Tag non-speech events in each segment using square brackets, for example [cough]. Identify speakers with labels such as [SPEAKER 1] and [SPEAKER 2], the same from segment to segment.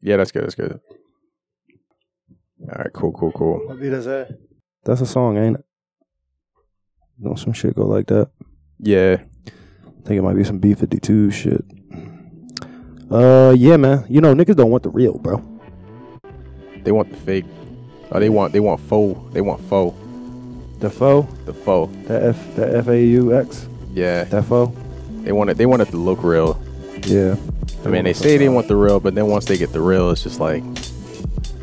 [SPEAKER 1] Yeah, that's good. That's good. All right, cool, cool, cool.
[SPEAKER 2] What beat is that?
[SPEAKER 3] That's a song, ain't it? You know, some shit go like that.
[SPEAKER 1] Yeah,
[SPEAKER 3] I think it might be some B fifty two shit. Uh, yeah, man. You know, niggas don't want the real, bro.
[SPEAKER 1] they want the fake. Oh, they want they want faux. They want faux.
[SPEAKER 3] The foe,
[SPEAKER 1] The faux.
[SPEAKER 3] that F, that F A U X,
[SPEAKER 1] Yeah,
[SPEAKER 3] that foe.
[SPEAKER 1] they want it. They want it to look real.
[SPEAKER 3] Yeah.
[SPEAKER 1] I mean, they say they want the real, but then once they get the real, it's just like,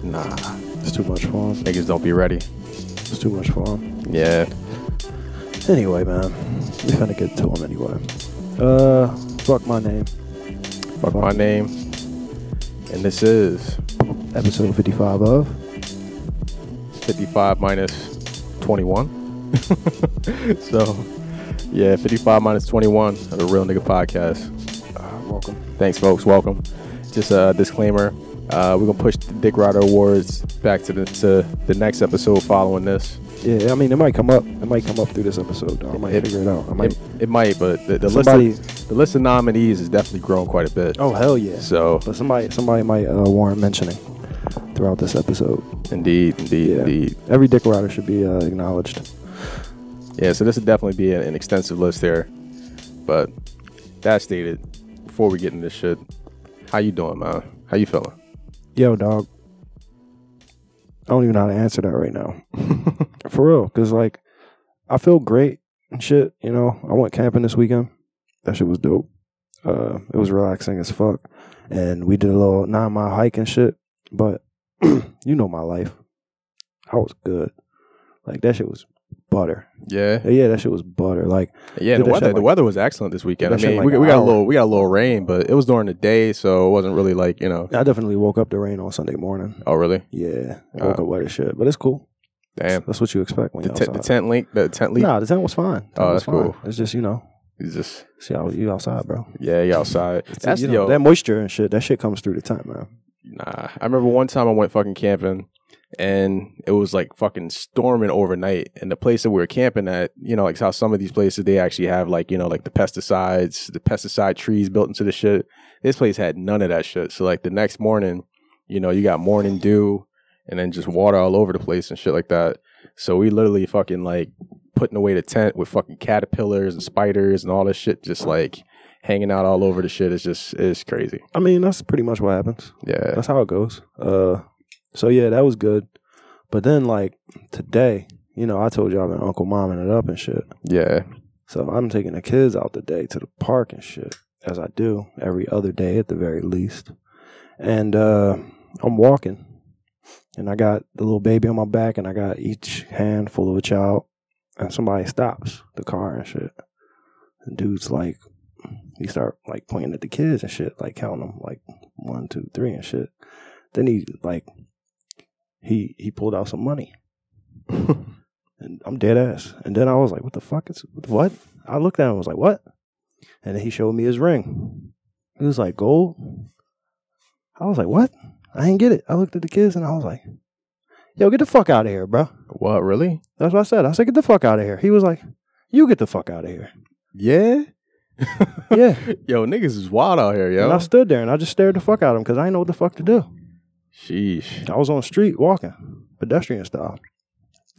[SPEAKER 1] nah,
[SPEAKER 3] It's too much for 'em.
[SPEAKER 1] niggas don't be ready.
[SPEAKER 3] It's too much for 'em.
[SPEAKER 1] Yeah,
[SPEAKER 3] Anyway, man, we finna get to them anyway. Uh, fuck my name.
[SPEAKER 1] fuck my name. And this is
[SPEAKER 3] Episode fifty five of.
[SPEAKER 1] 55 minus 21. [laughs] so, yeah, 55 minus 21 of the Real Nigga Podcast.
[SPEAKER 3] Uh, welcome.
[SPEAKER 1] Thanks, folks. Welcome. Just a disclaimer. Uh, we're gonna push the Dick Rider Awards back to the to the next episode following this.
[SPEAKER 3] Yeah, I mean, it might come up. It might come up through this episode. Though. I might
[SPEAKER 1] It-
[SPEAKER 3] figure it out. I might.
[SPEAKER 1] It, it might, but the, the
[SPEAKER 3] Somebody-
[SPEAKER 1] list of, the list of nominees has definitely grown quite a bit.
[SPEAKER 3] oh hell yeah!
[SPEAKER 1] So
[SPEAKER 3] But somebody, somebody might uh, warrant mentioning throughout this episode.
[SPEAKER 1] indeed, indeed, indeed.
[SPEAKER 3] Every dick rider should be uh, acknowledged.
[SPEAKER 1] Yeah, so this would definitely be an, an extensive list there. But that stated, before we get into this shit, how you doing, man? How you feeling?
[SPEAKER 3] Yo, dog. I don't even know how to answer that
[SPEAKER 1] [laughs]
[SPEAKER 3] right now. For real, because like, I feel great and shit. You know, I went camping this weekend. That shit was dope. Uh, it was relaxing as fuck, and we did a little nine mile hike and shit. But [clears throat] you know my life. I was good. Like that shit was butter.
[SPEAKER 1] Yeah,
[SPEAKER 3] Yeah, that shit was butter. Like
[SPEAKER 1] yeah.
[SPEAKER 3] Did
[SPEAKER 1] The
[SPEAKER 3] that
[SPEAKER 1] weather,
[SPEAKER 3] shit
[SPEAKER 1] the
[SPEAKER 3] like-
[SPEAKER 1] weather was excellent this weekend. I
[SPEAKER 3] Did that shit
[SPEAKER 1] mean,
[SPEAKER 3] like
[SPEAKER 1] we,
[SPEAKER 3] an
[SPEAKER 1] we got a
[SPEAKER 3] hour.
[SPEAKER 1] little, we got a little rain, but it was during the day, so it wasn't really like you know.
[SPEAKER 3] I definitely woke up to rain on Sunday morning.
[SPEAKER 1] Oh, really?
[SPEAKER 3] Yeah, I woke up wet as shit, but it's cool.
[SPEAKER 1] Damn.
[SPEAKER 3] That's what you expect when
[SPEAKER 1] The,
[SPEAKER 3] you're
[SPEAKER 1] te-
[SPEAKER 3] outside.
[SPEAKER 1] the tent link, the tent link.
[SPEAKER 3] Nah, the tent was fine. Tent
[SPEAKER 1] Oh,
[SPEAKER 3] was
[SPEAKER 1] that's cool.
[SPEAKER 3] fine. It's just you know,
[SPEAKER 1] It's just
[SPEAKER 3] see how you outside, bro.
[SPEAKER 1] yeah, you outside. That's
[SPEAKER 3] you know,
[SPEAKER 1] yo,
[SPEAKER 3] that moisture and shit. That shit comes through the tent, man.
[SPEAKER 1] Nah, I remember one time I went fucking camping, and it was like fucking storming overnight. And the place that we were camping at, you know, like how some of these places they actually have like you know like the pesticides, the pesticide trees built into the shit. This place had none of that shit. So like the next morning, you know, you got morning dew, and then just water all over the place and shit like that. So we literally fucking like putting away the tent with fucking caterpillars and spiders and all this shit, just like hanging out all over the shit. It's just it's crazy.
[SPEAKER 3] I mean, that's pretty much what happens.
[SPEAKER 1] Yeah.
[SPEAKER 3] That's how it goes. Uh, so yeah, that was good. But then like today, you know, I told you I've been uncle momming it up and shit.
[SPEAKER 1] Yeah.
[SPEAKER 3] So I'm taking the kids out today to the park and shit, as I do every other day at the very least. And uh, I'm walking, and I got the little baby on my back, and I got each hand full of a child. And somebody stops the car and shit. And dude's like, he start like pointing at the kids and shit, like counting them like one, two, three and shit. Then he like, he he pulled out some money. [laughs] And I'm dead ass. And then I was like, what the fuck is what? I looked at him and was like, what? And then he showed me his ring. He was like, gold? I was like, what? I didn't get it. I looked at the kids and I was like, yo, get the fuck out of here, bro.
[SPEAKER 1] What really?
[SPEAKER 3] That's what I said. I said, get the fuck out of here. He was like, you get the fuck out of here.
[SPEAKER 1] Yeah.
[SPEAKER 3] Yeah.
[SPEAKER 1] [laughs] Yo, niggas is wild out here,
[SPEAKER 3] And I
[SPEAKER 1] yo.
[SPEAKER 3] stood there and I just stared the fuck at him because I didn't know what the fuck to do.
[SPEAKER 1] Sheesh.
[SPEAKER 3] I was on the street walking, pedestrian style.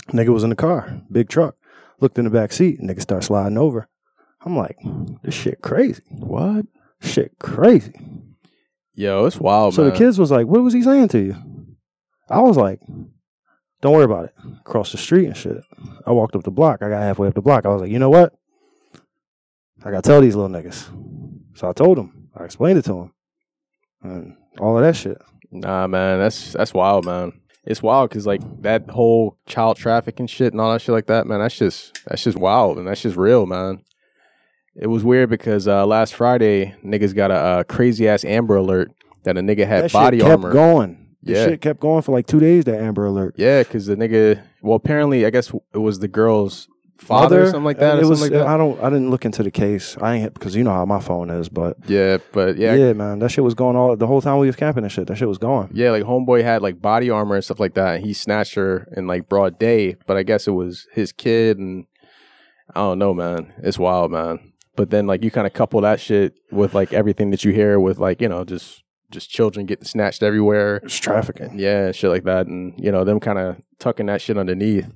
[SPEAKER 3] Nigga was in the car, big truck. Looked in the back seat, nigga start sliding over. I'm like, this shit crazy.
[SPEAKER 1] What?
[SPEAKER 3] Shit crazy.
[SPEAKER 1] Yo, it's wild,
[SPEAKER 3] so
[SPEAKER 1] Oh, man.
[SPEAKER 3] the kids was like, what was he saying to you? I was like, don't worry about it. Across the street and shit. I walked up the block. I got halfway up the block. I was like, you know what? I gotta tell these little niggas. So I told him. I explained it to him. And all of that shit.
[SPEAKER 1] Nah, man, that's that's wild, man. It's wild because like that whole child trafficking shit and all that shit like that, man. That's just that's just wild and that's just real, man. It was weird because uh, last Friday niggas got a uh, crazy ass Amber Alert that a nigga had
[SPEAKER 3] that
[SPEAKER 1] body
[SPEAKER 3] shit
[SPEAKER 1] armor.
[SPEAKER 3] kept going. The
[SPEAKER 1] Yeah.
[SPEAKER 3] shit kept going for like two days. That Amber Alert.
[SPEAKER 1] Yeah, because the nigga. Well, apparently, I guess it was the girl's father or something like that.
[SPEAKER 3] uh,
[SPEAKER 1] Or
[SPEAKER 3] It
[SPEAKER 1] something
[SPEAKER 3] was.
[SPEAKER 1] like that.
[SPEAKER 3] I don't. I didn't look into the case. I ain't because you know how my phone is. But
[SPEAKER 1] yeah, but
[SPEAKER 3] yeah.
[SPEAKER 1] yeah,
[SPEAKER 3] man, that shit was going all the whole time we was camping and shit. That shit was going.
[SPEAKER 1] Yeah, like homeboy had like body armor and stuff like that. And he snatched her in like broad day, but I guess it was his kid and I don't know, man. It's wild, man. But then like you kind of couple that shit with like everything that you hear with like, you know, just just children getting snatched everywhere.
[SPEAKER 3] It's trafficking.
[SPEAKER 1] Yeah, and shit like that, and you know them kind of tucking that shit underneath.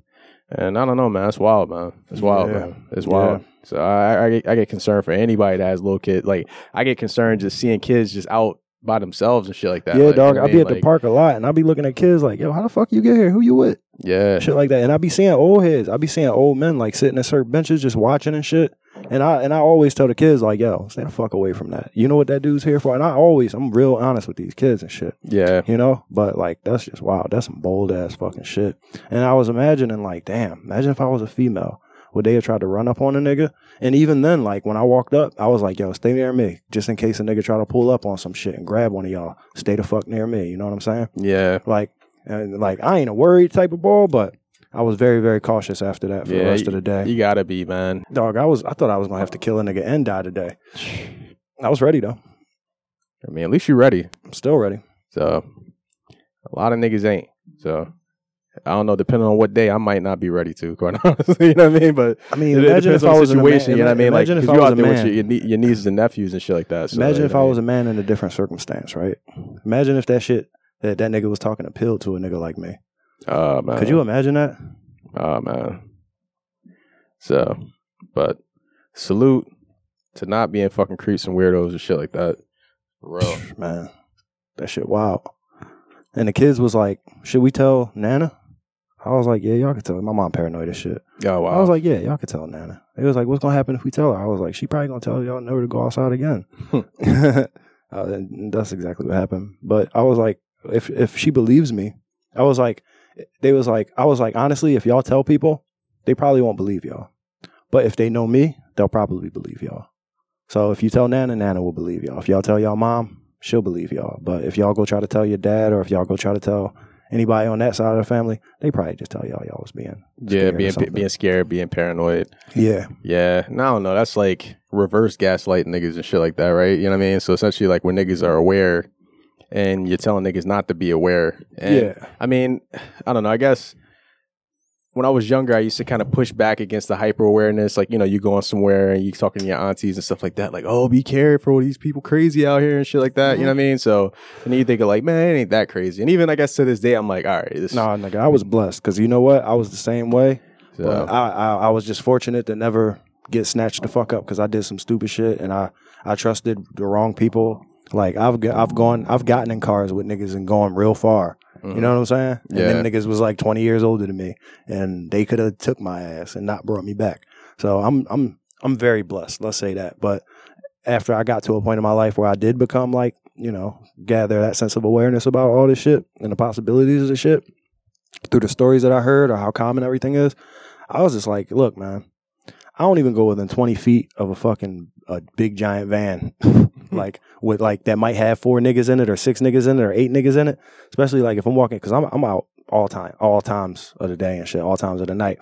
[SPEAKER 1] And I don't know, man. It's wild, man. It's wild,
[SPEAKER 3] Yeah.
[SPEAKER 1] man. It's wild. So I, I get, I get concerned for anybody that has little kids. Like I get concerned just seeing kids just out by themselves and shit like that.
[SPEAKER 3] yeah,
[SPEAKER 1] Like, you
[SPEAKER 3] dog.
[SPEAKER 1] know
[SPEAKER 3] I'll
[SPEAKER 1] what
[SPEAKER 3] be
[SPEAKER 1] I
[SPEAKER 3] at
[SPEAKER 1] mean?
[SPEAKER 3] the
[SPEAKER 1] Like,
[SPEAKER 3] park a lot, and I'll be looking at kids like, "Yo, how the fuck you get here? Who you with?"
[SPEAKER 1] Yeah,
[SPEAKER 3] Shit like that, and I'll be seeing old heads. I'll be seeing old men like sitting at certain benches just watching and shit. And I and I always tell the kids like, "Yo, stay the fuck away from that." You know what that dude's here for? And I always, I'm real honest with these kids and shit.
[SPEAKER 1] yeah,
[SPEAKER 3] You know, but like that's just wow. That's some bold ass fucking shit. And I was imagining like, damn, imagine if I was a female. Would they have tried to run up on a nigga? And even then, like when I walked up, I was like, yo, stay near me. Just in case a nigga try to pull up on some shit and grab one of y'all. Stay the fuck near me. You know what I'm saying?
[SPEAKER 1] yeah.
[SPEAKER 3] Like and like I ain't a worried type of ball, but I was very, very cautious after that for the
[SPEAKER 1] Yeah,
[SPEAKER 3] rest of the day.
[SPEAKER 1] You gotta be, man.
[SPEAKER 3] Dog, I was I thought I was gonna have to kill a nigga and
[SPEAKER 1] [sighs]
[SPEAKER 3] die today. I was ready though.
[SPEAKER 1] I mean, at least you're ready.
[SPEAKER 3] I'm still ready.
[SPEAKER 1] So a lot of niggas ain't. So I don't know. Depending on what day, I might not be ready to. Quite [laughs] honestly, you know what I mean. But
[SPEAKER 3] I mean,
[SPEAKER 1] it, it
[SPEAKER 3] imagine
[SPEAKER 1] depends
[SPEAKER 3] if I
[SPEAKER 1] on the
[SPEAKER 3] was in a man-
[SPEAKER 1] situation. you know what I mean? Like,
[SPEAKER 3] imagine if
[SPEAKER 1] 'cause
[SPEAKER 3] I
[SPEAKER 1] you're
[SPEAKER 3] was
[SPEAKER 1] out
[SPEAKER 3] a
[SPEAKER 1] there with
[SPEAKER 3] man.
[SPEAKER 1] your, your, nie- your nieces and nephews and shit like that. So,
[SPEAKER 3] Imagine
[SPEAKER 1] you
[SPEAKER 3] if
[SPEAKER 1] know
[SPEAKER 3] I
[SPEAKER 1] what
[SPEAKER 3] was a man in a different circumstance, right? Imagine if that shit that that nigga was talking appealed to a nigga like me.
[SPEAKER 1] mean? Oh man.
[SPEAKER 3] Could you imagine that?
[SPEAKER 1] Oh man. So, but salute to not being fucking creeps and weirdos and shit like that. For Real.
[SPEAKER 3] Man, that shit wild. And the kids was like, "Should we tell Nana?" I was like, "Yeah, y'all can tell." My mom paranoid as shit.
[SPEAKER 1] Oh wow.
[SPEAKER 3] [laughs] I was like, "Yeah, y'all can tell Nana." It was like, "What's gonna happen if we tell her?" I was like, "She probably gonna tell y'all never to go outside again."
[SPEAKER 1] Hmm.
[SPEAKER 3] [laughs] uh, and that's exactly what happened. But I was like, if if she believes me, I was like, they was like, I was like, honestly, if y'all tell people, they probably won't believe y'all. But if they know me, they'll probably believe y'all. So if you tell Nana, Nana will believe y'all. If y'all tell y'all mom, she'll believe y'all. But if y'all go try to tell your dad, or if y'all go try to tell anybody on that side of the family, they probably just tell y'all y'all was being
[SPEAKER 1] yeah,
[SPEAKER 3] scared or
[SPEAKER 1] being
[SPEAKER 3] something.
[SPEAKER 1] being scared, being paranoid.
[SPEAKER 3] yeah
[SPEAKER 1] Yeah, no, I don't know. That's like reverse gaslight niggas and shit like that, right? You know what I mean? So essentially, like when niggas are aware, and you're telling niggas not to be aware. And
[SPEAKER 3] yeah
[SPEAKER 1] I mean, I don't know. I guess when I was younger, I used to kind of push back against the hyper awareness. Like, you know, you going somewhere and you talking to your aunties and stuff like that. Like, oh, be careful. These people crazy out here and shit like that. You know
[SPEAKER 3] Mm-hmm.
[SPEAKER 1] what I mean? So, and then you think of like, man, it ain't that crazy. And even I guess to this day, I'm like, all right, this.
[SPEAKER 3] nah nigga i was blessed because you know what i was the same way
[SPEAKER 1] so,
[SPEAKER 3] But uh, I, I I was just fortunate to never get snatched the fuck up because I did some stupid shit and I I trusted the wrong people. Like I've g- I've gone I've gotten in cars with niggas and gone real far.
[SPEAKER 1] mm-hmm.
[SPEAKER 3] You know what I'm saying? And them niggas was like 20 years older than me and they could have took my ass and not brought me back. So I'm I'm I'm very blessed. Let's say that. But after I got to a point in my life where I did become like you know gather that sense of awareness about all this shit and the possibilities of the shit through the stories that I heard or how common everything is, I was just like, look, man, I don't even go within 20 feet of a fucking a big giant van, [laughs] like with like that might have four niggas in it or six niggas in it or eight niggas in it. Especially like if I'm walking, cause I'm I'm out all time, all times of the day and shit, all times of the night.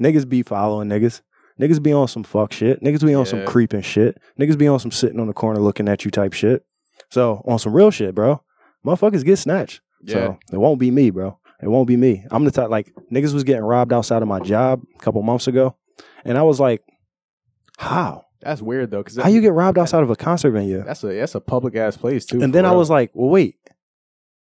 [SPEAKER 3] Niggas be following niggas. Niggas be on some fuck shit. Niggas be on some
[SPEAKER 1] Yeah.
[SPEAKER 3] creeping shit. Niggas be on some sitting on the corner looking at you type shit. So on some real shit, bro. Motherfuckers get snatched.
[SPEAKER 1] yeah.
[SPEAKER 3] So it won't be me, bro. It won't be me. I'm the type like niggas was getting robbed outside of my job a couple months ago, and I was like, "How?
[SPEAKER 1] That's weird though, because
[SPEAKER 3] How you get robbed outside of a concert venue?"
[SPEAKER 1] that's a that's a public ass place too.
[SPEAKER 3] And
[SPEAKER 1] for
[SPEAKER 3] then I
[SPEAKER 1] real.
[SPEAKER 3] was like, "Well, wait,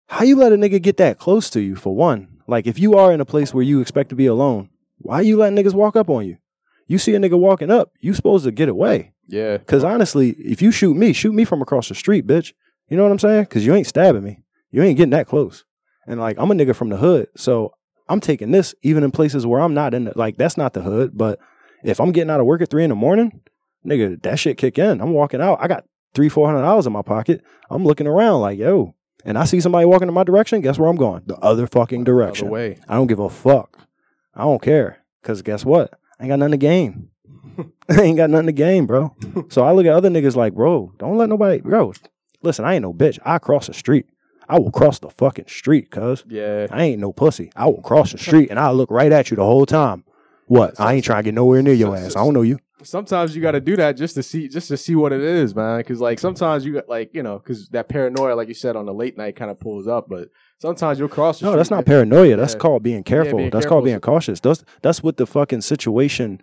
[SPEAKER 3] how you let a nigga get that close to you? For one, like if you are in a place where you expect to be alone, why you letting niggas walk up on you? You see a nigga walking up, you supposed to get away.
[SPEAKER 1] yeah,
[SPEAKER 3] Cause honestly, if you shoot me, shoot me from across the street, bitch. You know what I'm saying? Cause you ain't stabbing me. You ain't getting that close. And like I'm a nigga from the hood. So I'm taking this even in places where I'm not in the, like that's not the hood. But if I'm getting out of work at three in the morning, nigga, that shit kick in. I'm walking out. I got three, four hundred dollars in my pocket. I'm looking around like, yo. And I see somebody walking in my direction, guess where I'm going? The other fucking
[SPEAKER 1] other
[SPEAKER 3] direction.
[SPEAKER 1] way.
[SPEAKER 3] I don't give a fuck. I don't care. Cause guess what? I ain't got nothing to
[SPEAKER 1] [laughs]
[SPEAKER 3] gain. I ain't got nothing to gain, bro. So I look at other niggas like, bro, don't let nobody bro. Listen, I ain't no bitch. I cross the street. I will cross the fucking street, cuz.
[SPEAKER 1] Yeah,
[SPEAKER 3] I ain't no pussy. I will cross the street and I'll look right at you the whole time. What? I ain't trying to get nowhere near your ass. I don't know you.
[SPEAKER 1] sometimes you got to do that just to see just to see what it is, man. Because like sometimes you got like you know because that paranoia, like you said on the late night, kind of pulls up. But sometimes you'll cross. The
[SPEAKER 3] No,
[SPEAKER 1] street
[SPEAKER 3] that's not
[SPEAKER 1] and-
[SPEAKER 3] paranoia. That's
[SPEAKER 1] Yeah.
[SPEAKER 3] called being careful.
[SPEAKER 1] being
[SPEAKER 3] that's
[SPEAKER 1] careful
[SPEAKER 3] called
[SPEAKER 1] is-
[SPEAKER 3] being cautious. That's that's what the fucking situation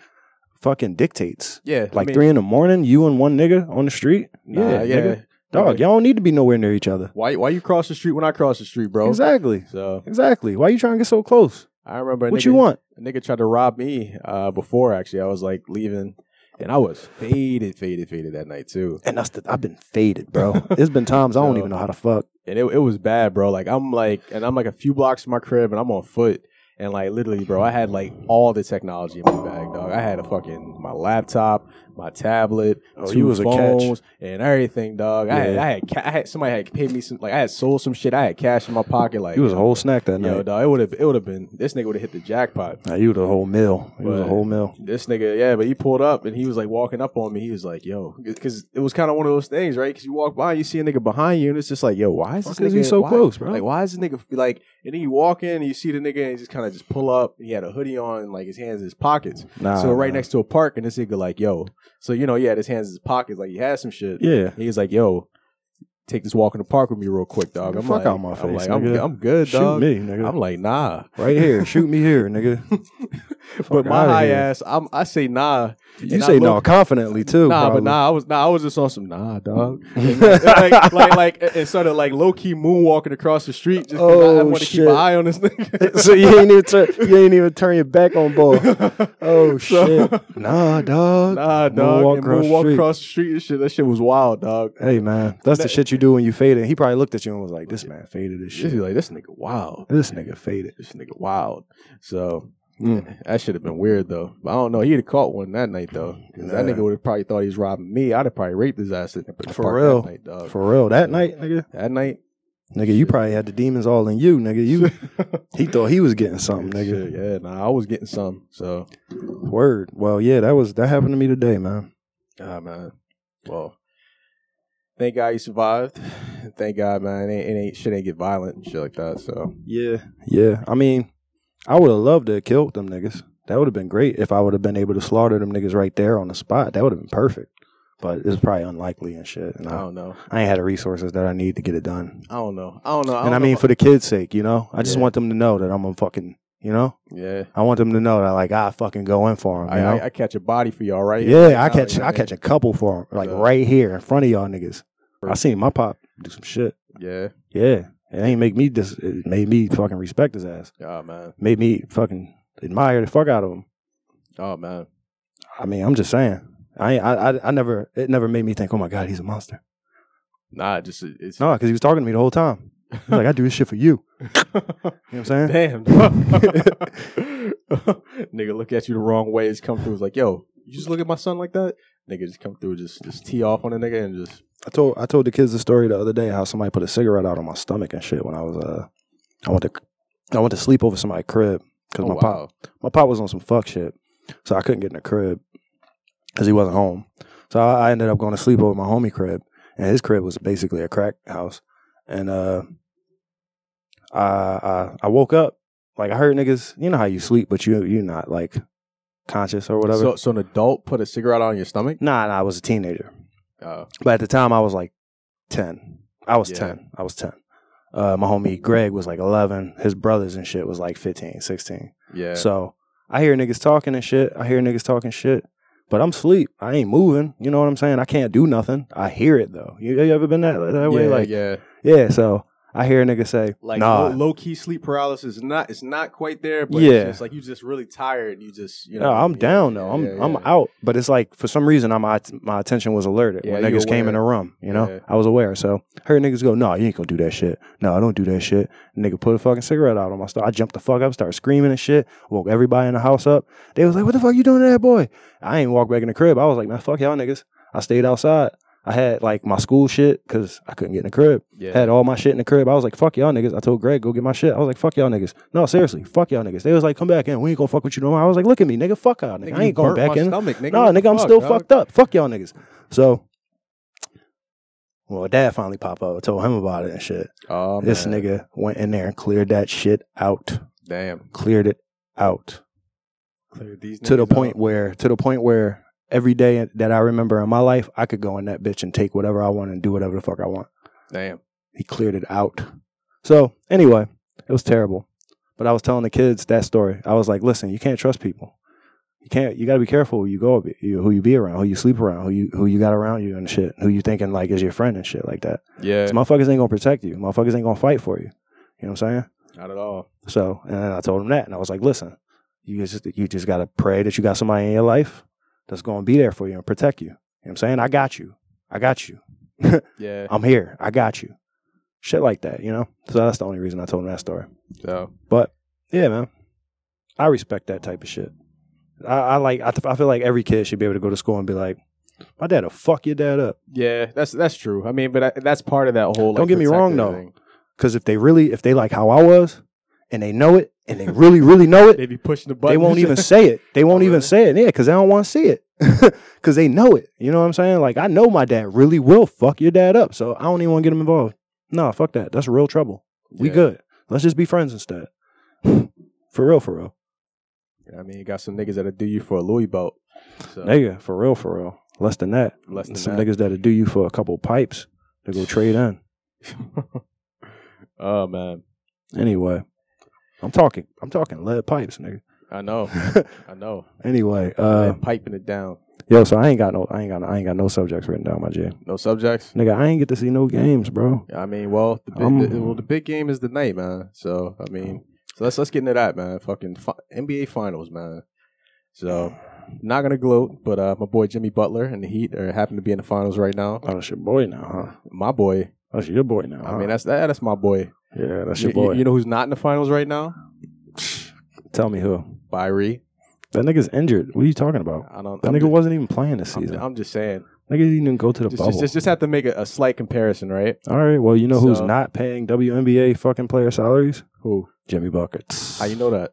[SPEAKER 3] fucking dictates.
[SPEAKER 1] Yeah, I
[SPEAKER 3] Like
[SPEAKER 1] mean,
[SPEAKER 3] three in the morning, you and one nigga on the street.
[SPEAKER 1] Nah, yeah,
[SPEAKER 3] nigga. Dog, y'all don't need to be nowhere near each other.
[SPEAKER 1] Why why you cross the street when I cross the street, bro?
[SPEAKER 3] Exactly.
[SPEAKER 1] So
[SPEAKER 3] Exactly. Why you trying to get so close?
[SPEAKER 1] I remember a
[SPEAKER 3] What
[SPEAKER 1] nigga,
[SPEAKER 3] you want?
[SPEAKER 1] a nigga tried to rob me uh, before actually. I was like leaving and I was faded, faded, faded that night too.
[SPEAKER 3] And that's the, I've been
[SPEAKER 1] [laughs]
[SPEAKER 3] faded, bro. it's been times I don't
[SPEAKER 1] So-
[SPEAKER 3] even know how to fuck.
[SPEAKER 1] And it, it was bad, bro. Like I'm like and I'm like a few blocks from my crib and I'm on foot. And like literally, bro, I had like all the technology in my bag, dog. I had a fucking my laptop, my tablet,
[SPEAKER 3] Oh,
[SPEAKER 1] two
[SPEAKER 3] you was a catch.
[SPEAKER 1] phones, and everything, dog. I had
[SPEAKER 3] Yeah.
[SPEAKER 1] I had, ca- I had somebody had paid me some like I had sold some shit. I had cash in my pocket, like
[SPEAKER 3] You was a whole snack that
[SPEAKER 1] yo,
[SPEAKER 3] night.
[SPEAKER 1] dog. It would have it would have been this nigga would have hit the jackpot.
[SPEAKER 3] Nah, you was a whole meal. You was a
[SPEAKER 1] Right.
[SPEAKER 3] whole meal.
[SPEAKER 1] this nigga, yeah, but he pulled up and he was like walking up on me. He was like, "Yo," because it was kind of one of those things, right? Because you walk by, you see a nigga behind you, and it's just like, "Yo, why is this
[SPEAKER 3] Fuck is
[SPEAKER 1] nigga
[SPEAKER 3] he so
[SPEAKER 1] why-
[SPEAKER 3] close, bro?
[SPEAKER 1] Like, why is this nigga like?" And then you walk in and you see the nigga and he just kind of just pull up. And he had a hoodie on, and, like his hands in his pockets.
[SPEAKER 3] Nah.
[SPEAKER 1] so right
[SPEAKER 3] nah.
[SPEAKER 1] next to a park, and this nigga like, "Yo," so you know, he had his hands in his pockets, like he had some shit.
[SPEAKER 3] [laughs] Yeah.
[SPEAKER 1] He was like, "Yo." Take this walk in the park with me real quick, dog.
[SPEAKER 3] Get
[SPEAKER 1] I'm
[SPEAKER 3] the fuck
[SPEAKER 1] like,
[SPEAKER 3] out my
[SPEAKER 1] I'm
[SPEAKER 3] face,
[SPEAKER 1] like, I'm,
[SPEAKER 3] nigga.
[SPEAKER 1] I'm good,
[SPEAKER 3] Shoot
[SPEAKER 1] dog.
[SPEAKER 3] me, nigga.
[SPEAKER 1] I'm like, nah.
[SPEAKER 3] right here. Shoot me here,
[SPEAKER 1] [laughs]
[SPEAKER 3] nigga.
[SPEAKER 1] But
[SPEAKER 3] Fuck
[SPEAKER 1] my
[SPEAKER 3] outta
[SPEAKER 1] high
[SPEAKER 3] here.
[SPEAKER 1] ass, I'm, I say nah.
[SPEAKER 3] You
[SPEAKER 1] and I
[SPEAKER 3] say
[SPEAKER 1] look-
[SPEAKER 3] no confidently too.
[SPEAKER 1] Nah,
[SPEAKER 3] probably.
[SPEAKER 1] but nah, I was nah, I was just on some nah, dog. And like,
[SPEAKER 3] [laughs]
[SPEAKER 1] like, like, like, and sort of like low key moonwalking across the street just 'cause I,
[SPEAKER 3] Oh,
[SPEAKER 1] want to keep
[SPEAKER 3] shit.
[SPEAKER 1] an eye on this
[SPEAKER 3] [laughs]
[SPEAKER 1] nigga.
[SPEAKER 3] [laughs] so you ain't
[SPEAKER 1] [laughs]
[SPEAKER 3] even turn, you ain't even turn your back on ball. Oh shit. Nah, dog.
[SPEAKER 1] nah, dog.
[SPEAKER 3] Moonwalk
[SPEAKER 1] and
[SPEAKER 3] across the
[SPEAKER 1] moonwalk
[SPEAKER 3] street.
[SPEAKER 1] across the street and shit. That shit was wild, dog.
[SPEAKER 3] Hey man, that's the
[SPEAKER 1] That-
[SPEAKER 3] shit you do when you faded. He probably looked at you and was like, "This man faded as
[SPEAKER 1] She's
[SPEAKER 3] shit.
[SPEAKER 1] like, this nigga wild.
[SPEAKER 3] This nigga faded."
[SPEAKER 1] This nigga wild. So
[SPEAKER 3] Mm.
[SPEAKER 1] that should have been weird though. But I don't know. He'd have caught one that night though. 'Cause That
[SPEAKER 3] Yeah.
[SPEAKER 1] nigga would have probably thought he was robbing me. I'd have probably raped his ass in the park
[SPEAKER 3] For real.
[SPEAKER 1] That night, dog.
[SPEAKER 3] For real, that night, nigga,
[SPEAKER 1] that night,
[SPEAKER 3] nigga, you probably had the demons all in you,
[SPEAKER 1] [laughs]
[SPEAKER 3] nigga. You, he thought he was getting something,
[SPEAKER 1] Shit,
[SPEAKER 3] nigga.
[SPEAKER 1] yeah. Nah, I was getting some. So
[SPEAKER 3] Word. Well, yeah, that was that happened to me today, man.
[SPEAKER 1] Ah man. Well, thank God you survived. [sighs] Thank God, man. It ain't, it ain't shit ain't get violent and shit like that. So
[SPEAKER 3] Yeah, yeah. I mean, I would have loved to have killed them niggas. That would have been great if I would have been able to slaughter them niggas right there on the spot. That would have been perfect. But it's probably unlikely and shit. And
[SPEAKER 1] I
[SPEAKER 3] I,
[SPEAKER 1] don't know.
[SPEAKER 3] I ain't had the resources that I need to get it done.
[SPEAKER 1] I don't know. I don't know. I
[SPEAKER 3] and I
[SPEAKER 1] don't
[SPEAKER 3] mean,
[SPEAKER 1] know.
[SPEAKER 3] for the kids' sake, you know, I just
[SPEAKER 1] Yeah.
[SPEAKER 3] want them to know that I'm a fucking, you know,
[SPEAKER 1] yeah,
[SPEAKER 3] I want them to know that like I fucking go in for them.
[SPEAKER 1] I,
[SPEAKER 3] You know?
[SPEAKER 1] I, I catch a body for y'all right
[SPEAKER 3] yeah,
[SPEAKER 1] here.
[SPEAKER 3] I
[SPEAKER 1] Now,
[SPEAKER 3] catch
[SPEAKER 1] you know
[SPEAKER 3] I
[SPEAKER 1] what mean?
[SPEAKER 3] catch a couple for them, like
[SPEAKER 1] Yeah.
[SPEAKER 3] right here in front of y'all niggas. I
[SPEAKER 1] Right.
[SPEAKER 3] seen my pop do some shit.
[SPEAKER 1] Yeah.
[SPEAKER 3] Yeah, it ain't make me dis. It made me fucking respect his ass.
[SPEAKER 1] Oh man.
[SPEAKER 3] Made me fucking admire the fuck out of him.
[SPEAKER 1] Oh man.
[SPEAKER 3] I mean, I'm just saying. I ain't, I, I I never it never made me think. Oh my god, he's a monster.
[SPEAKER 1] Nah, it just it's
[SPEAKER 3] No, because he was talking to me the whole time. He's like, I do this shit for you. You know what I'm saying?
[SPEAKER 1] [laughs]
[SPEAKER 3] [laughs]
[SPEAKER 1] damn. [laughs] Nigga, look at you the wrong way. It's come through. It's like, yo, you just look at my son like that. Nigga, just come through. Just just tee off on a nigga and just
[SPEAKER 3] I told I told the kids the story the other day how somebody put a cigarette out on my stomach and shit when I was uh I went to I went to sleep over somebody's crib because
[SPEAKER 1] oh,
[SPEAKER 3] my
[SPEAKER 1] wow.
[SPEAKER 3] pop my pop was on some fuck shit, so I couldn't get in the crib because he wasn't home. So I, I ended up going to sleep over my homie crib, and his crib was basically a crack house. And uh, I, I I woke up like I heard niggas. You know how you sleep, but you you're not like conscious or whatever.
[SPEAKER 1] So, so an adult put a cigarette on your stomach?
[SPEAKER 3] nah, nah, I was a teenager.
[SPEAKER 1] Oh,
[SPEAKER 3] But at the time, I was like 10. I was
[SPEAKER 1] Yeah. Mm-hmm.
[SPEAKER 3] 10. I was 10. Uh, my homie Greg was like 11. His brothers and shit was like 15, 16.
[SPEAKER 1] yeah.
[SPEAKER 3] So I hear niggas talking and shit. I hear niggas talking shit. But I'm asleep. I ain't moving. You know what I'm saying? I can't do nothing. I hear it though. You, you ever been that, that way?
[SPEAKER 1] yeah,
[SPEAKER 3] Like, yeah.
[SPEAKER 1] yeah.
[SPEAKER 3] So I hear a nigga say,
[SPEAKER 1] like
[SPEAKER 3] nah.
[SPEAKER 1] low, low key sleep paralysis. is Not it's not quite there, but
[SPEAKER 3] Yeah.
[SPEAKER 1] it's just like you just really tired. and You just you know.
[SPEAKER 3] no, I'm
[SPEAKER 1] yeah,
[SPEAKER 3] down though.
[SPEAKER 1] yeah,
[SPEAKER 3] I'm
[SPEAKER 1] yeah,
[SPEAKER 3] I'm
[SPEAKER 1] yeah.
[SPEAKER 3] out, but it's like for some reason I'm, I my attention was alerted
[SPEAKER 1] Yeah,
[SPEAKER 3] when
[SPEAKER 1] you
[SPEAKER 3] niggas came in the
[SPEAKER 1] aware.
[SPEAKER 3] room. You know,
[SPEAKER 1] Yeah.
[SPEAKER 3] I was aware. So heard niggas go, "No, you ain't gonna do that shit. No, I don't do that shit." Nigga put a fucking cigarette out on my stuff. I jumped the fuck up, started screaming and shit. Woke everybody in the house up. They was like, "What the fuck you doing to that boy?" I ain't walk back in the crib. I was like, "Man, fuck y'all niggas." I stayed outside. I had like my school shit because I couldn't get in the crib
[SPEAKER 1] Yeah.
[SPEAKER 3] had all my shit in the crib. I was like, fuck y'all niggas. I told Greg, go get my shit. I was like, fuck y'all niggas. No, seriously, fuck y'all niggas. They was like, come back in. We ain't gonna fuck with you no more. I was like, look at me, nigga, fuck y'all nigga.
[SPEAKER 1] Nigga,
[SPEAKER 3] I
[SPEAKER 1] you
[SPEAKER 3] ain't going
[SPEAKER 1] burnt
[SPEAKER 3] back
[SPEAKER 1] my
[SPEAKER 3] in.
[SPEAKER 1] Stomach, nigga.
[SPEAKER 3] No,
[SPEAKER 1] What the
[SPEAKER 3] nigga, I'm
[SPEAKER 1] fuck,
[SPEAKER 3] still
[SPEAKER 1] dog?
[SPEAKER 3] fucked up. Fuck y'all niggas. So well, dad finally popped up. I told him about it and shit.
[SPEAKER 1] Oh,
[SPEAKER 3] this
[SPEAKER 1] man.
[SPEAKER 3] nigga went in there and cleared that shit out.
[SPEAKER 1] Damn.
[SPEAKER 3] Cleared it out
[SPEAKER 1] Clear these
[SPEAKER 3] to the
[SPEAKER 1] niggas
[SPEAKER 3] point
[SPEAKER 1] out.
[SPEAKER 3] where to the point where every day that I remember in my life, I could go in that bitch and take whatever I want and do whatever the fuck I want.
[SPEAKER 1] Damn.
[SPEAKER 3] he cleared it out. So anyway, it was terrible. But I was telling the kids that story. I was like, listen, you can't trust people. You can't. You got to be careful who you go, you, who you be around, who you sleep around, who you who you got around you and shit, who you thinking like is your friend and shit like that.
[SPEAKER 1] Yeah,
[SPEAKER 3] 'Cause motherfuckers ain't gonna protect you. Motherfuckers ain't gonna fight for you. You know what I'm saying?
[SPEAKER 1] not at all.
[SPEAKER 3] So, and I told him that, and I was like, listen, you just you just gotta pray that you got somebody in your life that's gonna be there for you and protect you. You know what I'm saying? I got you. I got you.
[SPEAKER 1] Yeah,
[SPEAKER 3] I'm here. I got you. Shit like that, you know? So that's the only reason I told him that story.
[SPEAKER 1] so
[SPEAKER 3] But yeah, man, I respect that type of shit. I, I like. I, th- I feel like every kid should be able to go to school and be like, "My dad'll fuck your dad up."
[SPEAKER 1] yeah, that's that's true. I mean, but I, that's part of that whole. Like,
[SPEAKER 3] Don't get me wrong,
[SPEAKER 1] protective
[SPEAKER 3] though.
[SPEAKER 1] thing.
[SPEAKER 3] Because if they really, if they like how I was, and they know it, and they really, really know
[SPEAKER 1] [laughs]
[SPEAKER 3] it,
[SPEAKER 1] They be pushing the button.
[SPEAKER 3] they won't even say it. They won't
[SPEAKER 1] Oh,
[SPEAKER 3] even
[SPEAKER 1] really?
[SPEAKER 3] say it. Yeah, because they don't want to see it. [laughs] Because they know it. You know what I'm saying? Like I know my dad really will fuck your dad up, so I don't even want to get him involved. Nah, fuck that. That's real trouble. We
[SPEAKER 1] Yeah.
[SPEAKER 3] good. Let's just be friends instead. [laughs] for real, for real.
[SPEAKER 1] I mean, you got some niggas that'll do you for a Louis belt. So
[SPEAKER 3] Nigga, for real, for real. Less than that.
[SPEAKER 1] less than
[SPEAKER 3] some
[SPEAKER 1] that.
[SPEAKER 3] niggas that'll do you for a couple pipes to go trade in.
[SPEAKER 1] oh man,
[SPEAKER 3] Anyway, I'm talking. I'm talking lead pipes, nigga. [laughs]
[SPEAKER 1] I know, I know.
[SPEAKER 3] anyway, [laughs] uh,
[SPEAKER 1] Man, piping it down.
[SPEAKER 3] yo, so I ain't got no, I ain't got, no, I ain't got no subjects written down, my G.
[SPEAKER 1] No subjects.
[SPEAKER 3] Nigga, I ain't get to see no games, bro.
[SPEAKER 1] I mean, well, the big,
[SPEAKER 3] Um,
[SPEAKER 1] the, well, the big game is the night, man. So I mean, so let's let's get into that, man. Fucking fi- NBA Finals, man. So not gonna gloat, but uh, my boy Jimmy Butler and the Heat are happen to be in the finals right now.
[SPEAKER 3] Oh, that's your boy now, huh?
[SPEAKER 1] My boy.
[SPEAKER 3] That's your boy now.
[SPEAKER 1] I mean, that's that, that's my boy.
[SPEAKER 3] yeah, that's
[SPEAKER 1] You-
[SPEAKER 3] your boy.
[SPEAKER 1] You, you know who's not in the finals right now?
[SPEAKER 3] [sniffs] Tell me who.
[SPEAKER 1] Byrie.
[SPEAKER 3] That nigga's injured. What are you talking about?
[SPEAKER 1] I don't.
[SPEAKER 3] That
[SPEAKER 1] I'm
[SPEAKER 3] nigga
[SPEAKER 1] just,
[SPEAKER 3] wasn't even playing this
[SPEAKER 1] I'm,
[SPEAKER 3] season.
[SPEAKER 1] I'm just saying.
[SPEAKER 3] nigga didn't even go to the
[SPEAKER 1] Just,
[SPEAKER 3] bubble.
[SPEAKER 1] just, just, just have to make a, a slight comparison, right?
[SPEAKER 3] All right, well, you know who's
[SPEAKER 1] So-
[SPEAKER 3] not paying WNBA fucking player salaries?
[SPEAKER 1] Who?
[SPEAKER 3] Jimmy Buckets.
[SPEAKER 1] How you know that?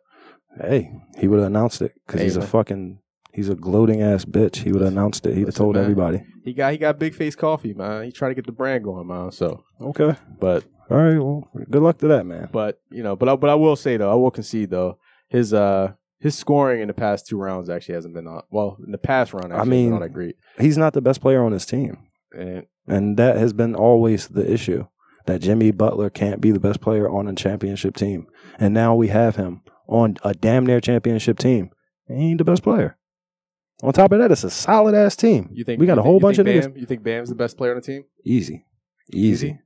[SPEAKER 3] Hey, he would have announced it because
[SPEAKER 1] Hey,
[SPEAKER 3] he's a
[SPEAKER 1] man.
[SPEAKER 3] fucking he's a gloating ass bitch. He would have announced it. He'd have
[SPEAKER 1] Listen,
[SPEAKER 3] told
[SPEAKER 1] man.
[SPEAKER 3] everybody.
[SPEAKER 1] He got he got big face coffee, man. He trying to get the brand going, man. So,
[SPEAKER 3] Okay.
[SPEAKER 1] but
[SPEAKER 3] All right. Well, good luck to that man.
[SPEAKER 1] But you know, but I, but I will say though, I will concede though, his uh his scoring in the past two rounds actually hasn't been on. Well, in the past round, actually, I mean,
[SPEAKER 3] mean-
[SPEAKER 1] not that great.
[SPEAKER 3] He's not the best player on his team,
[SPEAKER 1] And
[SPEAKER 3] and that has been always the issue. That Jimmy Butler can't be the best player on a championship team, and now we have him on a damn near championship team. And he ain't the best player. On top of that, it's a solid ass team.
[SPEAKER 1] you think
[SPEAKER 3] we got
[SPEAKER 1] you
[SPEAKER 3] a
[SPEAKER 1] thi-
[SPEAKER 3] whole
[SPEAKER 1] you
[SPEAKER 3] bunch of
[SPEAKER 1] think
[SPEAKER 3] niggas?
[SPEAKER 1] Bam, You think Bam's the best player on the team?
[SPEAKER 3] Easy, easy.
[SPEAKER 1] Easy?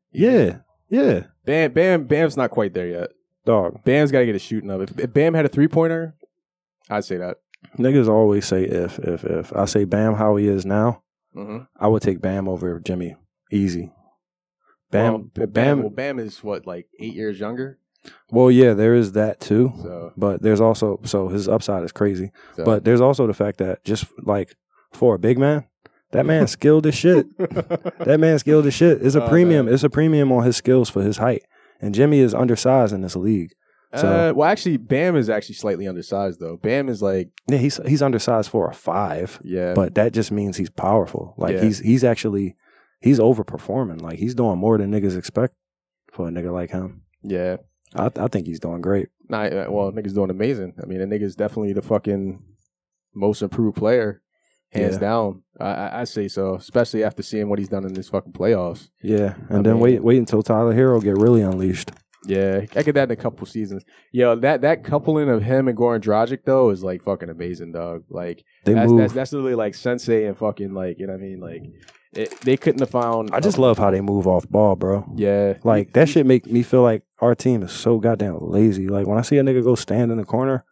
[SPEAKER 3] Yeah, yeah.
[SPEAKER 1] Bam, Bam, Bam's not quite there yet.
[SPEAKER 3] Dog,
[SPEAKER 1] Bam's got to get a shooting up. If, if Bam had a three pointer, I'd say that.
[SPEAKER 3] niggas always say if, if, if. I say Bam how he is now.
[SPEAKER 1] Mm-hmm.
[SPEAKER 3] I would take Bam over Jimmy. Easy. Bam,
[SPEAKER 1] well,
[SPEAKER 3] Bam.
[SPEAKER 1] Well, Bam is what like eight years younger.
[SPEAKER 3] Well, yeah, there is that too.
[SPEAKER 1] So,
[SPEAKER 3] But there's also so his upside is crazy.
[SPEAKER 1] so.
[SPEAKER 3] But there's also the fact that just like for a big man, that [laughs] man's skilled as shit.
[SPEAKER 1] [laughs]
[SPEAKER 3] That man's skilled as shit. [laughs] It's a
[SPEAKER 1] Oh,
[SPEAKER 3] premium.
[SPEAKER 1] man.
[SPEAKER 3] It's a premium on his skills for his height. And Jimmy is undersized in this league. so-
[SPEAKER 1] uh, well, actually, Bam is actually slightly undersized though. Bam is like
[SPEAKER 3] Yeah, he's he's undersized for a five,
[SPEAKER 1] yeah,
[SPEAKER 3] but that just means he's powerful. Like
[SPEAKER 1] Yeah.
[SPEAKER 3] he's he's actually he's overperforming. Like he's doing more than niggas expect for a nigga like him.
[SPEAKER 1] yeah.
[SPEAKER 3] I I think he's doing great.
[SPEAKER 1] Nah, uh, well, niggas doing amazing. I mean, the nigga's definitely the fucking most improved player, hands
[SPEAKER 3] Yeah.
[SPEAKER 1] down. I, I, I say so, especially after seeing what he's done in this fucking playoffs.
[SPEAKER 3] Yeah, and
[SPEAKER 1] I
[SPEAKER 3] then
[SPEAKER 1] mean-
[SPEAKER 3] wait, wait until Tyler Hero get really unleashed.
[SPEAKER 1] Yeah, I get that in a couple seasons. Yo, that that coupling of him and Goran Dragic though is like fucking amazing, dog. Like
[SPEAKER 3] They
[SPEAKER 1] that's,
[SPEAKER 3] move.
[SPEAKER 1] that's that's literally like sensei and fucking like you know what I mean. Like it, they couldn't have found.
[SPEAKER 3] I just love how they move off ball, bro.
[SPEAKER 1] yeah,
[SPEAKER 3] Like that shit make me feel like our team is so goddamn lazy. Like when I see a nigga go stand in the corner,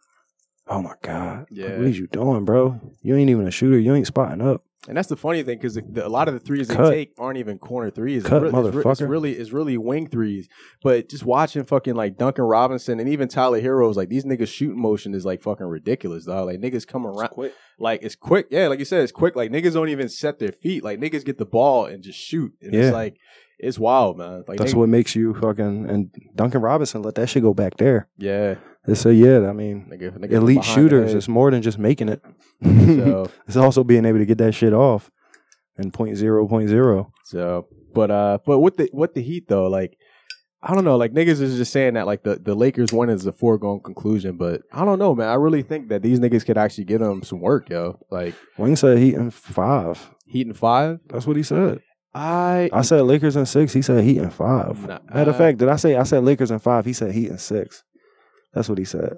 [SPEAKER 3] oh my god, Like,
[SPEAKER 1] Yeah.
[SPEAKER 3] what is you doing, bro? You ain't even a shooter. You ain't spotting up.
[SPEAKER 1] And that's the funny thing because a lot of the threes
[SPEAKER 3] Cut.
[SPEAKER 1] they take aren't even corner threes.
[SPEAKER 3] Cut,
[SPEAKER 1] it's, re- it's re- it's
[SPEAKER 3] motherfucker.
[SPEAKER 1] really it's really wing threes. But just watching fucking like Duncan Robinson and even Tyler Heroes, like these niggas shooting motion is like fucking ridiculous, dog. Like niggas come around
[SPEAKER 3] quick.
[SPEAKER 1] like it's quick. Yeah, like you said, it's quick. Like niggas don't even set their feet. Like niggas get the ball and just shoot. And
[SPEAKER 3] Yeah.
[SPEAKER 1] it's like it's wild, man. Like
[SPEAKER 3] That's
[SPEAKER 1] nigg-
[SPEAKER 3] what makes you fucking and Duncan Robinson let that shit go back there.
[SPEAKER 1] yeah,
[SPEAKER 3] They say, yeah, I mean,
[SPEAKER 1] nigga, nigga
[SPEAKER 3] elite
[SPEAKER 1] behind the
[SPEAKER 3] shooters. [laughs]
[SPEAKER 1] head.
[SPEAKER 3] It's more than just making it.
[SPEAKER 1] [laughs] So
[SPEAKER 3] it's also being able to get that shit off. And point zero point zero.
[SPEAKER 1] So, but uh, but with the with the Heat though, like I don't know, like niggas is just saying that like the the Lakers win is a foregone conclusion, but I don't know, man. I really think that these niggas could actually give them some work, yo. Like
[SPEAKER 3] Wing said Heat in five.
[SPEAKER 1] Heat and five,
[SPEAKER 3] That's what he said.
[SPEAKER 1] I.
[SPEAKER 3] I said Lakers in six. He said Heat in five.
[SPEAKER 1] Nah,
[SPEAKER 3] Oh, Matter of
[SPEAKER 1] uh,
[SPEAKER 3] fact, did I say I said Lakers in five? He said Heat in six. That's what he said.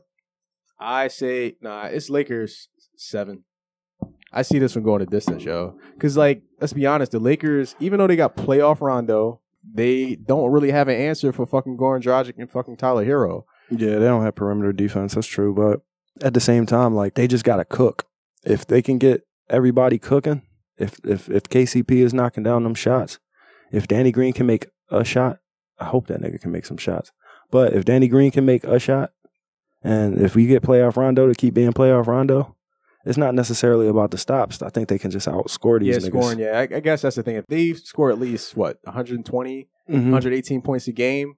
[SPEAKER 1] I say nah. It's Lakers seven. I see this from going a distance, yo. Because like, let's be honest, the Lakers, even though they got playoff Rondo, they don't really have an answer for fucking Goran Dragic and fucking Tyler Hero.
[SPEAKER 3] Yeah, they don't have perimeter defense. That's true, but at the same time, like they just gotta cook. If they can get everybody cooking, if if if KCP is knocking down them shots, if Danny Green can make a shot, I hope that nigga can make some shots. But if Danny Green can make a shot, and if we get playoff Rondo to keep being playoff Rondo, it's not necessarily about the stops. I think they can just outscore these
[SPEAKER 1] yeah,
[SPEAKER 3] niggas.
[SPEAKER 1] scoring. Yeah, I, I guess that's the thing. If they score at least what 120,
[SPEAKER 3] Mhm.
[SPEAKER 1] 118 points a game,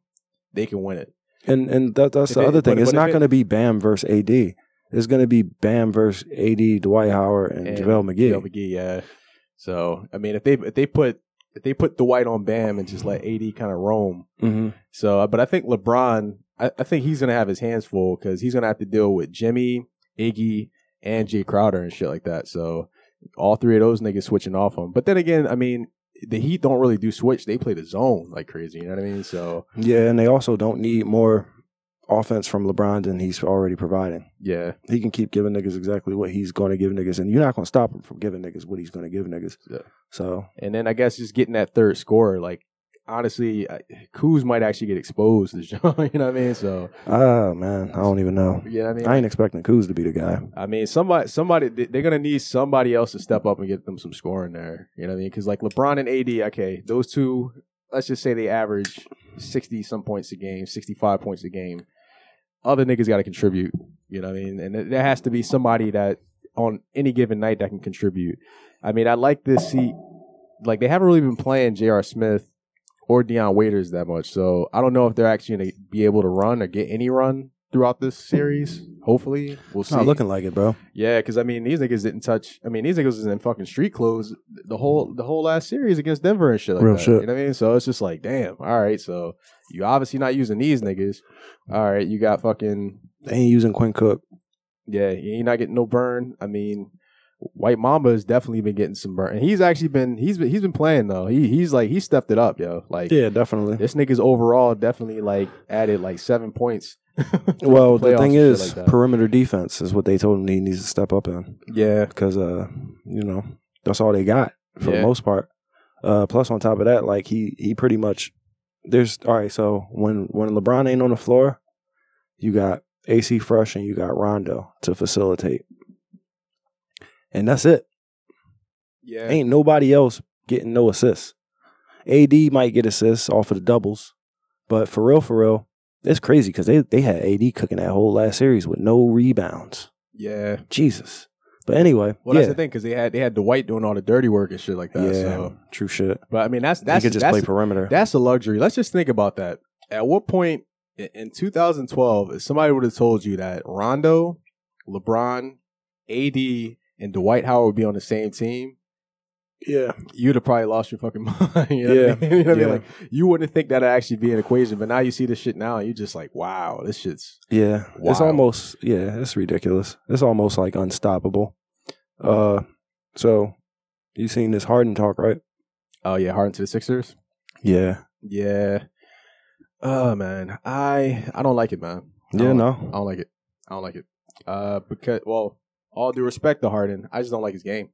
[SPEAKER 1] they can win it.
[SPEAKER 3] And and that, that's
[SPEAKER 1] If
[SPEAKER 3] the
[SPEAKER 1] it-
[SPEAKER 3] other thing.
[SPEAKER 1] but-
[SPEAKER 3] it's
[SPEAKER 1] but if
[SPEAKER 3] not
[SPEAKER 1] it-
[SPEAKER 3] going to be Bam versus AD. It's going to be Bam versus AD, Dwight Howard, and,
[SPEAKER 1] And
[SPEAKER 3] JaVale McGee.
[SPEAKER 1] JaVale McGee, yeah. So I mean, if they if they put if they put Dwight on Bam and just let AD kind of roam.
[SPEAKER 3] hmm
[SPEAKER 1] So, uh, but I think LeBron, I, I think he's gonna have his hands full because he's gonna have to deal with Jimmy, Iggy, and Jay Crowder and shit like that. So, all three of those niggas switching off him. But then again, I mean, the Heat don't really do switch; they play the zone like crazy. You know what I mean? So,
[SPEAKER 3] Yeah, and they also don't need more offense from LeBron than he's already providing.
[SPEAKER 1] yeah,
[SPEAKER 3] He can keep giving niggas exactly what he's going to give niggas, and you're not going to stop him from giving niggas what he's going to give niggas.
[SPEAKER 1] Yeah.
[SPEAKER 3] So
[SPEAKER 1] And then I guess just getting that third scorer, like honestly, I- Kuz might actually get exposed [laughs] this show. you know what I mean? So
[SPEAKER 3] ah man, I don't even know.
[SPEAKER 1] you know what I mean?
[SPEAKER 3] I ain't expecting Kuz to be the guy.
[SPEAKER 1] I mean, somebody, somebody, they- they're gonna need somebody else to step up and get them some scoring there. You know what I mean? Because like LeBron and AD, okay, those two, let's just say they average sixty some points a game, sixty five points a game. Other niggas got to contribute. You know what I mean? And th- there has to be somebody that on any given night that can contribute. I mean, I like this seat. Like they haven't really been playing J.R. Smith or Deion Waiters that much, so I don't know if they're actually gonna be able to run or get any run throughout this series. Hopefully, we'll
[SPEAKER 3] It's
[SPEAKER 1] see.
[SPEAKER 3] not looking like it, bro.
[SPEAKER 1] Yeah, because I mean, these niggas didn't touch. I mean, these niggas is in fucking street clothes the whole the whole last series against Denver and shit like
[SPEAKER 3] Real
[SPEAKER 1] that.
[SPEAKER 3] shit.
[SPEAKER 1] You know what I mean? So it's just like, damn. All right, so you obviously not using these niggas. All right, you got fucking
[SPEAKER 3] They ain't using Quinn Cook.
[SPEAKER 1] yeah. You're not getting no burn. I mean, White Mamba has definitely been getting some burn, and he's actually been he's been he's been playing though. He he's like he stepped it up, yo. Like
[SPEAKER 3] Yeah, definitely.
[SPEAKER 1] this niggas overall definitely like added like seven points.
[SPEAKER 3] [laughs] Well, the
[SPEAKER 1] Playoffs
[SPEAKER 3] thing
[SPEAKER 1] and shit
[SPEAKER 3] is,
[SPEAKER 1] like that.
[SPEAKER 3] perimeter defense is what they told him he needs to step up in
[SPEAKER 1] yeah,
[SPEAKER 3] because, uh, you know, that's all they got for
[SPEAKER 1] Yeah.
[SPEAKER 3] the most part. Uh, plus, on top of that, like he he pretty much there's all right. So when when LeBron ain't on the floor, you got AC Fresh and you got Rondo to facilitate, and that's it.
[SPEAKER 1] yeah.
[SPEAKER 3] Ain't nobody else getting no assists. AD might get assists off of the doubles, but for real, for real, it's crazy because they, they had AD cooking that whole last series with no rebounds.
[SPEAKER 1] yeah.
[SPEAKER 3] Jesus. But anyway,
[SPEAKER 1] Well,
[SPEAKER 3] yeah,
[SPEAKER 1] that's the thing because they had they had Dwight doing all the dirty work and shit like that.
[SPEAKER 3] yeah,
[SPEAKER 1] So.
[SPEAKER 3] true shit.
[SPEAKER 1] But I mean, that's
[SPEAKER 3] They
[SPEAKER 1] that's
[SPEAKER 3] could just
[SPEAKER 1] that's,
[SPEAKER 3] play perimeter.
[SPEAKER 1] that's a luxury. Let's just think about that. At what point i- in 2012, if somebody would have told you that Rondo, LeBron, AD, and Dwight Howard would be on the same team,
[SPEAKER 3] yeah,
[SPEAKER 1] you'd have probably lost your fucking [laughs] mind. You know yeah.
[SPEAKER 3] Yeah.
[SPEAKER 1] what I mean? [laughs] You know what I mean?
[SPEAKER 3] Yeah.
[SPEAKER 1] Like you wouldn't think that'd actually be an equation, but now you see this shit now, and you're just like, wow, this shit's
[SPEAKER 3] yeah. It's
[SPEAKER 1] Wild.
[SPEAKER 3] almost yeah, it's ridiculous. It's almost like unstoppable. Uh, so you seen this Harden talk, right?
[SPEAKER 1] oh yeah, Harden to the Sixers.
[SPEAKER 3] Yeah,
[SPEAKER 1] Yeah. Oh man, I I don't like it, man. I
[SPEAKER 3] yeah,
[SPEAKER 1] don't
[SPEAKER 3] no,
[SPEAKER 1] I don't like it. I don't like it. Uh, because well, all due respect to Harden, I just don't like his game.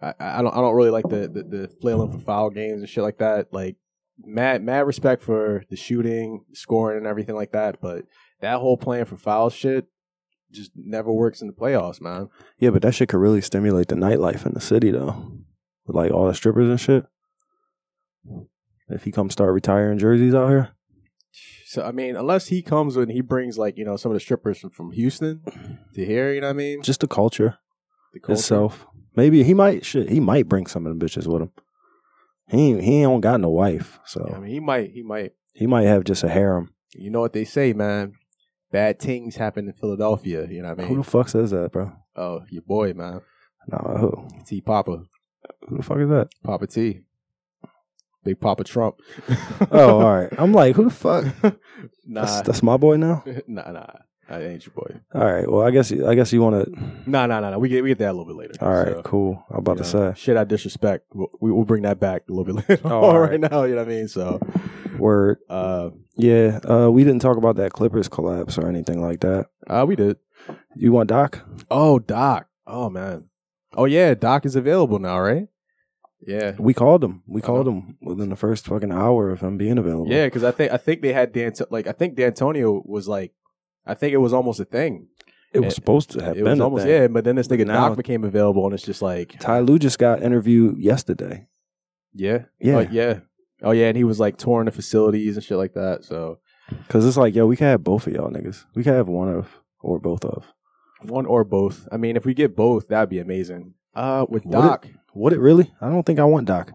[SPEAKER 1] I, I I don't I don't really like the, the the flailing for foul games and shit like that. Like mad mad respect for the shooting, scoring, and everything like that. But that whole playing for foul shit just never works in the playoffs, man.
[SPEAKER 3] Yeah, but that shit could really stimulate the nightlife in the city though. With like all the strippers and shit. If he come start retiring jerseys out here.
[SPEAKER 1] So I mean, unless he comes and he brings like you know some of the strippers from, from Houston to here, you know what I mean?
[SPEAKER 3] Just the culture,
[SPEAKER 1] The culture.
[SPEAKER 3] itself. Maybe he might shit, he might bring some of the bitches with him. He ain't- he don't got no wife, so
[SPEAKER 1] I mean, he might he might
[SPEAKER 3] he might have just a harem.
[SPEAKER 1] You know what they say, man. Bad things happen in Philadelphia. You know what I
[SPEAKER 3] Who
[SPEAKER 1] mean?
[SPEAKER 3] the fuck says that, bro?
[SPEAKER 1] Oh, your boy, man.
[SPEAKER 3] Nah, who?
[SPEAKER 1] T Papa.
[SPEAKER 3] Who the fuck
[SPEAKER 1] [laughs]
[SPEAKER 3] is that?
[SPEAKER 1] Papa T. Big Papa Trump.
[SPEAKER 3] [laughs]
[SPEAKER 1] [laughs]
[SPEAKER 3] Oh, all right. I'm like, who the fuck?
[SPEAKER 1] nah.
[SPEAKER 3] That's, that's my boy now.
[SPEAKER 1] [laughs] nah, nah. That ain't your boy.
[SPEAKER 3] All right. Well, I guess I guess you want to.
[SPEAKER 1] Nah, nah, nah, nah. We get we get that a little bit later.
[SPEAKER 3] All right.
[SPEAKER 1] So,
[SPEAKER 3] cool. I'm about
[SPEAKER 1] you
[SPEAKER 3] to
[SPEAKER 1] know,
[SPEAKER 3] say
[SPEAKER 1] Shit I disrespect. We'll, we, we'll bring that back a little bit [laughs] later.
[SPEAKER 3] Oh,
[SPEAKER 1] on
[SPEAKER 3] all
[SPEAKER 1] right.
[SPEAKER 3] right.
[SPEAKER 1] now, you know what I mean? So
[SPEAKER 3] word.
[SPEAKER 1] uh
[SPEAKER 3] Yeah, uh, we didn't talk about that Clippers collapse or anything like that.
[SPEAKER 1] uh we did.
[SPEAKER 3] You want Doc?
[SPEAKER 1] Oh, Doc. Oh man. Oh yeah, Doc is available now, right? Yeah.
[SPEAKER 3] We called him. We called him within the first fucking hour of him being available.
[SPEAKER 1] Yeah, because I think I think they had Dan like I think D'Antonio was like I think it was almost a thing.
[SPEAKER 3] it was
[SPEAKER 1] it-
[SPEAKER 3] supposed to have
[SPEAKER 1] it
[SPEAKER 3] been
[SPEAKER 1] was
[SPEAKER 3] a
[SPEAKER 1] almost
[SPEAKER 3] thing.
[SPEAKER 1] yeah, but then this nigga
[SPEAKER 3] Now-
[SPEAKER 1] Doc became available, and it's just like
[SPEAKER 3] Ty Lue just got interviewed yesterday.
[SPEAKER 1] yeah,
[SPEAKER 3] Yeah,
[SPEAKER 1] Oh, yeah, oh yeah, and he was like touring the facilities and shit like that. So
[SPEAKER 3] because it's like, yo, we can have both of y'all niggas. We can have one of or both of.
[SPEAKER 1] one or both. I mean, if we get both, that'd be amazing. Uh, with
[SPEAKER 3] Would it?
[SPEAKER 1] Doc,
[SPEAKER 3] Would it really? I don't think I want Doc.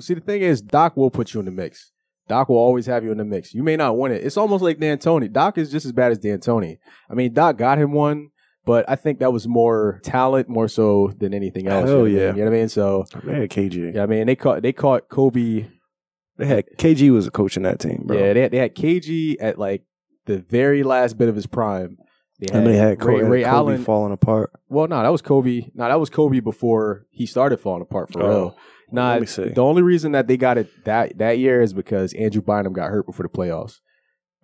[SPEAKER 1] see the thing is, Doc will put you in the mix. Doc will always have you in the mix. You may not win it. It's almost like D'Antoni. Doc is just as bad as D'Antoni. I mean, Doc got him one, but I think that was more talent, more so than anything else.
[SPEAKER 3] Hell
[SPEAKER 1] you know what I
[SPEAKER 3] yeah.
[SPEAKER 1] mean? you know what I mean. So
[SPEAKER 3] They had KG.
[SPEAKER 1] yeah, I mean, they caught they caught Kobe
[SPEAKER 3] They had KG was a coach in that team, bro.
[SPEAKER 1] Yeah, they had, they had KG at like the very last bit of his prime. They
[SPEAKER 3] and they had Kobe,
[SPEAKER 1] Ray, Ray
[SPEAKER 3] Kobe
[SPEAKER 1] Allen.
[SPEAKER 3] falling apart.
[SPEAKER 1] well, no, that was Kobe. No, that was Kobe before he started falling apart for
[SPEAKER 3] Oh,
[SPEAKER 1] real. Nah,
[SPEAKER 3] let me see.
[SPEAKER 1] the only reason that they got it that that year is because Andrew Bynum got hurt before the playoffs.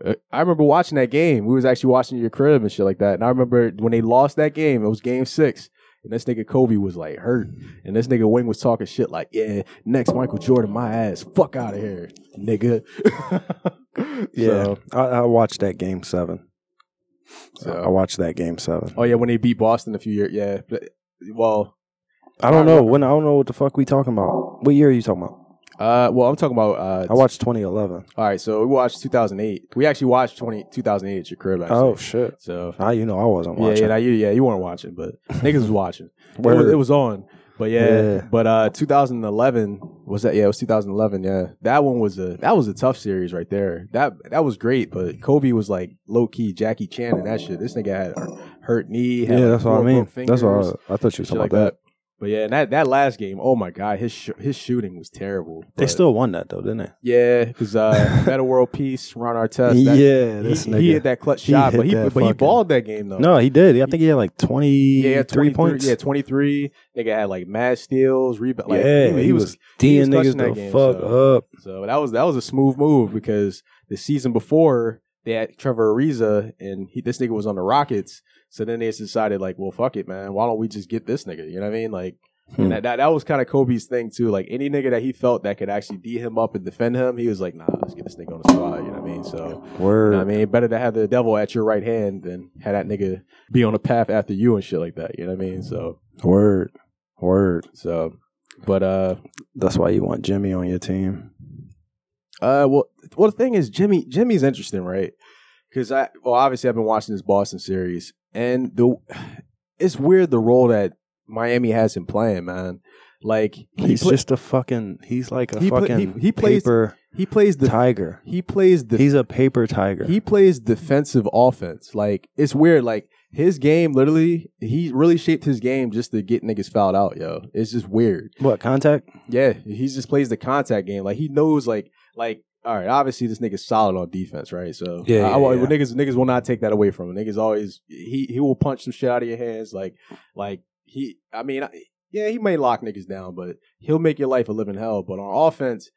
[SPEAKER 1] Uh, I remember watching that game. We was actually watching your crib and shit like that. And I remember when they lost that game, it was game six. And this nigga Kobe was like hurt. And this nigga Wing was talking shit like, yeah, next Michael Jordan, my ass. Fuck out of here, nigga. [laughs]
[SPEAKER 3] Yeah,
[SPEAKER 1] So-
[SPEAKER 3] I, I watched that game seven.
[SPEAKER 1] So-
[SPEAKER 3] I watched that game seven.
[SPEAKER 1] Oh yeah, when they beat Boston a few years. Yeah. But- Well,
[SPEAKER 3] I don't know when. I don't know what the fuck we talking about. What year are you talking about?
[SPEAKER 1] uh, well, I'm talking about. Uh,
[SPEAKER 3] I watched 2011.
[SPEAKER 1] all right, so we watched 2008. We actually watched 20, 2008 at your crib. Actually.
[SPEAKER 3] Oh shit!
[SPEAKER 1] so
[SPEAKER 3] I, you know, I wasn't
[SPEAKER 1] yeah,
[SPEAKER 3] watching.
[SPEAKER 1] yeah, nah, you, yeah, you weren't watching,
[SPEAKER 3] [laughs]
[SPEAKER 1] but niggas was watching. It
[SPEAKER 3] Word.
[SPEAKER 1] was, it was on, but yeah,
[SPEAKER 3] Yeah.
[SPEAKER 1] but uh, 2011 was that? Yeah, it was 2011. Yeah, that one was a that was a tough series right there. That that was great, but Kobe was like low key Jackie Chan and that shit. This nigga had a hurt knee. Had
[SPEAKER 3] Yeah,
[SPEAKER 1] like,
[SPEAKER 3] that's what I
[SPEAKER 1] four
[SPEAKER 3] mean.
[SPEAKER 1] broke
[SPEAKER 3] That's what I,
[SPEAKER 1] fingers.
[SPEAKER 3] was- I thought you were
[SPEAKER 1] shit
[SPEAKER 3] talking
[SPEAKER 1] like
[SPEAKER 3] about that.
[SPEAKER 1] that. But yeah, and that that last game, oh my god, his sh- his shooting was terrible.
[SPEAKER 3] They
[SPEAKER 1] But-
[SPEAKER 3] still won that though, didn't they?
[SPEAKER 1] yeah, because
[SPEAKER 3] [laughs]
[SPEAKER 1] uh, Metal World Peace, Ron Artest, that,
[SPEAKER 3] yeah,
[SPEAKER 1] he, he hit that clutch
[SPEAKER 3] He
[SPEAKER 1] shot,
[SPEAKER 3] hit
[SPEAKER 1] but he
[SPEAKER 3] that
[SPEAKER 1] but he
[SPEAKER 3] fucking-
[SPEAKER 1] balled that game though.
[SPEAKER 3] no, he did. I think he had like 23
[SPEAKER 1] yeah, he had 23
[SPEAKER 3] points.
[SPEAKER 1] yeah, twenty three. Nigga had like mad steals, rebound. Like,
[SPEAKER 3] yeah,
[SPEAKER 1] he, he was. he
[SPEAKER 3] D'ing
[SPEAKER 1] was
[SPEAKER 3] niggas
[SPEAKER 1] clutching
[SPEAKER 3] the
[SPEAKER 1] that game,
[SPEAKER 3] fuck
[SPEAKER 1] so-
[SPEAKER 3] up.
[SPEAKER 1] So that was that was a smooth move because the season before they had Trevor Ariza and he, this nigga was on the Rockets. So then they just decided like, well, fuck it, man. Why don't we just get this nigga? You know what I mean? Like.
[SPEAKER 3] Hmm.
[SPEAKER 1] And that, that, that was kind of Kobe's thing too. Like any nigga that he felt that could actually D him up and defend him, he was like, nah, let's get this nigga on the spot. You know what I mean? So you
[SPEAKER 3] Word.
[SPEAKER 1] know what I mean, better to have the devil at your right hand than have that nigga be on a path after you and shit like that. You know what I mean? So
[SPEAKER 3] Word. Word.
[SPEAKER 1] so but uh
[SPEAKER 3] That's why you want Jimmy on your team.
[SPEAKER 1] uh well well the thing is Jimmy Jimmy's interesting, right? Cause I well obviously I've been watching this Boston series and the it's weird the role that Miami has him playing, man. Like he
[SPEAKER 3] He's
[SPEAKER 1] pla-
[SPEAKER 3] just a fucking. He's like a
[SPEAKER 1] He pla-
[SPEAKER 3] fucking
[SPEAKER 1] he- he plays
[SPEAKER 3] paper
[SPEAKER 1] he plays the
[SPEAKER 3] tiger.
[SPEAKER 1] he plays the
[SPEAKER 3] he's a paper tiger.
[SPEAKER 1] He plays defensive offense. Like it's weird. Like his game, literally, he really shaped his game just to get niggas fouled out. Yo, it's just weird.
[SPEAKER 3] what contact?
[SPEAKER 1] Yeah, he just plays the contact game. Like he knows, like, like. All right, obviously this nigga's solid on defense, right? So
[SPEAKER 3] Yeah,
[SPEAKER 1] I- I
[SPEAKER 3] yeah,
[SPEAKER 1] wa-
[SPEAKER 3] yeah.
[SPEAKER 1] niggas niggas will not take that away from him. Niggas always he he will punch some shit out of your hands, like like he. I mean, I, yeah, he may lock niggas down, but he'll make your life a living hell. But on offense,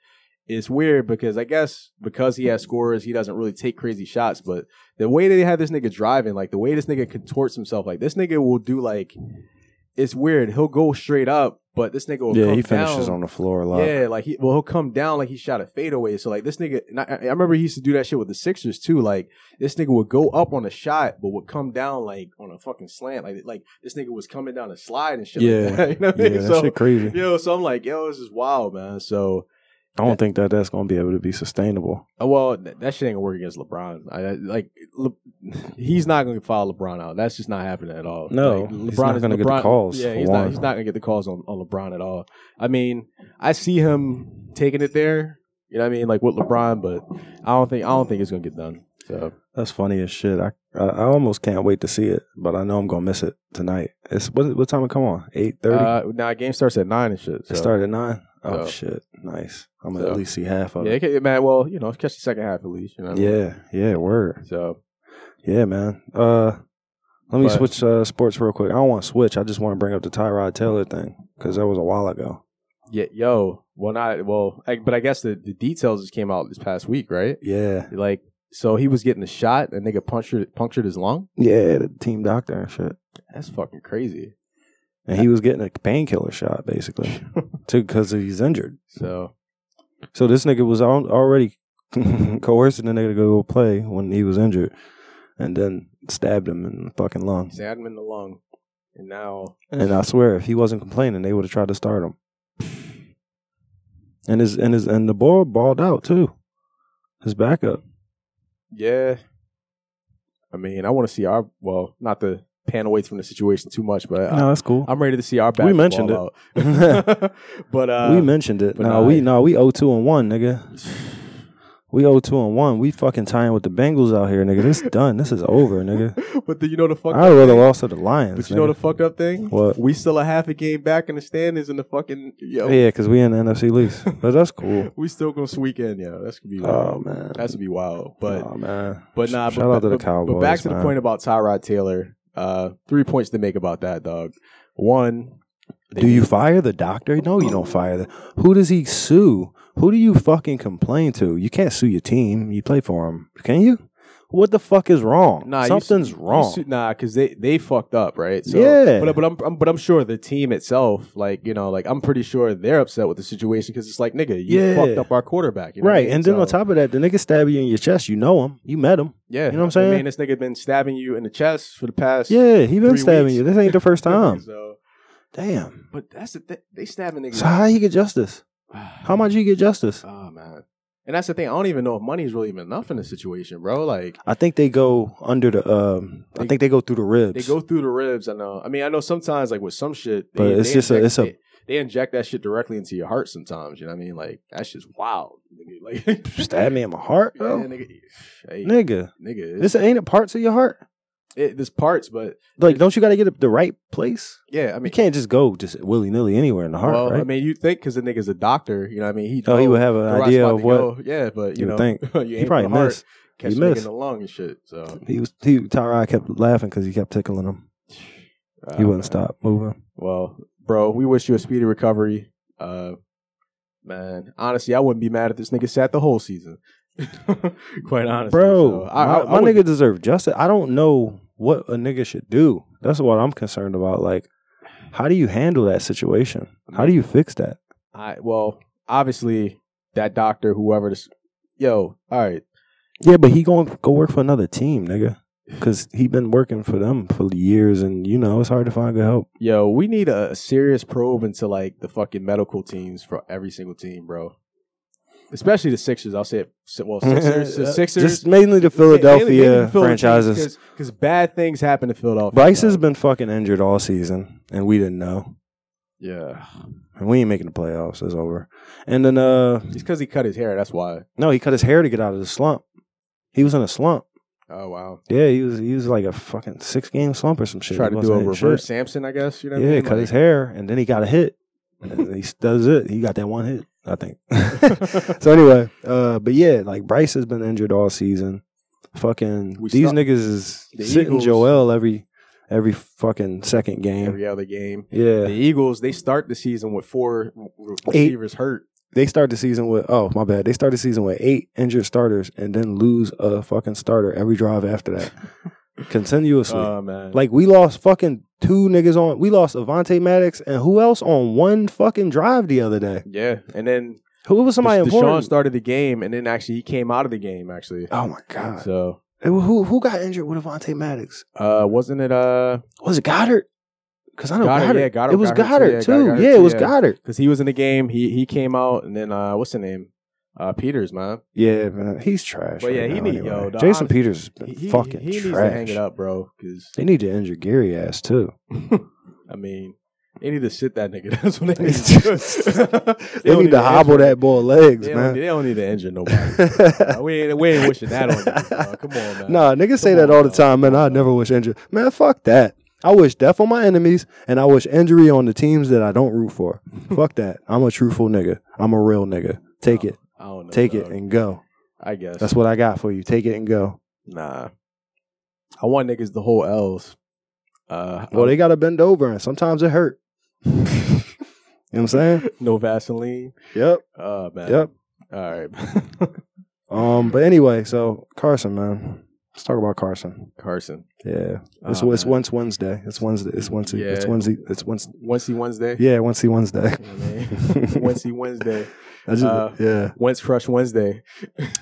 [SPEAKER 1] it's weird because I guess because he has scores, he doesn't really take crazy shots. But the way that they have this nigga driving, like the way this nigga contorts himself, like this nigga will do like it's weird. He'll go straight up, but this nigga will
[SPEAKER 3] Yeah,
[SPEAKER 1] come
[SPEAKER 3] he finishes
[SPEAKER 1] down.
[SPEAKER 3] on the floor a lot.
[SPEAKER 1] Yeah, like he well, he'll come down like he shot a fadeaway. So like this nigga, and I, I remember he used to do that shit with the Sixers too. Like this nigga would go up on a shot, but would come down like on a fucking slant. Like like this nigga was coming down a slide and shit.
[SPEAKER 3] Yeah.
[SPEAKER 1] like that, [laughs] you know what I
[SPEAKER 3] [laughs] Yeah,
[SPEAKER 1] mean?
[SPEAKER 3] that
[SPEAKER 1] so [laughs]
[SPEAKER 3] shit crazy.
[SPEAKER 1] yo, so I'm like, yo, this is wild, man. So
[SPEAKER 3] I don't think that that's going to be able to be sustainable.
[SPEAKER 1] Uh, Well, th- that shit ain't gonna work against LeBron. I, I- like, Le- [laughs] he's not gonna follow LeBron out. That's just not happening at all.
[SPEAKER 3] No,
[SPEAKER 1] Like,
[SPEAKER 3] he's not
[SPEAKER 1] is-
[SPEAKER 3] gonna get the calls,
[SPEAKER 1] Yeah,
[SPEAKER 3] for
[SPEAKER 1] he's
[SPEAKER 3] one.
[SPEAKER 1] not. He's not gonna get the calls on, on LeBron at all. I mean, I see him taking it there. You know what I mean? Like with LeBron, but I don't think I don't think it's gonna get done. So
[SPEAKER 3] That's funny as shit. I I, I almost can't wait to see it, but I know I'm going to miss it tonight. It's what what time it come on? Eight thirty.
[SPEAKER 1] uh, now game starts at nine and shit. So.
[SPEAKER 3] it started at nine. Oh
[SPEAKER 1] so.
[SPEAKER 3] shit! Nice. I'm gonna
[SPEAKER 1] So.
[SPEAKER 3] at least see half of
[SPEAKER 1] Yeah,
[SPEAKER 3] it.
[SPEAKER 1] it can- man. Well, you know, catch the second half at least. You know. what I mean?
[SPEAKER 3] Yeah, yeah, word.
[SPEAKER 1] So
[SPEAKER 3] Yeah, man. Uh, let me
[SPEAKER 1] But-
[SPEAKER 3] switch uh, sports real quick. I don't want to switch. I just want to bring up the Tyrod Taylor thing because that was a while ago.
[SPEAKER 1] yeah, yo. Well, not well. I, but I guess the, the details just came out this past week, right?
[SPEAKER 3] Yeah,
[SPEAKER 1] Like So he was getting a shot. A nigga punctured punctured his lung.
[SPEAKER 3] Yeah, the team doctor and shit.
[SPEAKER 1] That's fucking crazy.
[SPEAKER 3] And he was getting a painkiller shot [laughs] basically, too, because he's injured.
[SPEAKER 1] So
[SPEAKER 3] So this nigga was al- already [laughs] coercing the nigga to go play when he was injured, and then stabbed him in the fucking lung.
[SPEAKER 1] he's had him in the lung, and now
[SPEAKER 3] And I swear, if he wasn't complaining, they would have tried to start him. And his and his and the ball balled out too. His backup.
[SPEAKER 1] Yeah. I mean, I want to see our well, not to pan away from the situation too much, but I,
[SPEAKER 3] no,
[SPEAKER 1] [laughs]
[SPEAKER 3] that's cool.
[SPEAKER 1] I'm ready to see our back.
[SPEAKER 3] We mentioned
[SPEAKER 1] it, [laughs] but uh,
[SPEAKER 3] we mentioned it.
[SPEAKER 1] but
[SPEAKER 3] No,
[SPEAKER 1] nah,
[SPEAKER 3] we
[SPEAKER 1] I-
[SPEAKER 3] no, we owe two and one, nigga. We owe two and one. We fucking tying with the Bengals out here, nigga. This done. This is over, nigga.
[SPEAKER 1] but the, you know the fuck.
[SPEAKER 3] I rather lost to the Lions.
[SPEAKER 1] but you know the
[SPEAKER 3] nigga.
[SPEAKER 1] fucked up thing?
[SPEAKER 3] What?
[SPEAKER 1] We still a half a game back in the standings in the fucking yo.
[SPEAKER 3] yeah, because we in the
[SPEAKER 1] [laughs]
[SPEAKER 3] NFC least, but that's cool.
[SPEAKER 1] We still gonna squeak in, yo. That's gonna be wild.
[SPEAKER 3] Oh man,
[SPEAKER 1] That's gonna be wild. But
[SPEAKER 3] oh, man.
[SPEAKER 1] but nah.
[SPEAKER 3] shout
[SPEAKER 1] but,
[SPEAKER 3] out to the
[SPEAKER 1] but-
[SPEAKER 3] Cowboys.
[SPEAKER 1] But back to the
[SPEAKER 3] man.
[SPEAKER 1] point about Tyrod Taylor. Uh, three points to make about that, dog. One. they
[SPEAKER 3] Do
[SPEAKER 1] need-
[SPEAKER 3] you fire the doctor? No, you don't fire the. Who does he sue? Who do you fucking complain to? You can't sue your team. You play for them, can you? What the fuck is wrong?
[SPEAKER 1] Nah, you
[SPEAKER 3] something's
[SPEAKER 1] su- you
[SPEAKER 3] wrong.
[SPEAKER 1] su- nah, because they they fucked up, right?
[SPEAKER 3] Yeah.
[SPEAKER 1] But but I'm, I'm but I'm sure the team itself, like you know, like I'm pretty sure they're upset with the situation because it's like nigga, you
[SPEAKER 3] Yeah.
[SPEAKER 1] fucked up our quarterback, you know what I
[SPEAKER 3] right,
[SPEAKER 1] mean?
[SPEAKER 3] and then on
[SPEAKER 1] So,
[SPEAKER 3] top of that, the nigga stab you in your chest. You know him. You met him.
[SPEAKER 1] yeah,
[SPEAKER 3] you know what I'm saying?
[SPEAKER 1] I mean, this nigga been stabbing you in the chest for the past
[SPEAKER 3] Yeah, he been
[SPEAKER 1] Three
[SPEAKER 3] stabbing
[SPEAKER 1] weeks.
[SPEAKER 3] you. This ain't
[SPEAKER 1] [laughs]
[SPEAKER 3] the first time.
[SPEAKER 1] So,
[SPEAKER 3] Damn.
[SPEAKER 1] but that's the thing, they stabbing niggas.
[SPEAKER 3] So how he get justice?
[SPEAKER 1] [sighs]
[SPEAKER 3] How much you get justice?
[SPEAKER 1] Oh man, and that's the thing. I don't even know if money's really even enough in this situation, bro. Like.
[SPEAKER 3] I think they go under the. Um, I
[SPEAKER 1] They-
[SPEAKER 3] think they go through the ribs.
[SPEAKER 1] They go through the ribs. I know. I mean, I know sometimes like with some shit, they,
[SPEAKER 3] But it's
[SPEAKER 1] they
[SPEAKER 3] just a-
[SPEAKER 1] inject-
[SPEAKER 3] it's a-
[SPEAKER 1] they, they inject that shit directly into your heart. Sometimes, you know what I mean? Like that's just wild. nigga. [laughs] Like
[SPEAKER 3] stab me in my heart,
[SPEAKER 1] Yeah,
[SPEAKER 3] bro.
[SPEAKER 1] nigga. Hey, nigga,
[SPEAKER 3] nigga,
[SPEAKER 1] it's,
[SPEAKER 3] this ain't it parts of your heart.
[SPEAKER 1] it, there's parts, but
[SPEAKER 3] Like, don't you got to get it the right place?
[SPEAKER 1] yeah, I
[SPEAKER 3] You
[SPEAKER 1] mean,
[SPEAKER 3] can't just go just willy nilly anywhere in the heart,
[SPEAKER 1] well,
[SPEAKER 3] right?
[SPEAKER 1] I mean, you think because the nigga's a doctor, you know, what I mean, he
[SPEAKER 3] oh, he
[SPEAKER 1] know
[SPEAKER 3] would have an
[SPEAKER 1] the right
[SPEAKER 3] idea
[SPEAKER 1] spot
[SPEAKER 3] of
[SPEAKER 1] to
[SPEAKER 3] what
[SPEAKER 1] go. yeah, but you,
[SPEAKER 3] you would
[SPEAKER 1] know, [laughs]
[SPEAKER 3] think.
[SPEAKER 1] you
[SPEAKER 3] he
[SPEAKER 1] aim
[SPEAKER 3] probably
[SPEAKER 1] for the heart,
[SPEAKER 3] missed.
[SPEAKER 1] catch
[SPEAKER 3] He
[SPEAKER 1] the nigga in
[SPEAKER 3] missed.
[SPEAKER 1] the lung and shit. So
[SPEAKER 3] He was he. Tyrod kept laughing because he kept tickling him. He
[SPEAKER 1] uh,
[SPEAKER 3] wouldn't stop moving.
[SPEAKER 1] Well, bro, we wish you a speedy recovery. Uh, man, honestly, I wouldn't be mad if this nigga sat the whole season. [laughs] Quite honestly,
[SPEAKER 3] Bro,
[SPEAKER 1] so I,
[SPEAKER 3] my,
[SPEAKER 1] I,
[SPEAKER 3] my
[SPEAKER 1] I would-
[SPEAKER 3] nigga deserve justice. I don't know what a nigga should do. That's what I'm concerned about. Like, how do you handle that situation? How do you fix that?
[SPEAKER 1] I well, obviously that doctor, whoever this, yo, all right,
[SPEAKER 3] Yeah, but he going to go work for another team, nigga. Because he been working for them for years, and you know it's hard to find good [laughs] help.
[SPEAKER 1] yo, we need a serious probe into like the fucking medical teams for every single team, bro. Especially the Sixers, I'll say it.
[SPEAKER 3] [laughs]
[SPEAKER 1] Well, Sixers, uh, the Sixers,
[SPEAKER 3] just mainly the Philadelphia franchises.
[SPEAKER 1] because bad things happen to Philadelphia.
[SPEAKER 3] Bryce has
[SPEAKER 1] dog.
[SPEAKER 3] been fucking injured all season, and we didn't know.
[SPEAKER 1] yeah,
[SPEAKER 3] And we ain't making the playoffs. It's over. And then, uh,
[SPEAKER 1] it's because he cut his hair. That's why.
[SPEAKER 3] no, he cut his hair to get out of the slump. He was in a slump.
[SPEAKER 1] Oh wow.
[SPEAKER 3] Yeah, he was. He was like a fucking six game slump or some shit.
[SPEAKER 1] Try
[SPEAKER 3] He
[SPEAKER 1] to do
[SPEAKER 3] wasn't
[SPEAKER 1] a
[SPEAKER 3] hitting
[SPEAKER 1] reverse
[SPEAKER 3] shit.
[SPEAKER 1] Samson, I guess. You know.
[SPEAKER 3] Yeah, cut his hair, and then he got a hit. And he does it. He got that one hit,
[SPEAKER 1] [laughs]
[SPEAKER 3] I think.
[SPEAKER 1] hair.
[SPEAKER 3] so anyway, uh, but yeah, like Bryce has been injured all season. Fucking
[SPEAKER 1] We
[SPEAKER 3] these
[SPEAKER 1] stuck-
[SPEAKER 3] niggas is
[SPEAKER 1] The
[SPEAKER 3] sitting
[SPEAKER 1] Eagles-
[SPEAKER 3] Joel every every fucking second game.
[SPEAKER 1] Every other game.
[SPEAKER 3] yeah,
[SPEAKER 1] The Eagles they start the season with four re- receivers hurt.
[SPEAKER 3] they start the season with oh my bad they start the season with eight injured starters and then lose a fucking starter every drive
[SPEAKER 1] [laughs]
[SPEAKER 3] after that continuously
[SPEAKER 1] Oh man.
[SPEAKER 3] like we lost fucking two niggas on we lost Avante Maddox and who else on one fucking drive the other day
[SPEAKER 1] yeah, and then
[SPEAKER 3] who was somebody
[SPEAKER 1] Deshaun
[SPEAKER 3] important
[SPEAKER 1] started the game, and then actually he came out of the game actually.
[SPEAKER 3] oh my god
[SPEAKER 1] So
[SPEAKER 3] Hey, who who got injured with Avante Maddox
[SPEAKER 1] uh, wasn't it uh
[SPEAKER 3] was it Goddard because I know Goddard,
[SPEAKER 1] Goddard, yeah, Goddard
[SPEAKER 3] it was
[SPEAKER 1] got hurt too,
[SPEAKER 3] Goddard
[SPEAKER 1] yeah,
[SPEAKER 3] too yeah,
[SPEAKER 1] Goddard got hurt
[SPEAKER 3] it
[SPEAKER 1] too,
[SPEAKER 3] was
[SPEAKER 1] yeah.
[SPEAKER 3] Goddard
[SPEAKER 1] because he was in the game. He he came out, and then uh, what's the name? Uh, Peters, man.
[SPEAKER 3] yeah man he's trash
[SPEAKER 1] But yeah,
[SPEAKER 3] right
[SPEAKER 1] he
[SPEAKER 3] now
[SPEAKER 1] need-
[SPEAKER 3] anyway.
[SPEAKER 1] yo, the
[SPEAKER 3] Jason
[SPEAKER 1] honest-
[SPEAKER 3] Peters has
[SPEAKER 1] He,
[SPEAKER 3] been
[SPEAKER 1] he-
[SPEAKER 3] fucking
[SPEAKER 1] he
[SPEAKER 3] trash
[SPEAKER 1] needs to hang it up, bro. Because
[SPEAKER 3] they need to injure Gary ass too.
[SPEAKER 1] I mean, they need to sit that nigga. [laughs] That's what [laughs] they need
[SPEAKER 3] They
[SPEAKER 1] to
[SPEAKER 3] [laughs]
[SPEAKER 1] do. [laughs]
[SPEAKER 3] They,
[SPEAKER 1] don't
[SPEAKER 3] need to hobble
[SPEAKER 1] injure-
[SPEAKER 3] that boy legs,
[SPEAKER 1] They don't,
[SPEAKER 3] man.
[SPEAKER 1] they don't need to injure nobody.
[SPEAKER 3] [laughs]
[SPEAKER 1] Uh, we ain't we ain't wishing that on you. bro. Come on, man.
[SPEAKER 3] Nah, niggas say
[SPEAKER 1] Come
[SPEAKER 3] that
[SPEAKER 1] on,
[SPEAKER 3] all the
[SPEAKER 1] dog.
[SPEAKER 3] time, man.
[SPEAKER 1] Come
[SPEAKER 3] I
[SPEAKER 1] on,
[SPEAKER 3] never wish injury. Man, fuck that. I wish death on my enemies, and I wish injury on the teams that I don't
[SPEAKER 1] [laughs]
[SPEAKER 3] root for. fuck that. I'm a truthful nigga. I'm a real nigga. Take it,
[SPEAKER 1] I don't know.
[SPEAKER 3] take it,
[SPEAKER 1] dog.
[SPEAKER 3] and go.
[SPEAKER 1] I guess.
[SPEAKER 3] That's what I got for you. Take it and go.
[SPEAKER 1] nah. I want niggas the whole L's. Uh, [laughs]
[SPEAKER 3] Well, they gotta bend over, and sometimes it hurt. you know what I'm saying?
[SPEAKER 1] no Vaseline.
[SPEAKER 3] Yep.
[SPEAKER 1] Oh man.
[SPEAKER 3] Yep.
[SPEAKER 1] All right. [laughs]
[SPEAKER 3] Um, but anyway, so Carson, man, let's talk about Carson.
[SPEAKER 1] Carson.
[SPEAKER 3] Yeah, it's,
[SPEAKER 2] Oh,
[SPEAKER 3] it's
[SPEAKER 2] man.
[SPEAKER 3] once Wednesday. It's Wednesday. It's Wednesday. It's
[SPEAKER 1] Yeah.
[SPEAKER 3] Wednesday. It's Wednesday.
[SPEAKER 1] Wednesday, Wednesday.
[SPEAKER 3] Yeah, Wednesday. Wednesday.
[SPEAKER 1] You know what I
[SPEAKER 3] [laughs]
[SPEAKER 1] mean? Wednesday, Wednesday.
[SPEAKER 3] I just,
[SPEAKER 1] Uh,
[SPEAKER 3] yeah.
[SPEAKER 1] Once Crush Wednesday.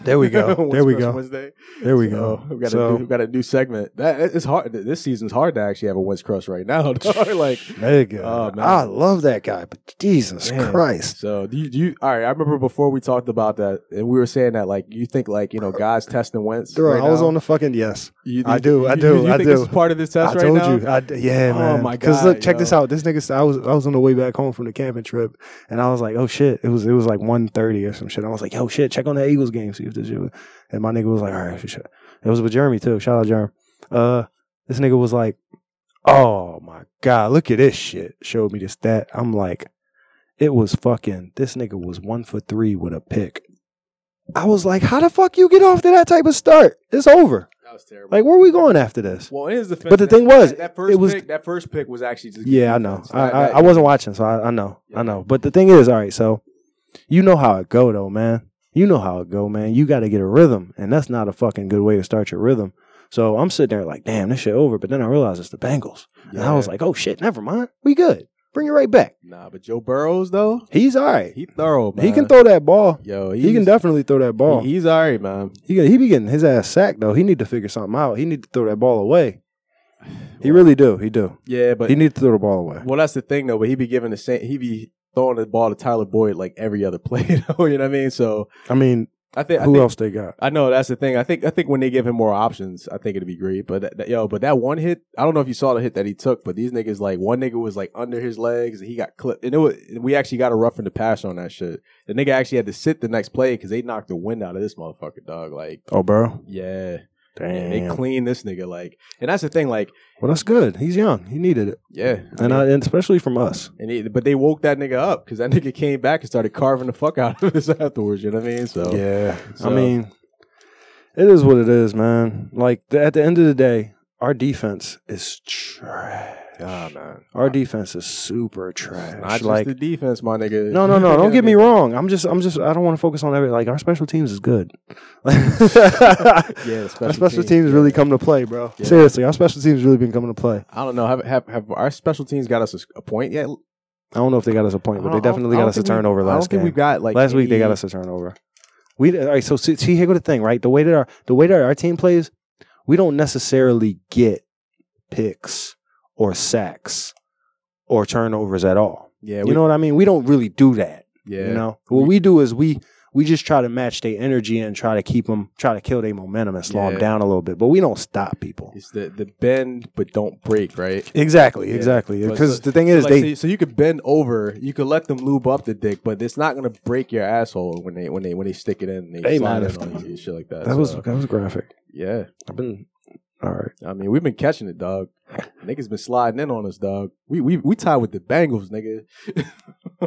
[SPEAKER 3] There we go. There
[SPEAKER 1] [laughs] Once
[SPEAKER 3] we
[SPEAKER 1] Crush
[SPEAKER 3] go.
[SPEAKER 1] Wednesday.
[SPEAKER 3] There we
[SPEAKER 1] So,
[SPEAKER 3] go.
[SPEAKER 1] We've got,
[SPEAKER 3] So-
[SPEAKER 1] a new, [laughs] we've got a new segment. That it's hard. This season's hard to actually have a Once Crush right now. [laughs] dog. Oh, like
[SPEAKER 3] [laughs] There you go.
[SPEAKER 1] Oh, man.
[SPEAKER 3] I love that guy, but Jesus
[SPEAKER 1] Man.
[SPEAKER 3] Christ.
[SPEAKER 1] so. Do you, do you? All right. I remember before we talked about that, and we were saying that like you think like you know guys testing Wentz.
[SPEAKER 3] Bro,
[SPEAKER 1] right
[SPEAKER 3] I was
[SPEAKER 1] now?
[SPEAKER 3] on the fucking yes.
[SPEAKER 1] You,
[SPEAKER 3] I
[SPEAKER 1] you-
[SPEAKER 3] do, I
[SPEAKER 1] you-
[SPEAKER 3] do,
[SPEAKER 1] You, you
[SPEAKER 3] I
[SPEAKER 1] think
[SPEAKER 3] do.
[SPEAKER 1] This is part of this
[SPEAKER 3] I
[SPEAKER 1] test right
[SPEAKER 3] told
[SPEAKER 1] now.
[SPEAKER 3] you. I d yeah,
[SPEAKER 1] Oh,
[SPEAKER 3] man.
[SPEAKER 1] my
[SPEAKER 3] Because look,
[SPEAKER 1] God,
[SPEAKER 3] check this
[SPEAKER 1] yo.
[SPEAKER 3] out. This nigga, I was I was on the way back home from the camping trip, and I was like, oh shit, it was it was like 1.30 or some shit. I was like, yo shit, check on that Eagles game, see if this shit. was-" And my nigga was like, all right, shit. It was with Jeremy too. Shout out Jeremy. Uh, this nigga was like, oh my god, look at this shit. Showed me the stat. I'm like, it was fucking. This nigga was one for three with a pick. I was like, how the fuck you get off to that type of start? It's over.
[SPEAKER 1] That was terrible.
[SPEAKER 3] Like, where we going after this?
[SPEAKER 1] well, it is the.
[SPEAKER 3] But the thing was,
[SPEAKER 1] that, that first
[SPEAKER 3] it was-
[SPEAKER 1] pick, that first pick was actually just
[SPEAKER 3] Yeah, I know.
[SPEAKER 1] defense.
[SPEAKER 3] I,
[SPEAKER 1] That-
[SPEAKER 3] I,
[SPEAKER 1] that-
[SPEAKER 3] I wasn't watching, so I, I know.
[SPEAKER 1] Yeah.
[SPEAKER 3] I know. But the thing is, all right, so you know how it go though, man. You know how it go, man. You got to get a rhythm, and that's not a fucking good way to start your rhythm. So I'm sitting there like, damn, this shit over. But then I realized it's the Bengals, and I was
[SPEAKER 1] yeah.
[SPEAKER 3] like, oh shit, never mind. We good. Bring it right back.
[SPEAKER 1] nah. But Joe Burrows though,
[SPEAKER 3] He's all right.
[SPEAKER 1] he thorough. Man.
[SPEAKER 3] He can throw that ball.
[SPEAKER 1] Yo,
[SPEAKER 3] He can
[SPEAKER 1] he's-
[SPEAKER 3] definitely throw that ball.
[SPEAKER 1] He, he's all right, man.
[SPEAKER 3] He he be getting his ass sacked though. He need to figure something out. He need to throw that ball away. He really do. He do.
[SPEAKER 1] Yeah, but
[SPEAKER 3] He need to throw the ball away.
[SPEAKER 1] well, that's the thing though. But he be giving the same. He be throwing the ball to Tyler Boyd like every other [laughs] play. You know, you know what I mean? So
[SPEAKER 3] I mean,
[SPEAKER 1] I think I
[SPEAKER 3] who
[SPEAKER 1] think,
[SPEAKER 3] else they got?
[SPEAKER 1] I know that's the thing. I think I think when they give him more options, I think it'd be great. But that, that- yo, but that one hit, I don't know if you saw the hit that he took, but these niggas like one nigga was like under his legs and he got clipped. And it was, we actually got a rough in the pass on that shit. The nigga actually had to sit the next play because they knocked the wind out of this motherfucker, dog. Like,
[SPEAKER 3] Oh, bro.
[SPEAKER 1] yeah,
[SPEAKER 3] Damn.
[SPEAKER 1] they cleaned this nigga. Like, and that's the thing. Like,
[SPEAKER 3] Well, that's good. He's young. He needed it,
[SPEAKER 1] yeah,
[SPEAKER 3] and I, and especially from us.
[SPEAKER 1] and he, but they woke that nigga up because that nigga came back and started carving the fuck out of us [laughs] afterwards. You know what I mean? So
[SPEAKER 3] Yeah,
[SPEAKER 1] So-
[SPEAKER 3] I mean, it is what it is, man. Like the, at the end of the day, our defense is trash.
[SPEAKER 1] Ah, man,
[SPEAKER 3] Our defense is super trash.
[SPEAKER 1] not just
[SPEAKER 3] like
[SPEAKER 1] the defense, my nigga.
[SPEAKER 3] no,
[SPEAKER 1] [laughs]
[SPEAKER 3] no, no. Don't get me wrong. I'm just, I'm just. I don't want to focus on everything. Like our special teams is good. [laughs]
[SPEAKER 1] Yeah, the
[SPEAKER 3] our special teams really come to play, bro.
[SPEAKER 1] Yeah.
[SPEAKER 3] Seriously, our special teams really been coming to play.
[SPEAKER 1] I don't know. Have have, have our special teams got us a, s- a point yet?
[SPEAKER 3] I don't know if they got us a point, but they definitely got us a turnover
[SPEAKER 1] I
[SPEAKER 3] last
[SPEAKER 1] don't think
[SPEAKER 3] game.
[SPEAKER 1] we got like
[SPEAKER 3] last week they got
[SPEAKER 1] any-
[SPEAKER 3] us a turnover. We all right. So see, see, here go the thing, right? The way that our the way that our team plays, we don't necessarily get picks or sacks or turnovers at all.
[SPEAKER 1] Yeah,
[SPEAKER 3] you know what I mean? We don't really do that.
[SPEAKER 1] Yeah,
[SPEAKER 3] You know what we do is we we just try to match their energy and try to keep them, try to kill their momentum and slow
[SPEAKER 1] Yeah.
[SPEAKER 3] them down a little bit. But we don't stop people.
[SPEAKER 1] it's the the bend but don't break, right?
[SPEAKER 3] Exactly,
[SPEAKER 1] Yeah.
[SPEAKER 3] exactly.
[SPEAKER 1] But
[SPEAKER 3] Because
[SPEAKER 1] so-
[SPEAKER 3] the thing
[SPEAKER 1] So,
[SPEAKER 3] is,
[SPEAKER 1] like,
[SPEAKER 3] they
[SPEAKER 1] so, you- so you could bend over, you could let them lube up the dick, but it's not gonna break your asshole when they when they when they stick it in, and they
[SPEAKER 3] Hey,
[SPEAKER 1] slide
[SPEAKER 3] man,
[SPEAKER 1] it
[SPEAKER 3] if-
[SPEAKER 1] on you and shit like that.
[SPEAKER 3] that was
[SPEAKER 1] So,
[SPEAKER 3] that was graphic.
[SPEAKER 1] yeah.
[SPEAKER 3] I've been all right.
[SPEAKER 1] I mean, we've been catching it, dog. Niggas been sliding in on us, dog. We we we tied with the Bengals, nigga.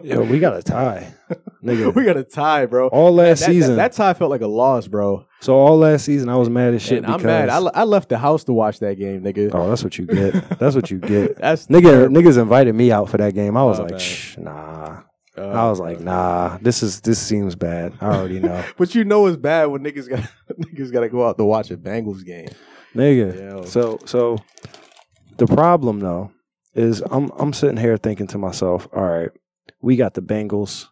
[SPEAKER 3] Yo, we got a tie, [laughs]
[SPEAKER 1] [laughs]
[SPEAKER 3] nigga.
[SPEAKER 1] we got a tie, bro.
[SPEAKER 3] all last
[SPEAKER 1] That- that-
[SPEAKER 3] season.
[SPEAKER 1] that tie felt like a loss, bro.
[SPEAKER 3] So all last season, I was mad as shit.
[SPEAKER 1] And
[SPEAKER 3] because,
[SPEAKER 1] I'm mad. I, le- I left the house to watch that game, nigga.
[SPEAKER 3] oh, that's what
[SPEAKER 1] [laughs]
[SPEAKER 3] you get. That's what you get.
[SPEAKER 1] That's
[SPEAKER 3] Nigga, niggas invited me out for that game. I was
[SPEAKER 1] Oh, man.
[SPEAKER 3] like, Shh, nah.
[SPEAKER 1] Uh,
[SPEAKER 3] I was like, nah. This is this seems bad. I
[SPEAKER 1] [laughs]
[SPEAKER 3] already know,
[SPEAKER 1] But you know it's bad when niggas got [laughs] niggas got to go out to watch a Bengals game.
[SPEAKER 3] nigga.
[SPEAKER 1] Yo.
[SPEAKER 3] So so, the problem though is I'm I'm sitting here thinking to myself, all right, we got the Bengals,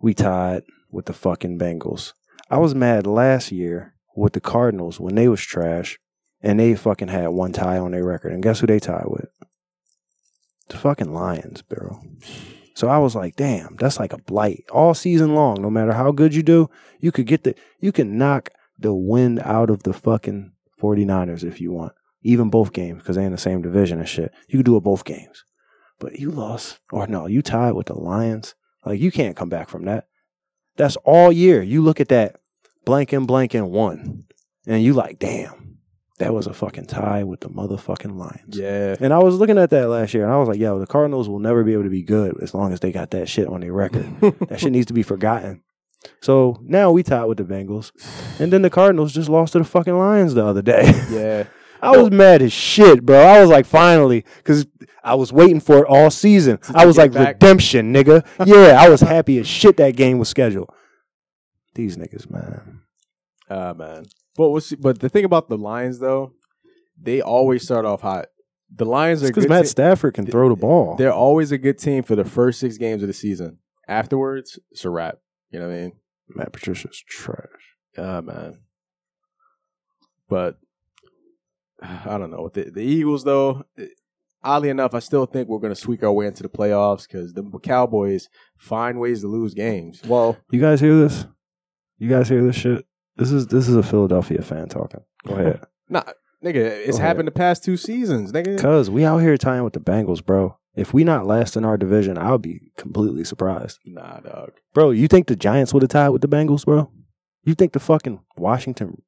[SPEAKER 3] we tied with the fucking Bengals. I was mad last year with the Cardinals when they was trash, and they fucking had one tie on their record. And guess who they tied with? The fucking Lions, bro. So I was like, damn, that's like a blight all season long. No matter how good you do, you could get the you can knock the wind out of the fucking 49ers if you want. Even both games, because they're in the same division and shit. You could do it both games. But you lost, or no, you tied with the Lions. Like, you can't come back from that. That's all year. You look at that blank and blank and one, and you like, damn, that was a fucking tie with the motherfucking Lions.
[SPEAKER 1] Yeah,
[SPEAKER 3] And I was looking at that last year, and I was like, yo, the Cardinals will never be able to be good as long as they got that shit on
[SPEAKER 1] [laughs]
[SPEAKER 3] their record. that shit needs to be forgotten. So now we tied with the Bengals, and then the Cardinals just lost to the fucking Lions the other day.
[SPEAKER 1] yeah.
[SPEAKER 3] [laughs] I was mad as shit, bro. I was like, finally, because I was waiting for it all season. I was
[SPEAKER 1] get
[SPEAKER 3] like,
[SPEAKER 1] back. [laughs]
[SPEAKER 3] redemption, nigga. Yeah, I was happy as shit that game was scheduled. These niggas, man.
[SPEAKER 1] Ah man. But we'll see. But the thing about the Lions though, they always start off hot. The Lions are a
[SPEAKER 3] because
[SPEAKER 1] good.
[SPEAKER 3] Matt
[SPEAKER 1] te-
[SPEAKER 3] Stafford can throw the ball.
[SPEAKER 1] they're always a good team for the first six games of the season. Afterwards, it's a wrap. You know what I mean?
[SPEAKER 3] Matt Patricia's trash.
[SPEAKER 1] Ah man. But [sighs] I don't know. The, the Eagles though, eh, oddly enough, I still think we're going to squeak our way into the playoffs because the Cowboys find ways to lose games. Well,
[SPEAKER 3] You guys hear this? You guys hear this shit? This is this is a Philadelphia fan talking. Go ahead.
[SPEAKER 1] nah, nigga, it's
[SPEAKER 3] Go ahead.
[SPEAKER 1] happened the past two seasons, nigga.
[SPEAKER 3] Cause we out here tying with the Bengals, bro. If we not last in our division, I'll be completely surprised.
[SPEAKER 1] Nah, dog.
[SPEAKER 3] Bro, you think the Giants would have tied with the Bengals, bro? You think the fucking Washington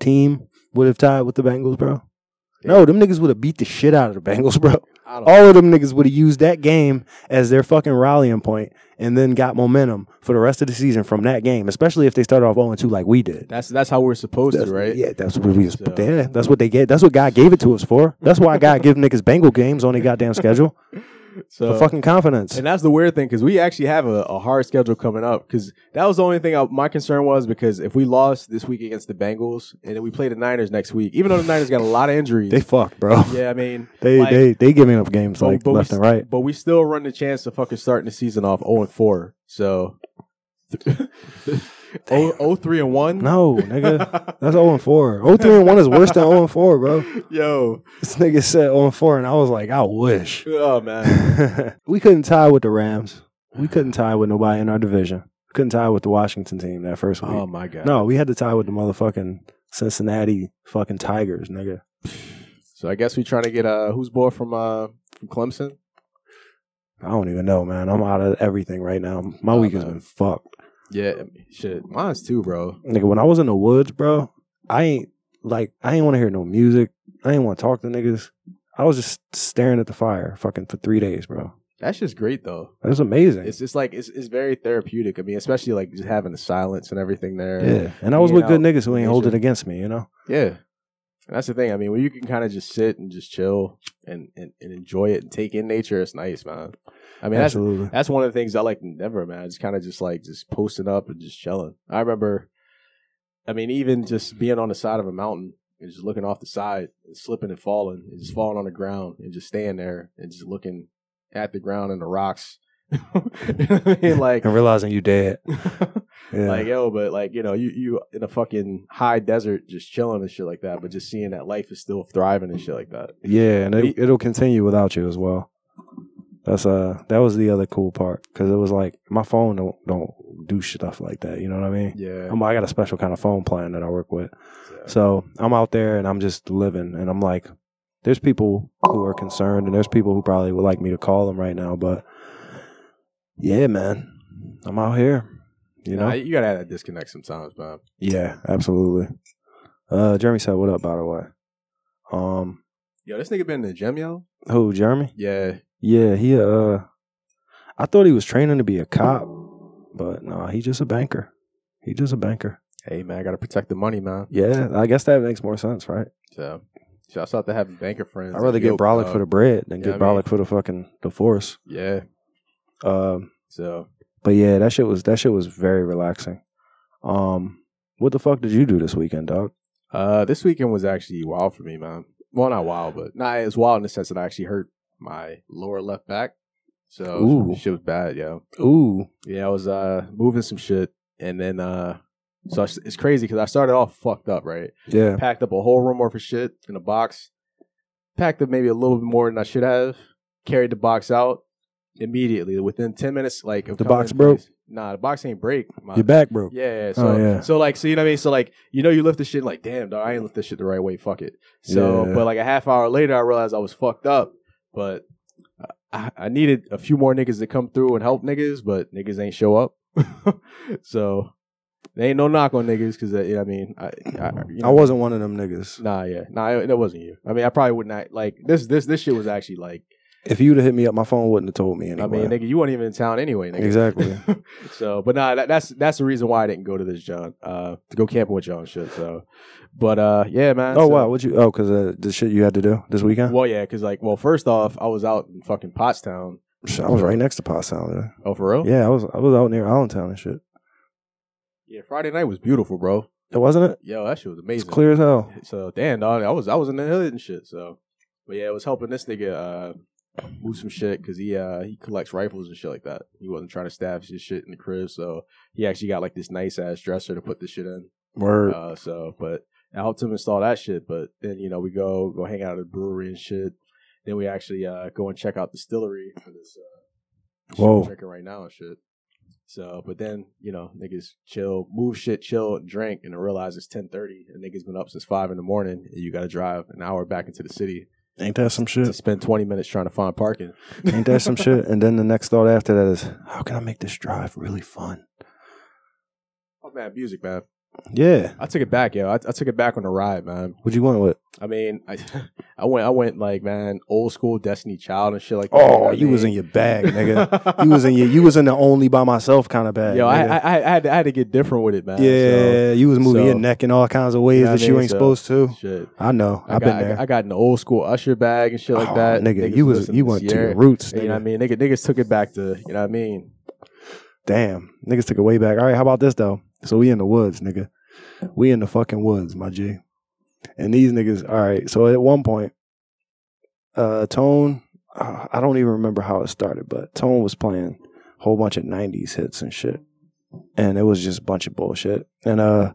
[SPEAKER 3] team would have tied with the Bengals, bro? No, them niggas would have beat the shit out of the Bengals, bro.
[SPEAKER 1] I don't.
[SPEAKER 3] All of them niggas would have used that game as their fucking rallying point and then got momentum for the rest of the season from that game, especially if they started off 0 2 like we did.
[SPEAKER 1] That's that's how we're supposed
[SPEAKER 3] That's-
[SPEAKER 1] to, right?
[SPEAKER 3] Yeah, that's what we.
[SPEAKER 1] So-
[SPEAKER 3] yeah, that's what they get. That's what God gave it to us for. That's why God give niggas Bengal games on their goddamn schedule
[SPEAKER 1] [laughs] So
[SPEAKER 3] for fucking confidence.
[SPEAKER 1] And that's the weird thing because we actually have a, a hard schedule coming up. Because that was the only thing I, my concern was because if we lost this week against the Bengals and then we play the Niners next week, even though the Niners got a lot of injuries,
[SPEAKER 3] They fuck, bro.
[SPEAKER 1] yeah, I mean,
[SPEAKER 3] [laughs] They
[SPEAKER 1] like, Oh,
[SPEAKER 3] they they giving up games
[SPEAKER 1] but-
[SPEAKER 3] like
[SPEAKER 1] but we
[SPEAKER 3] left and
[SPEAKER 1] s-
[SPEAKER 3] right.
[SPEAKER 1] but we still run the chance of fucking starting the season off zero and four. So, [laughs] oh oh three and one.
[SPEAKER 3] No, nigga,
[SPEAKER 1] [laughs]
[SPEAKER 3] that's zero and four. Zero three and one is worse than zero and four, bro.
[SPEAKER 1] Yo,
[SPEAKER 3] This nigga said zero and four, and I was like, I wish [laughs]
[SPEAKER 1] oh man,
[SPEAKER 3] we couldn't tie with the Rams. We couldn't tie with nobody in our division. Couldn't tie with the Washington team that first week.
[SPEAKER 1] oh my god.
[SPEAKER 3] no, we had to tie with the motherfucking Cincinnati fucking Tigers, nigga.
[SPEAKER 1] So I guess we trying to get uh who's boy from uh from Clemson.
[SPEAKER 3] I don't even know, man. I'm out of everything right now. My
[SPEAKER 1] Oh,
[SPEAKER 3] week has
[SPEAKER 1] man.
[SPEAKER 3] been fucked.
[SPEAKER 1] Yeah, shit, mine's too, bro.
[SPEAKER 3] Nigga, when I was in the woods, bro, I ain't like I ain't want to hear no music. I ain't want to talk to niggas. I was just staring at the fire fucking for three days, bro.
[SPEAKER 1] That's just great though.
[SPEAKER 3] It was amazing.
[SPEAKER 1] It's just like it's, it's very therapeutic. I mean, especially like just having the silence and everything there.
[SPEAKER 3] yeah. And I was
[SPEAKER 1] You
[SPEAKER 3] with good
[SPEAKER 1] know,
[SPEAKER 3] niggas who ain't
[SPEAKER 1] it's
[SPEAKER 3] hold it
[SPEAKER 1] just-
[SPEAKER 3] against me, you know?
[SPEAKER 1] Yeah. And that's the thing. I mean, when you can kind of just sit and just chill and, and, and enjoy it and take in nature, it's nice, man. I mean, that's
[SPEAKER 3] Absolutely.
[SPEAKER 1] that's one of the things I like in Denver, man. It's kind of just like just posting up and just chilling. I remember, I mean, even just being on the side of a mountain and just looking off the side and slipping and falling and just falling on the ground and just staying there and just looking at the ground and the rocks. [laughs] You know what I mean? like,
[SPEAKER 3] and realizing you dead. Yeah.
[SPEAKER 1] Like yo, but like you know, you you in a fucking high desert, just chilling and shit like that. But just seeing that life is still thriving and shit like that.
[SPEAKER 3] yeah, and
[SPEAKER 1] we-
[SPEAKER 3] it, it'll continue without you as well. That's uh that was the other cool part cuz it was like my phone don't don't do stuff like that, you know what I mean?
[SPEAKER 1] Yeah.
[SPEAKER 3] I'm, I got a special kind of phone plan that I work with. So I'm out there and I'm just living. And I'm like, there's people who are concerned and there's people who probably would like me to call them right now. But yeah, man, I'm out here, you
[SPEAKER 1] you
[SPEAKER 3] know?
[SPEAKER 1] know, you gotta have that disconnect sometimes, man.
[SPEAKER 3] yeah, absolutely. Uh, Jeremy said, what up, by the way? Um,
[SPEAKER 1] Yo, this nigga been in the gym, yo.
[SPEAKER 3] who, Jeremy?
[SPEAKER 1] Yeah,
[SPEAKER 3] Yeah, he, uh, I thought he was training to be a cop, but no, he just a banker. He just a banker.
[SPEAKER 1] hey man, I gotta protect the money, man.
[SPEAKER 3] Yeah, I guess that makes more sense, right?
[SPEAKER 1] So, shouts out to having banker friends.
[SPEAKER 3] I'd rather get brolic for the bread than
[SPEAKER 1] yeah,
[SPEAKER 3] get
[SPEAKER 1] I mean-
[SPEAKER 3] brolic for the fucking divorce.
[SPEAKER 1] yeah.
[SPEAKER 3] Um,
[SPEAKER 1] So
[SPEAKER 3] but yeah, that shit was that shit was very relaxing. Um, what the fuck did you do this weekend, dog?
[SPEAKER 1] Uh, this weekend was actually wild for me, man. Well, not wild, but nah, it was wild in the sense that I actually hurt my lower left back. So
[SPEAKER 3] Ooh.
[SPEAKER 1] shit was bad, yo.
[SPEAKER 3] Ooh,
[SPEAKER 1] Yeah, I was uh moving some shit, and then uh, so I s it's crazy because I started off fucked up, right?
[SPEAKER 3] yeah,
[SPEAKER 1] Packed up a whole room worth of shit in a box. Packed up maybe a little bit more than I should have. Carried the box out immediately within ten minutes. Like of
[SPEAKER 3] The
[SPEAKER 1] coming
[SPEAKER 3] box
[SPEAKER 1] in
[SPEAKER 3] broke?
[SPEAKER 1] place- Nah, the box ain't break. My,
[SPEAKER 3] your back broke.
[SPEAKER 1] yeah, yeah. So,
[SPEAKER 3] Oh, yeah.
[SPEAKER 1] so like, so you know what I mean? So like, you know, you lift the shit like, damn, dog, I ain't lift this shit the right way. Fuck it. So,
[SPEAKER 3] Yeah.
[SPEAKER 1] but like a half hour later, I realized I was fucked up. But I, I needed a few more niggas to come through and help niggas, but niggas ain't show up. [laughs] so there ain't no knock on niggas because you know what I mean. I, I, you know,
[SPEAKER 3] I wasn't one of them niggas.
[SPEAKER 1] Nah, yeah, nah, it, it wasn't you. I mean, I probably would not like this. This this shit was actually like,
[SPEAKER 3] If you'd have hit me up, my phone wouldn't have told me anyway.
[SPEAKER 1] I mean, nigga, you weren't even in town anyway, nigga.
[SPEAKER 3] [laughs] exactly.
[SPEAKER 1] so, but nah, that, that's that's the reason why I didn't go to this John uh, to go camping with John and shit. So, but uh, yeah, man.
[SPEAKER 3] oh
[SPEAKER 1] so-
[SPEAKER 3] wow, what you? Oh, because uh, the shit you had to do this weekend.
[SPEAKER 1] Well, yeah, because like, well, first off, I was out in fucking Pottstown.
[SPEAKER 3] Shit, I was right next to Pot Sound. man.
[SPEAKER 1] Oh, for real?
[SPEAKER 3] Yeah, I was I was out near Allentown and shit.
[SPEAKER 1] Yeah. Friday night was beautiful, bro.
[SPEAKER 3] It wasn't it?
[SPEAKER 1] Yo, that shit was
[SPEAKER 3] It's
[SPEAKER 1] amazing.
[SPEAKER 3] clear as hell.
[SPEAKER 1] So damn, dog, I was I was in the hood and shit. So, but yeah, I was helping this nigga uh, move some shit because he uh he collects rifles and shit like that. He wasn't trying to stash his shit in the crib, so he actually got like this nice ass dresser to put this shit in.
[SPEAKER 3] Word.
[SPEAKER 1] Uh, so, but I helped him install that shit. But then you know we go go hang out at a brewery and shit. Then we actually uh go and check out distillery for this. Uh, shit we're
[SPEAKER 3] Whoa.
[SPEAKER 1] drinking right now and shit. So, but then you know niggas chill, move shit, chill, and drink, and then realize it's ten thirty, and niggas been up since five in the morning, and you got to drive an hour back into the city
[SPEAKER 3] Ain't that some
[SPEAKER 1] to [laughs]
[SPEAKER 3] shit?
[SPEAKER 1] spend twenty minutes trying to find parking. [laughs]
[SPEAKER 3] Ain't that some shit? And then the next thought after that is, how can I make this drive really fun?
[SPEAKER 1] Oh man, music, man.
[SPEAKER 3] Yeah.
[SPEAKER 1] I took it back, yo. I, I took it back on the ride, man.
[SPEAKER 3] What you want with?
[SPEAKER 1] I mean, I, [laughs] I went, I went like, man, old school Destiny Child and shit like. that.
[SPEAKER 3] Oh,
[SPEAKER 1] I
[SPEAKER 3] you was
[SPEAKER 1] mean-
[SPEAKER 3] in
[SPEAKER 1] [laughs]
[SPEAKER 3] your bag, nigga. you was in your you was in the only by myself kind of bag.
[SPEAKER 1] Yo, I,
[SPEAKER 3] nigga.
[SPEAKER 1] I, I, I had to, I had to get different with it, man.
[SPEAKER 3] yeah, you was moving
[SPEAKER 1] so-
[SPEAKER 3] your neck in all kinds of ways
[SPEAKER 1] You know what
[SPEAKER 3] that
[SPEAKER 1] I
[SPEAKER 3] you
[SPEAKER 1] mean?
[SPEAKER 3] ain't
[SPEAKER 1] So-
[SPEAKER 3] supposed to.
[SPEAKER 1] So, shit.
[SPEAKER 3] I know.
[SPEAKER 1] I
[SPEAKER 3] I've
[SPEAKER 1] got,
[SPEAKER 3] been there.
[SPEAKER 1] I, got in the old school usher bag and shit like
[SPEAKER 3] Oh,
[SPEAKER 1] that.
[SPEAKER 3] nigga.
[SPEAKER 1] Niggas
[SPEAKER 3] you was
[SPEAKER 1] listening
[SPEAKER 3] you
[SPEAKER 1] to
[SPEAKER 3] went to your
[SPEAKER 1] Sierra.
[SPEAKER 3] roots,
[SPEAKER 1] You know
[SPEAKER 3] nigga.
[SPEAKER 1] what I mean? Nigga, niggas took it back to, you know what I mean?
[SPEAKER 3] Damn, niggas took it way back. All right, how about this though? So we in the woods, nigga. We in the fucking woods, my G. And these niggas, all right. So at one point, uh, Tone, uh, I don't even remember how it started, but Tone was playing a whole bunch of '90s hits and shit, and it was just a bunch of bullshit. And uh,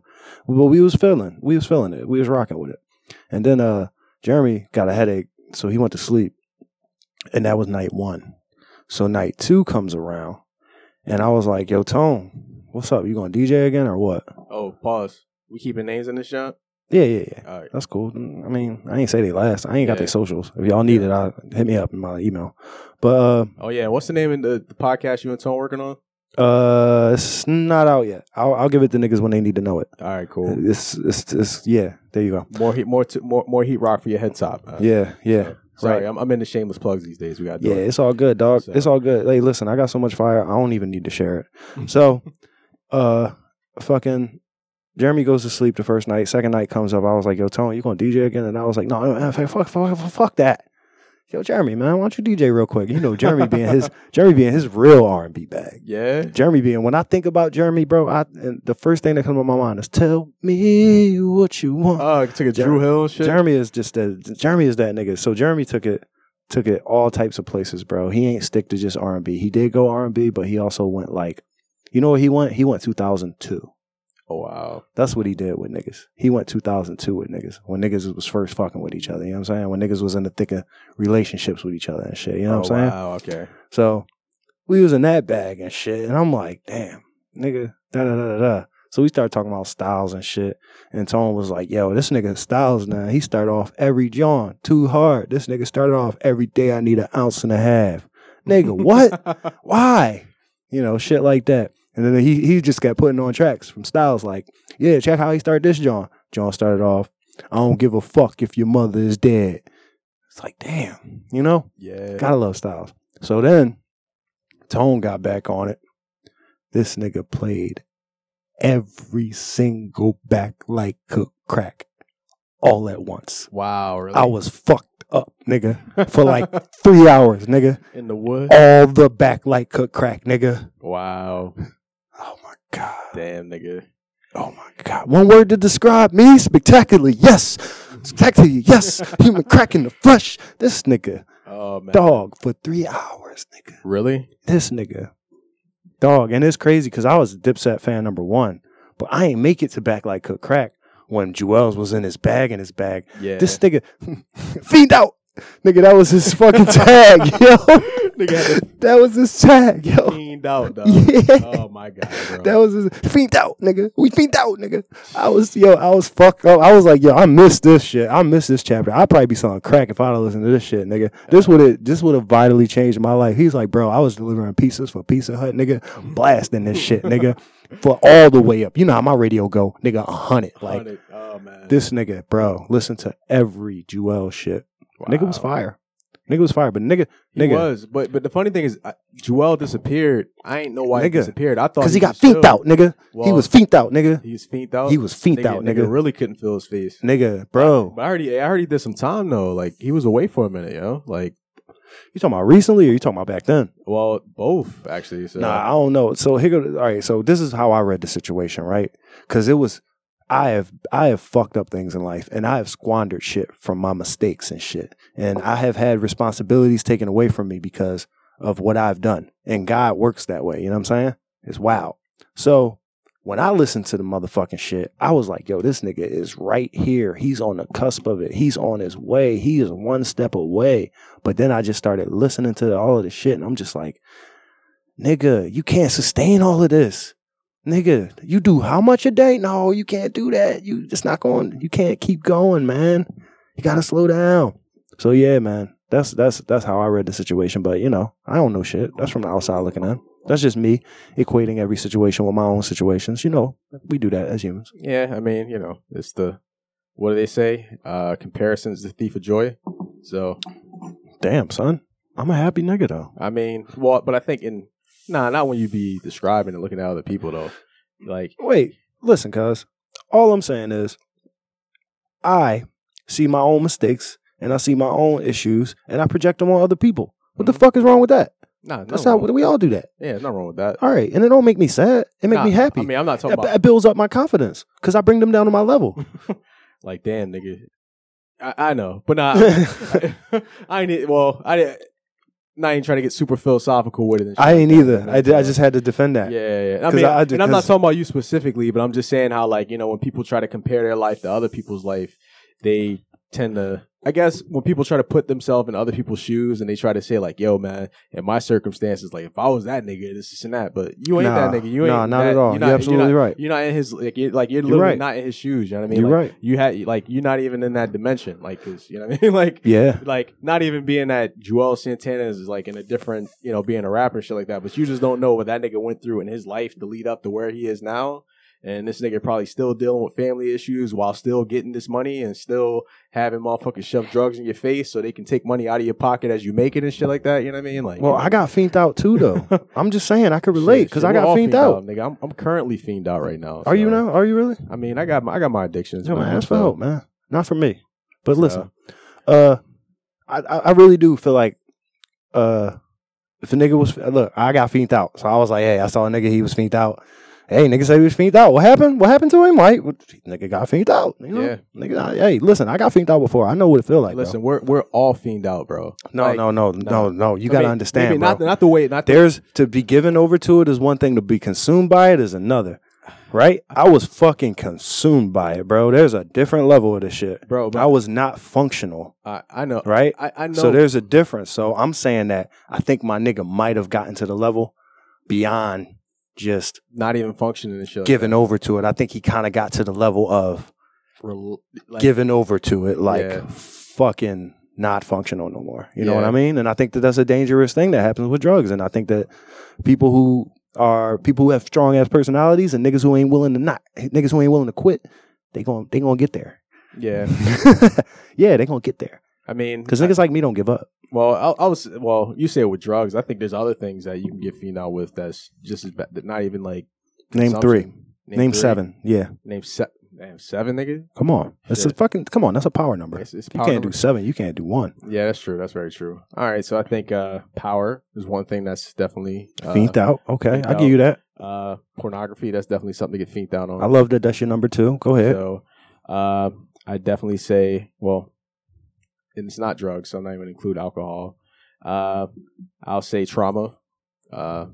[SPEAKER 3] but we was feeling, we was feeling it, we was rocking with it. And then uh, Jeremy got a headache, so he went to sleep, and that was night one. So night two comes around. And I was like, yo, Tone, what's up? You going to DJ again or what?
[SPEAKER 1] Oh, pause. We keeping names in this shop?
[SPEAKER 3] Yeah, yeah, yeah.
[SPEAKER 1] All right.
[SPEAKER 3] That's cool. Mm, I mean, I ain't say they last. I ain't got
[SPEAKER 1] Yeah.
[SPEAKER 3] their socials. If y'all need it, I, hit me up in my email. But
[SPEAKER 1] Oh, yeah. What's the name of the, the podcast you and Tone working on?
[SPEAKER 3] uh, uh, it's not out yet. I'll, I'll give it to niggas when they need to know it.
[SPEAKER 1] All right, cool.
[SPEAKER 3] It's, it's, it's, yeah, there you go.
[SPEAKER 1] More heat, more, t- more, more heat rock for your head top. man.
[SPEAKER 3] Uh, Yeah, yeah.
[SPEAKER 1] Sorry,
[SPEAKER 3] right.
[SPEAKER 1] I'm, I'm into shameless plugs these days. We got to
[SPEAKER 3] Yeah,
[SPEAKER 1] do it.
[SPEAKER 3] it's all good, dog.
[SPEAKER 1] So-
[SPEAKER 3] It's all good. Hey, listen, I got so much fire, I don't even need to share
[SPEAKER 1] [laughs]
[SPEAKER 3] it. So, uh, fucking Jeremy goes to sleep the first night. Second night comes up. I was like, yo, Tone, you going to DJ again? And I was like, no, man, fuck, fuck, fuck, fuck that. Yo, Jeremy, man, why don't you DJ real quick? You know, Jeremy
[SPEAKER 1] [laughs]
[SPEAKER 3] being his Jeremy being his real R and B bag.
[SPEAKER 1] Yeah.
[SPEAKER 3] Jeremy being when I think about Jeremy, bro, I and the first thing that comes to my mind is tell me what you want.
[SPEAKER 1] Oh, it took a
[SPEAKER 3] Jer-
[SPEAKER 1] Drew Hill and shit.
[SPEAKER 3] Jeremy is just that. Jeremy is that nigga. So Jeremy took it, took it all types of places, bro. He ain't stick to just R and B. He did go R and B, but he also went like, you know what he went? He went 2002.
[SPEAKER 1] oh, wow.
[SPEAKER 3] That's what he did with niggas. He went 2002 with niggas when niggas was first fucking with each other. You know what I'm saying? When niggas was in the thick of relationships with each other and shit. You know
[SPEAKER 1] oh,
[SPEAKER 3] what I'm saying?
[SPEAKER 1] Wow. Okay.
[SPEAKER 3] So we was in that bag and shit, and I'm like, damn, nigga, da da da da da. So we started talking about styles and shit, and Tone was like, yo, this nigga styles now. He started off every John too hard. This nigga started off every day. I need an ounce and a half,
[SPEAKER 1] [laughs]
[SPEAKER 3] nigga. What? Why? You know, shit like that. And then he he just got putting on tracks from styles like, yeah, check how he started this John. John started off, I don't give a fuck if your mother is dead. It's like, damn, you know.
[SPEAKER 1] yeah.
[SPEAKER 3] Gotta love Styles. So then Tone got back on it. This nigga played every single back like a crack all at once.
[SPEAKER 1] Wow. Really?
[SPEAKER 3] I was fucked up, nigga, for like three hours, nigga.
[SPEAKER 1] in the woods.
[SPEAKER 3] All the back like cook crack, nigga.
[SPEAKER 1] Wow.
[SPEAKER 3] Oh my god.
[SPEAKER 1] Damn, nigga.
[SPEAKER 3] Oh my god. One word to describe me spectacularly. Yes. Spectacularly. Yes. Human crack in the flesh. This nigga,
[SPEAKER 1] Oh, man.
[SPEAKER 3] dog, for three hours, nigga.
[SPEAKER 1] Really?
[SPEAKER 3] this nigga, dog, and it's crazy because I was a Dipset fan number one, but I ain't make it to back like Cook Crack when Jewels was in his bag in his bag.
[SPEAKER 1] Yeah.
[SPEAKER 3] This nigga, [laughs] fiend out, nigga, that was his fucking tag, [laughs] yo.
[SPEAKER 1] [laughs] Nigga
[SPEAKER 3] [laughs]
[SPEAKER 1] had to-
[SPEAKER 3] that was his tag, yo.
[SPEAKER 1] fiend out, dog.
[SPEAKER 3] Yeah.
[SPEAKER 1] Oh my god,
[SPEAKER 3] [laughs]
[SPEAKER 1] bro.
[SPEAKER 3] That was his fiend out, nigga. We fiend out, nigga. I was yo, I was fucked up. I was like, yo, I miss this shit. I miss this chapter. I'd probably be selling crack if I'd have listened to this shit, nigga. This would have this would have vitally changed my life. He's like, bro, I was delivering pizzas for Pizza Hut, nigga, blasting this shit, nigga, for all the way up. You know how my radio go, nigga, a hundred. Like
[SPEAKER 1] Hundred. oh man,
[SPEAKER 3] this nigga, bro, listen to every Jewel shit.
[SPEAKER 1] Wow.
[SPEAKER 3] Nigga was fire. Nigga was fire, but nigga,
[SPEAKER 1] He
[SPEAKER 3] nigga.
[SPEAKER 1] was, but but the funny thing is, I, Joel disappeared. I ain't know why he
[SPEAKER 3] Nigga.
[SPEAKER 1] disappeared. I thought
[SPEAKER 3] cause he got
[SPEAKER 1] was
[SPEAKER 3] fiend
[SPEAKER 1] chill.
[SPEAKER 3] out, nigga. he
[SPEAKER 1] Well,
[SPEAKER 3] was fiend out, nigga.
[SPEAKER 1] He was fiend out.
[SPEAKER 3] He was fiend out, nigga.
[SPEAKER 1] Really couldn't feel his face.
[SPEAKER 3] Nigga, bro.
[SPEAKER 1] But I already, I already did some time though. Like he was away for a minute, yo. Like,
[SPEAKER 3] You talking about recently or you talking about back then?
[SPEAKER 1] well, both actually. So
[SPEAKER 3] Nah, I don't know. So here go. All right. So this is how I read the situation, right? Because it was I have I have fucked up things in life and I have squandered shit from my mistakes and shit. And I have had responsibilities taken away from me because of what I've done. And God works that way, you know what I'm saying? It's wild. So when I listened to the motherfucking shit, I was like, yo, this nigga is right here. He's on the cusp of it. He's on his way. He is one step away. But then I just started listening to all of the shit and I'm just like, nigga, you can't sustain all of this nigga, you do how much a day? No, you can't do that. You it's not going. You can't keep going, man. You gotta slow down. So yeah, man. That's that's that's how I read the situation. But you know, I don't know shit. That's from the outside looking in. That's just me equating every situation with my own situations. You know, we do that as humans.
[SPEAKER 1] Yeah, I mean, you know, it's the what do they say? Uh comparison's the thief of joy. So
[SPEAKER 3] Damn, son. I'm a happy nigga though.
[SPEAKER 1] I mean, well, but I think in nah, not when you be describing and looking at other people though. Like
[SPEAKER 3] Wait, listen, cuz. All I'm saying is I see my own mistakes and I see my own issues and I project them on other people. What
[SPEAKER 1] Mm-hmm.
[SPEAKER 3] the fuck is wrong with that?
[SPEAKER 1] nah,
[SPEAKER 3] That's
[SPEAKER 1] nothing
[SPEAKER 3] how
[SPEAKER 1] wrong with
[SPEAKER 3] we all do that.
[SPEAKER 1] that. Yeah, nothing wrong with that.
[SPEAKER 3] All right. And it don't make me sad. It make
[SPEAKER 1] Nah,
[SPEAKER 3] me happy.
[SPEAKER 1] I mean, I'm not talking
[SPEAKER 3] it,
[SPEAKER 1] about
[SPEAKER 3] it builds up my confidence because I bring them down to my level.
[SPEAKER 1] like damn nigga. I, I know, but [laughs]
[SPEAKER 3] [laughs]
[SPEAKER 1] nah, I, [laughs] I ain't well, I didn't. Not even trying to get super philosophical with it. and shit
[SPEAKER 3] I ain't
[SPEAKER 1] like
[SPEAKER 3] either.
[SPEAKER 1] that.
[SPEAKER 3] I, did, I just had to defend
[SPEAKER 1] Yeah,
[SPEAKER 3] that.
[SPEAKER 1] yeah, yeah. I
[SPEAKER 3] 'Cause
[SPEAKER 1] mean,
[SPEAKER 3] I- I do-
[SPEAKER 1] and I'm not
[SPEAKER 3] 'cause-
[SPEAKER 1] talking about you specifically, but I'm just saying how, like, you know, when people try to compare their life to other people's life, they tend to, I guess, when people try to put themselves in other people's shoes and they try to say, like, yo, man, in my circumstances, like, if I was that nigga, this, this, and that, but you ain't
[SPEAKER 3] Nah.
[SPEAKER 1] that nigga. You ain't
[SPEAKER 3] Nah, not
[SPEAKER 1] that-
[SPEAKER 3] at all. You're
[SPEAKER 1] not-
[SPEAKER 3] absolutely
[SPEAKER 1] not-
[SPEAKER 3] right.
[SPEAKER 1] You're not in his, like, you're, like, you're
[SPEAKER 3] You're
[SPEAKER 1] literally
[SPEAKER 3] right.
[SPEAKER 1] not in his shoes. You know what I mean?
[SPEAKER 3] You're
[SPEAKER 1] Like,
[SPEAKER 3] right.
[SPEAKER 1] You had, like, you're not even in that dimension. Like, 'cause, [laughs] you know what I mean? [laughs] Like,
[SPEAKER 3] Yeah.
[SPEAKER 1] like not even being that Joel Santana is like in a different, you know, being a rapper and shit like that, but you just don't know what that nigga went through in his life to lead up to where he is now. And this nigga probably still dealing with family issues while still getting this money and still having motherfuckers shove drugs in your face so they can take money out of your pocket as you make it and shit like that. You know what I mean? Like,
[SPEAKER 3] Well, I got fiend out
[SPEAKER 1] [laughs]
[SPEAKER 3] too, though. I'm just saying I could relate
[SPEAKER 1] shit,
[SPEAKER 3] because
[SPEAKER 1] shit,
[SPEAKER 3] I
[SPEAKER 1] we're all
[SPEAKER 3] got fiend out.
[SPEAKER 1] nigga. I'm, I'm currently fiend out right now.
[SPEAKER 3] Are you
[SPEAKER 1] so.
[SPEAKER 3] now? Are you really?
[SPEAKER 1] I mean, I got my, I got my addictions.
[SPEAKER 3] No, man,
[SPEAKER 1] man,
[SPEAKER 3] that's
[SPEAKER 1] so-
[SPEAKER 3] for help, man. Not for me. But listen, uh, I I I really do feel like uh, if a nigga was look, I got fiend out, so I was like, hey, I saw a nigga, he was fiend out. Hey, nigga said he was fiend out. What happened? What happened to him? Like, what- nigga got fiend out. You know?
[SPEAKER 1] Yeah.
[SPEAKER 3] Nigga, I- hey, listen, I got fiend out before. I know what it feel like. bro.
[SPEAKER 1] Listen, we're we're all fiend out, bro.
[SPEAKER 3] no,
[SPEAKER 1] like,
[SPEAKER 3] no, no,
[SPEAKER 1] nah.
[SPEAKER 3] no, no. You
[SPEAKER 1] I
[SPEAKER 3] gotta
[SPEAKER 1] mean,
[SPEAKER 3] understand,
[SPEAKER 1] maybe
[SPEAKER 3] bro.
[SPEAKER 1] Not, not the way, not the
[SPEAKER 3] There's to be given over to it is one thing, to be consumed by it is another. Right? I was fucking consumed by it, bro. There's a different level of this shit.
[SPEAKER 1] bro. But
[SPEAKER 3] I was not functional,
[SPEAKER 1] I, I know.
[SPEAKER 3] right?
[SPEAKER 1] I, I know.
[SPEAKER 3] So there's a difference. So I'm saying that I think my nigga might have gotten to the level beyond just
[SPEAKER 1] not even functioning and shit. like
[SPEAKER 3] giving over to it. I think he kind of got to the level of
[SPEAKER 1] that. Rel- like,
[SPEAKER 3] giving over to it, like
[SPEAKER 1] Yeah.
[SPEAKER 3] fucking not functional no more. You know what
[SPEAKER 1] Yeah.
[SPEAKER 3] I mean? And I think that that's a dangerous thing that happens with drugs. And I think that people who are people who have strong ass personalities and niggas who ain't willing to not niggas who ain't willing to quit, they gon' they gonna get there.
[SPEAKER 1] Yeah,
[SPEAKER 3] [laughs] yeah, they gonna get there
[SPEAKER 1] I mean,
[SPEAKER 3] because niggas like me don't give up.
[SPEAKER 1] well, I, I was well. You say with drugs, I think there's other things that you can get fiend out with. That's just as bad. that Not even like
[SPEAKER 3] Name three.
[SPEAKER 1] consumption.
[SPEAKER 3] Name,
[SPEAKER 1] three.
[SPEAKER 3] seven. Yeah.
[SPEAKER 1] Name seven. Damn, seven, nigga.
[SPEAKER 3] Come on. That's a
[SPEAKER 1] Shit.
[SPEAKER 3] fucking come on, that's a power number.
[SPEAKER 1] It's, it's
[SPEAKER 3] you
[SPEAKER 1] power
[SPEAKER 3] can't
[SPEAKER 1] number-
[SPEAKER 3] do seven, you can't do one.
[SPEAKER 1] Yeah, that's true. That's very true. All right, so I think uh, power is one thing that's definitely uh,
[SPEAKER 3] Fiend out. Okay.
[SPEAKER 1] fiend
[SPEAKER 3] I give you that.
[SPEAKER 1] uh, pornography. That's definitely something to get fiend out on.
[SPEAKER 3] I love that that's your number two. Go ahead.
[SPEAKER 1] So uh, I definitely say, well, and it's not drugs, so I'm not even gonna include alcohol. Uh, I'll say trauma. Uh,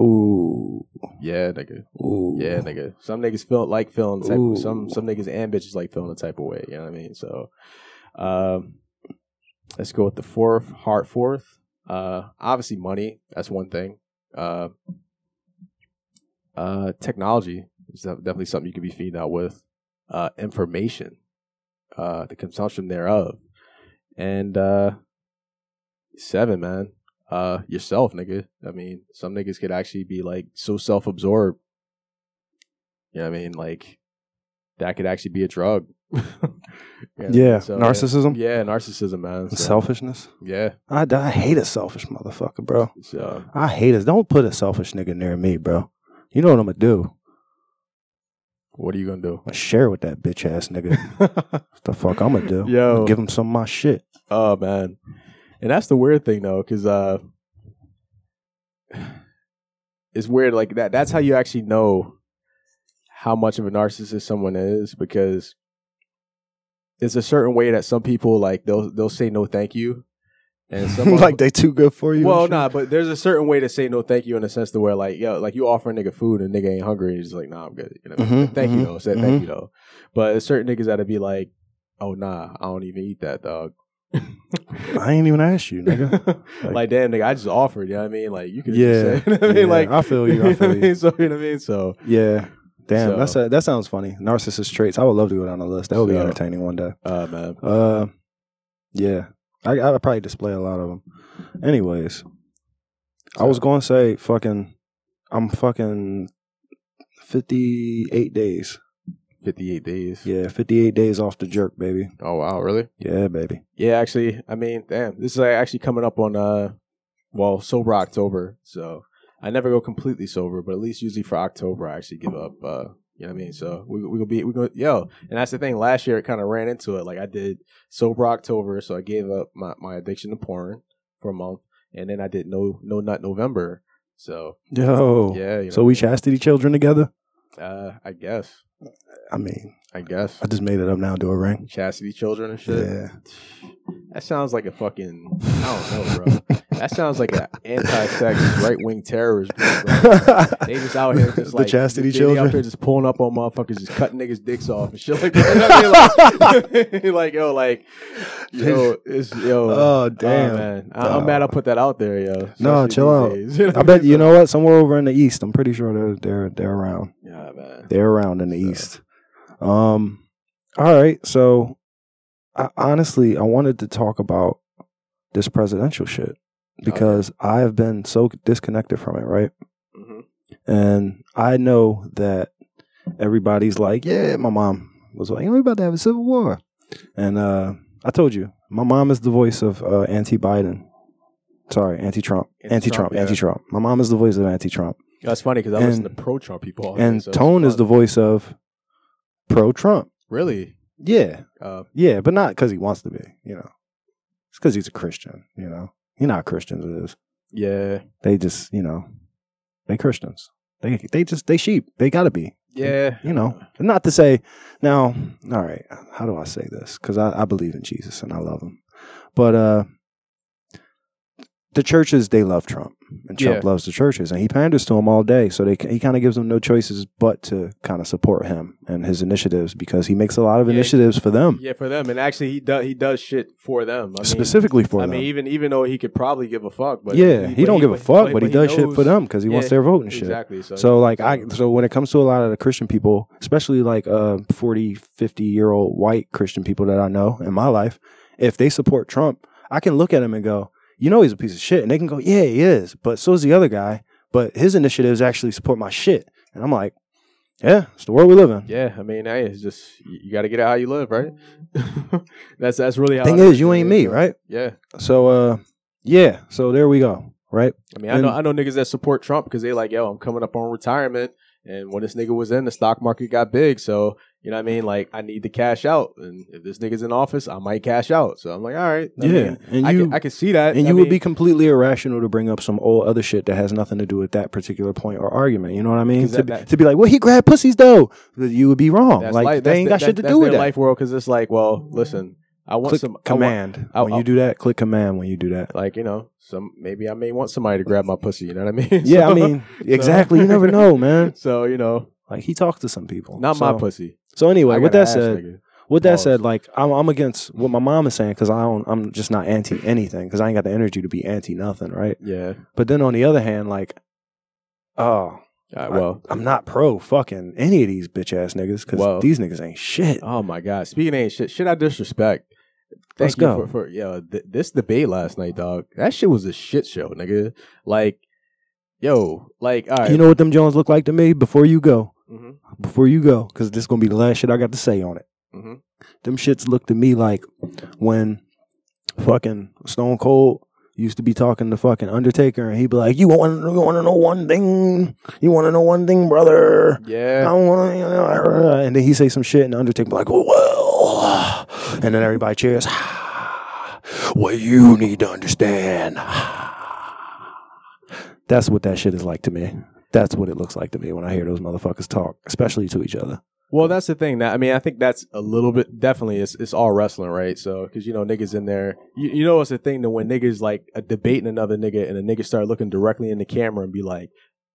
[SPEAKER 3] Ooh.
[SPEAKER 1] yeah, nigga.
[SPEAKER 3] Ooh.
[SPEAKER 1] Yeah, nigga. Some niggas feel like feeling the type.
[SPEAKER 3] Ooh.
[SPEAKER 1] Some some niggas and bitches like feeling the type of way. You know what I mean? So, um, let's go with the fourth heart. Fourth, uh, obviously money. That's one thing. Uh, uh, technology is def- definitely something you could be feeding out with. Uh, information, uh, the consumption thereof, and uh, seven man. Uh, yourself, nigga. I mean, some niggas could actually be like so self-absorbed you know what I mean? Like that could actually be a drug. [laughs] You know what I mean?
[SPEAKER 3] Yeah.
[SPEAKER 1] So,
[SPEAKER 3] Narcissism.
[SPEAKER 1] Yeah, narcissism, man. So,
[SPEAKER 3] Selfishness.
[SPEAKER 1] yeah.
[SPEAKER 3] I, I hate a selfish motherfucker, bro.
[SPEAKER 1] So
[SPEAKER 3] I hate it. Don't put a selfish nigga near me, bro. You know what I'm gonna do?
[SPEAKER 1] what are you gonna do?
[SPEAKER 3] I'm gonna share with that bitch
[SPEAKER 1] [laughs]
[SPEAKER 3] ass nigga. [laughs] what the fuck I'm gonna do?
[SPEAKER 1] Yo.
[SPEAKER 3] Give him some of my shit.
[SPEAKER 1] Oh man. And that's the weird thing though, because uh it's weird, like that that's how you actually know how much of a narcissist someone is because it's a certain way that some people like they'll they'll say no thank you
[SPEAKER 3] [laughs]
[SPEAKER 1] and some other-
[SPEAKER 3] like they too good for you. and
[SPEAKER 1] well
[SPEAKER 3] shit?
[SPEAKER 1] nah but there's a certain way to say no thank you in a sense to where like yo like you offer a nigga food and nigga ain't hungry and he's like nah I'm good you know
[SPEAKER 3] Mhm,
[SPEAKER 1] thank
[SPEAKER 3] mhm,
[SPEAKER 1] you though said thank you though but there's certain niggas that'd be like oh nah I don't even eat that dog
[SPEAKER 3] mm-hmm. I ain't even asked you, nigga.
[SPEAKER 1] [laughs] like, damn nigga I just offered you know what I mean like you can
[SPEAKER 3] Yeah,
[SPEAKER 1] just say, [laughs] you know what I mean
[SPEAKER 3] yeah,
[SPEAKER 1] like
[SPEAKER 3] I feel you, I
[SPEAKER 1] know what
[SPEAKER 3] feel you.
[SPEAKER 1] mean? so [laughs] you know what I mean so
[SPEAKER 3] Yeah. Damn,
[SPEAKER 1] So-
[SPEAKER 3] that's a, that sounds funny. Narcissist traits. I would love to go down the list. That would be
[SPEAKER 1] So-
[SPEAKER 3] entertaining one day.
[SPEAKER 1] uh man
[SPEAKER 3] Uh, yeah, I I would probably display a lot of them. Anyways, I was
[SPEAKER 1] So-
[SPEAKER 3] gonna say fucking, I'm fucking fifty eight days.
[SPEAKER 1] 58 days
[SPEAKER 3] Yeah, fifty eight days off the jerk, baby.
[SPEAKER 1] oh wow really
[SPEAKER 3] Yeah, baby.
[SPEAKER 1] Yeah, actually, I mean, damn, this is like, actually coming up on uh, well, sober October. So I never go completely sober, but at least usually for October, I actually give up. Uh, you know what I mean? So we we gonna be we gonna yo, and that's the thing. Last year, it kind of ran into it. Like I did sober October, so I gave up my, my addiction to porn for a month, and then I did no no nut November. So
[SPEAKER 3] Yo.
[SPEAKER 1] yeah, you know,
[SPEAKER 3] So we chastity children together.
[SPEAKER 1] uh, I guess,
[SPEAKER 3] I mean,
[SPEAKER 1] I guess,
[SPEAKER 3] I just made it up now. Do a ring.
[SPEAKER 1] chastity children and shit.
[SPEAKER 3] Yeah.
[SPEAKER 1] That sounds like a fucking I don't know, bro. That sounds like an anti-sex right-wing terrorist group, bro. They just out here just
[SPEAKER 3] [laughs] the
[SPEAKER 1] like
[SPEAKER 3] chastity
[SPEAKER 1] they- they out
[SPEAKER 3] children.
[SPEAKER 1] here just pulling up on motherfuckers, just cutting niggas' dicks off and shit like
[SPEAKER 3] [laughs]
[SPEAKER 1] that. You know what I mean? Like, [laughs] like, yo, like yo, it's yo.
[SPEAKER 3] Oh
[SPEAKER 1] oh,
[SPEAKER 3] damn.
[SPEAKER 1] man. I, am mad I put that out there, yo.
[SPEAKER 3] No,
[SPEAKER 1] especially
[SPEAKER 3] chill
[SPEAKER 1] these days. [laughs] You know what
[SPEAKER 3] I
[SPEAKER 1] I
[SPEAKER 3] bet
[SPEAKER 1] mean?
[SPEAKER 3] you know what? Somewhere over in the east, I'm pretty sure they're they're they're around.
[SPEAKER 1] Yeah, man.
[SPEAKER 3] They're around in the
[SPEAKER 1] So.
[SPEAKER 3] east. Um, all right. So, I, honestly, I wanted to talk about this presidential shit because I have been so disconnected from it, right?
[SPEAKER 1] Mhm.
[SPEAKER 3] And I know that everybody's like, "Yeah, my mom was like, we're about to have a civil war," and uh, I told you, my mom is the voice of uh, anti-Biden. Sorry, anti-Trump,
[SPEAKER 1] Anti-Trump,
[SPEAKER 3] anti-Trump,
[SPEAKER 1] yeah.
[SPEAKER 3] anti-Trump. My mom is the voice of anti-Trump
[SPEAKER 1] That's funny because I listen to
[SPEAKER 3] And-
[SPEAKER 1] pro-Trump people, all day,
[SPEAKER 3] and
[SPEAKER 1] Oh, so it's
[SPEAKER 3] Tone is the
[SPEAKER 1] fun.
[SPEAKER 3] voice of pro Trump.
[SPEAKER 1] really.
[SPEAKER 3] Yeah,
[SPEAKER 1] Uh,
[SPEAKER 3] yeah, but not because he wants to be. You know, it's because he's a Christian. You know, you know how Christians is.
[SPEAKER 1] yeah,
[SPEAKER 3] They just, you know, they Christians. They they just they sheep. They gotta be.
[SPEAKER 1] yeah.
[SPEAKER 3] You know, not to say now. All right, how do I say this? Because I, I believe in Jesus and I love him, but uh, the churches they love Trump and Trump loves the churches and he panders to them all day. So they he kind of gives them no choices but to kind of support him and his initiatives because he makes a lot of
[SPEAKER 1] Yeah, he-
[SPEAKER 3] initiatives for them
[SPEAKER 1] Yeah, for them, and actually, he does he does shit for them. I mean,
[SPEAKER 3] specifically
[SPEAKER 1] I
[SPEAKER 3] for them.
[SPEAKER 1] mean, even even though he could probably give a fuck, but
[SPEAKER 3] yeah, he,
[SPEAKER 1] but
[SPEAKER 3] don't give a fuck, but, he does shit
[SPEAKER 1] knows-
[SPEAKER 3] for them because he wants
[SPEAKER 1] Yeah,
[SPEAKER 3] their vote and shit.
[SPEAKER 1] Exactly. So,
[SPEAKER 3] So like I so when it comes to a lot of the Christian people, especially like uh 40, 50 year old white Christian people that I know in my life, if they support Trump, I can look at him and go, "You know he's a piece of shit." And they can go, "Yeah, he is." But so is the other guy, but his initiatives actually support my shit. And I'm like, "Yeah, it's the world we live in."
[SPEAKER 1] yeah, I mean, hey, it's just you, got to get out how you live, right? [laughs] that's that's really how.
[SPEAKER 3] Thing
[SPEAKER 1] I
[SPEAKER 3] is, you
[SPEAKER 1] look at
[SPEAKER 3] ain't
[SPEAKER 1] it,
[SPEAKER 3] me,
[SPEAKER 1] so-
[SPEAKER 3] right?
[SPEAKER 1] Yeah,
[SPEAKER 3] So uh yeah, so there we go, right?
[SPEAKER 1] I mean, I know
[SPEAKER 3] And-
[SPEAKER 1] I know niggas that support Trump because they like, yo, I'm coming up on retirement, and when this nigga was in, the stock market got big, so. You know what I mean? Like, I need to cash out, and if this nigga's in office, I might cash out. So I'm like, all right, I mean,
[SPEAKER 3] and
[SPEAKER 1] I,
[SPEAKER 3] you
[SPEAKER 1] can, I can see that,
[SPEAKER 3] And
[SPEAKER 1] I
[SPEAKER 3] you would
[SPEAKER 1] mean-
[SPEAKER 3] be completely irrational to bring up some old other shit that has nothing to do with that particular point or argument. You know what I mean?
[SPEAKER 1] 'Cause
[SPEAKER 3] To,
[SPEAKER 1] that-
[SPEAKER 3] be,
[SPEAKER 1] that-
[SPEAKER 3] to be like, well, he grabbed pussies though. You would be wrong.
[SPEAKER 1] That's
[SPEAKER 3] like
[SPEAKER 1] life-
[SPEAKER 3] they
[SPEAKER 1] that's
[SPEAKER 3] ain't
[SPEAKER 1] the-
[SPEAKER 3] got shit to
[SPEAKER 1] that's
[SPEAKER 3] do with
[SPEAKER 1] their
[SPEAKER 3] that.
[SPEAKER 1] life world because it's like, well, listen, I want
[SPEAKER 3] click
[SPEAKER 1] some I want-
[SPEAKER 3] command
[SPEAKER 1] I-
[SPEAKER 3] when
[SPEAKER 1] I-
[SPEAKER 3] you do that. Click command when you do
[SPEAKER 1] [laughs]
[SPEAKER 3] that.
[SPEAKER 1] like you know, some maybe I may want somebody to grab my pussy. You know what I mean? [laughs]
[SPEAKER 3] Yeah, I
[SPEAKER 1] So-
[SPEAKER 3] mean, exactly. You
[SPEAKER 1] [laughs]
[SPEAKER 3] never know, man.
[SPEAKER 1] so you know,
[SPEAKER 3] Like he talked to some people.
[SPEAKER 1] not
[SPEAKER 3] so,
[SPEAKER 1] my pussy.
[SPEAKER 3] So anyway,
[SPEAKER 1] I
[SPEAKER 3] with
[SPEAKER 1] got
[SPEAKER 3] that
[SPEAKER 1] ass,
[SPEAKER 3] said,
[SPEAKER 1] nigga.
[SPEAKER 3] with that
[SPEAKER 1] Pause.
[SPEAKER 3] said, like I'm, I'm against what my mom is saying because I don't. I'm just not anti anything because I ain't got the energy to be anti nothing, right?
[SPEAKER 1] yeah.
[SPEAKER 3] But then on the other hand, like, oh,
[SPEAKER 1] All right, uh, well,
[SPEAKER 3] I'm not pro fucking any of these bitch ass niggas
[SPEAKER 1] Whoa.
[SPEAKER 3] because these niggas ain't shit.
[SPEAKER 1] oh my god. Speaking of ain't shit, shit I disrespect. Thank
[SPEAKER 3] Let's
[SPEAKER 1] you
[SPEAKER 3] go.
[SPEAKER 1] for, for yo th- this debate last night, dog. That shit was a shit show, nigga. Like, yo, like all right,
[SPEAKER 3] You know what them Jones look like to me? Before you go,
[SPEAKER 1] Mhm.
[SPEAKER 3] before you go, because this gonna be the last shit I got to say on it.
[SPEAKER 1] Mhm.
[SPEAKER 3] Them shits look to me like when fucking Stone Cold used to be talking to fucking Undertaker, and he'd be like, "You want you want to know one thing? You want to know one thing, brother? I
[SPEAKER 1] yeah,
[SPEAKER 3] don't want to." And then he say some shit, and Undertaker be like, "Oh, "Well," and then everybody cheers. [sighs] What you [sighs] need to understand. That's what that shit is like to me. That's what it looks like to me when I hear those motherfuckers talk, especially to each other.
[SPEAKER 1] Well, that's the thing. That I mean, I think that's a little bit definitely. It's it's all wrestling, right? So because you know niggas in there, you, you know it's a thing that when niggas like uh, debating another nigga and a nigga start looking directly in the camera and be like,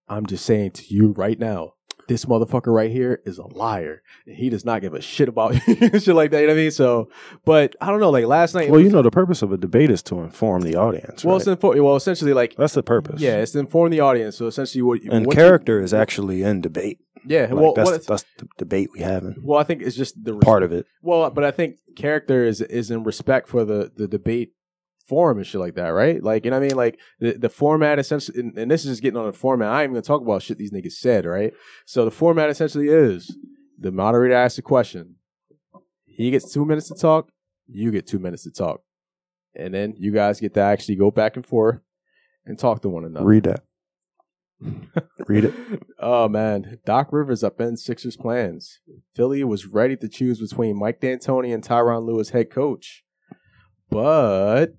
[SPEAKER 1] "I'm just saying to you right now, this motherfucker right here is a liar and he does not give a shit about [laughs] you," shit like that. You know what I mean? So, but I don't know. Like last night,
[SPEAKER 3] Well, you know, the purpose of a debate is to inform the audience.
[SPEAKER 1] well,
[SPEAKER 3] Well,
[SPEAKER 1] it's infor- well, essentially like
[SPEAKER 3] that's the purpose.
[SPEAKER 1] yeah, it's to inform the audience. So essentially, what
[SPEAKER 3] And
[SPEAKER 1] what you-
[SPEAKER 3] character is actually in debate.
[SPEAKER 1] yeah,
[SPEAKER 3] Like,
[SPEAKER 1] well,
[SPEAKER 3] that's
[SPEAKER 1] what-
[SPEAKER 3] that's the debate we having.
[SPEAKER 1] well, I think it's just the
[SPEAKER 3] Part of it.
[SPEAKER 1] Well, but I think character is is in respect for the the debate forum and shit like that, right? Like, you know what I mean? Like the, the format essentially, and, and this is just getting on the format. I ain't even gonna talk about shit these niggas said, right? So the format essentially is the moderator asks a question, he gets two minutes to talk, you get two minutes to talk, and then you guys get to actually go back and forth and talk to one another. [laughs]
[SPEAKER 3] Read that. Read it.
[SPEAKER 1] Oh man, Doc Rivers upends Sixers plans. Philly was ready to choose between Mike D'Antoni and Tyron Lewis head coach, but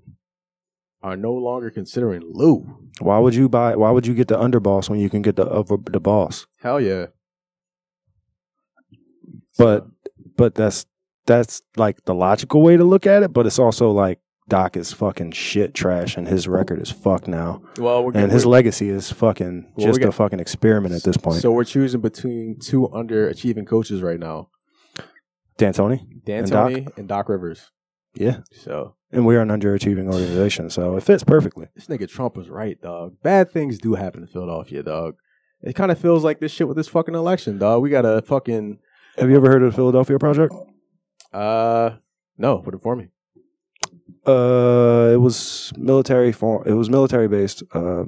[SPEAKER 1] are no longer considering Lou.
[SPEAKER 3] Why would you buy? Why would you get the underboss when you can get the over, the boss?
[SPEAKER 1] Hell yeah.
[SPEAKER 3] But but that's that's like the logical way to look at it. But it's also like Doc is fucking shit trash, and his record is fucked now,
[SPEAKER 1] So, well, we're
[SPEAKER 3] and his legacy is fucking
[SPEAKER 1] Well, we
[SPEAKER 3] just a
[SPEAKER 1] got-
[SPEAKER 3] fucking experiment at this point.
[SPEAKER 1] So we're choosing between two underachieving coaches right now,
[SPEAKER 3] D'Antoni,
[SPEAKER 1] D'Antoni and Doc, Rivers.
[SPEAKER 3] yeah,
[SPEAKER 1] So
[SPEAKER 3] and we are an underachieving organization, so it fits perfectly.
[SPEAKER 1] this nigga Trump was right, dog. Bad things do happen to Philadelphia, dog. It kind of feels like this shit with this fucking election, dog. We got a fucking
[SPEAKER 3] Have you ever heard of the Philadelphia Project?
[SPEAKER 1] Uh, no, but inform me.
[SPEAKER 3] Uh, it was military form. It was military based. Uh,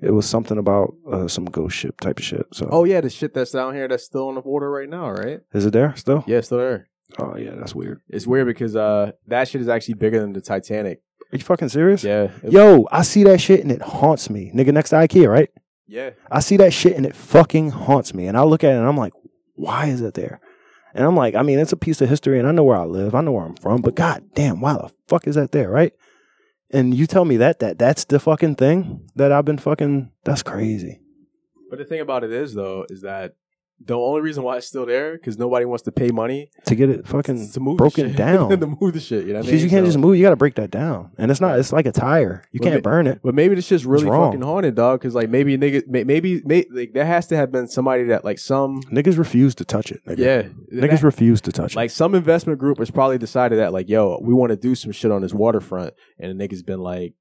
[SPEAKER 3] it was something about uh, some ghost ship type of shit. So,
[SPEAKER 1] Oh yeah, the shit that's down here that's still on the water right now, right?
[SPEAKER 3] is it there still?
[SPEAKER 1] Yeah, it's still there.
[SPEAKER 3] Oh yeah, that's weird.
[SPEAKER 1] It's weird because uh, that shit is actually bigger than the Titanic.
[SPEAKER 3] Are you fucking serious?
[SPEAKER 1] Yeah, It-
[SPEAKER 3] Yo, I see that shit and it haunts me, nigga. Next to IKEA, right?
[SPEAKER 1] yeah.
[SPEAKER 3] I see that shit and it fucking haunts me. And I look at it and I'm like, why is it there? And I'm like, I mean, it's a piece of history and I know where I live, I know where I'm from, but god damn, why the fuck is that there, right? And you tell me that that that's the fucking thing that I've been fucking. That's crazy.
[SPEAKER 1] But the thing about it is though, is that the only reason why it's still there because nobody wants to pay money
[SPEAKER 3] to get it fucking
[SPEAKER 1] to move the
[SPEAKER 3] broken
[SPEAKER 1] shit. [laughs]
[SPEAKER 3] down
[SPEAKER 1] to
[SPEAKER 3] because
[SPEAKER 1] move the shit. You know what I mean?
[SPEAKER 3] you can't
[SPEAKER 1] So-
[SPEAKER 3] just move. You got to break that down, and it's not. It's like a tire. You
[SPEAKER 1] Well,
[SPEAKER 3] can't
[SPEAKER 1] ma-
[SPEAKER 3] burn it.
[SPEAKER 1] But maybe this shit's really
[SPEAKER 3] wrong.
[SPEAKER 1] fucking haunted, dog. Because like maybe niggas, may- maybe, maybe like there has to have been somebody that like some
[SPEAKER 3] Niggas refuse to touch it. Nigga.
[SPEAKER 1] yeah
[SPEAKER 3] niggas refuse to touch
[SPEAKER 1] Like some investment group has probably decided that, like, yo, we want to do some shit on this waterfront, and the niggas been like,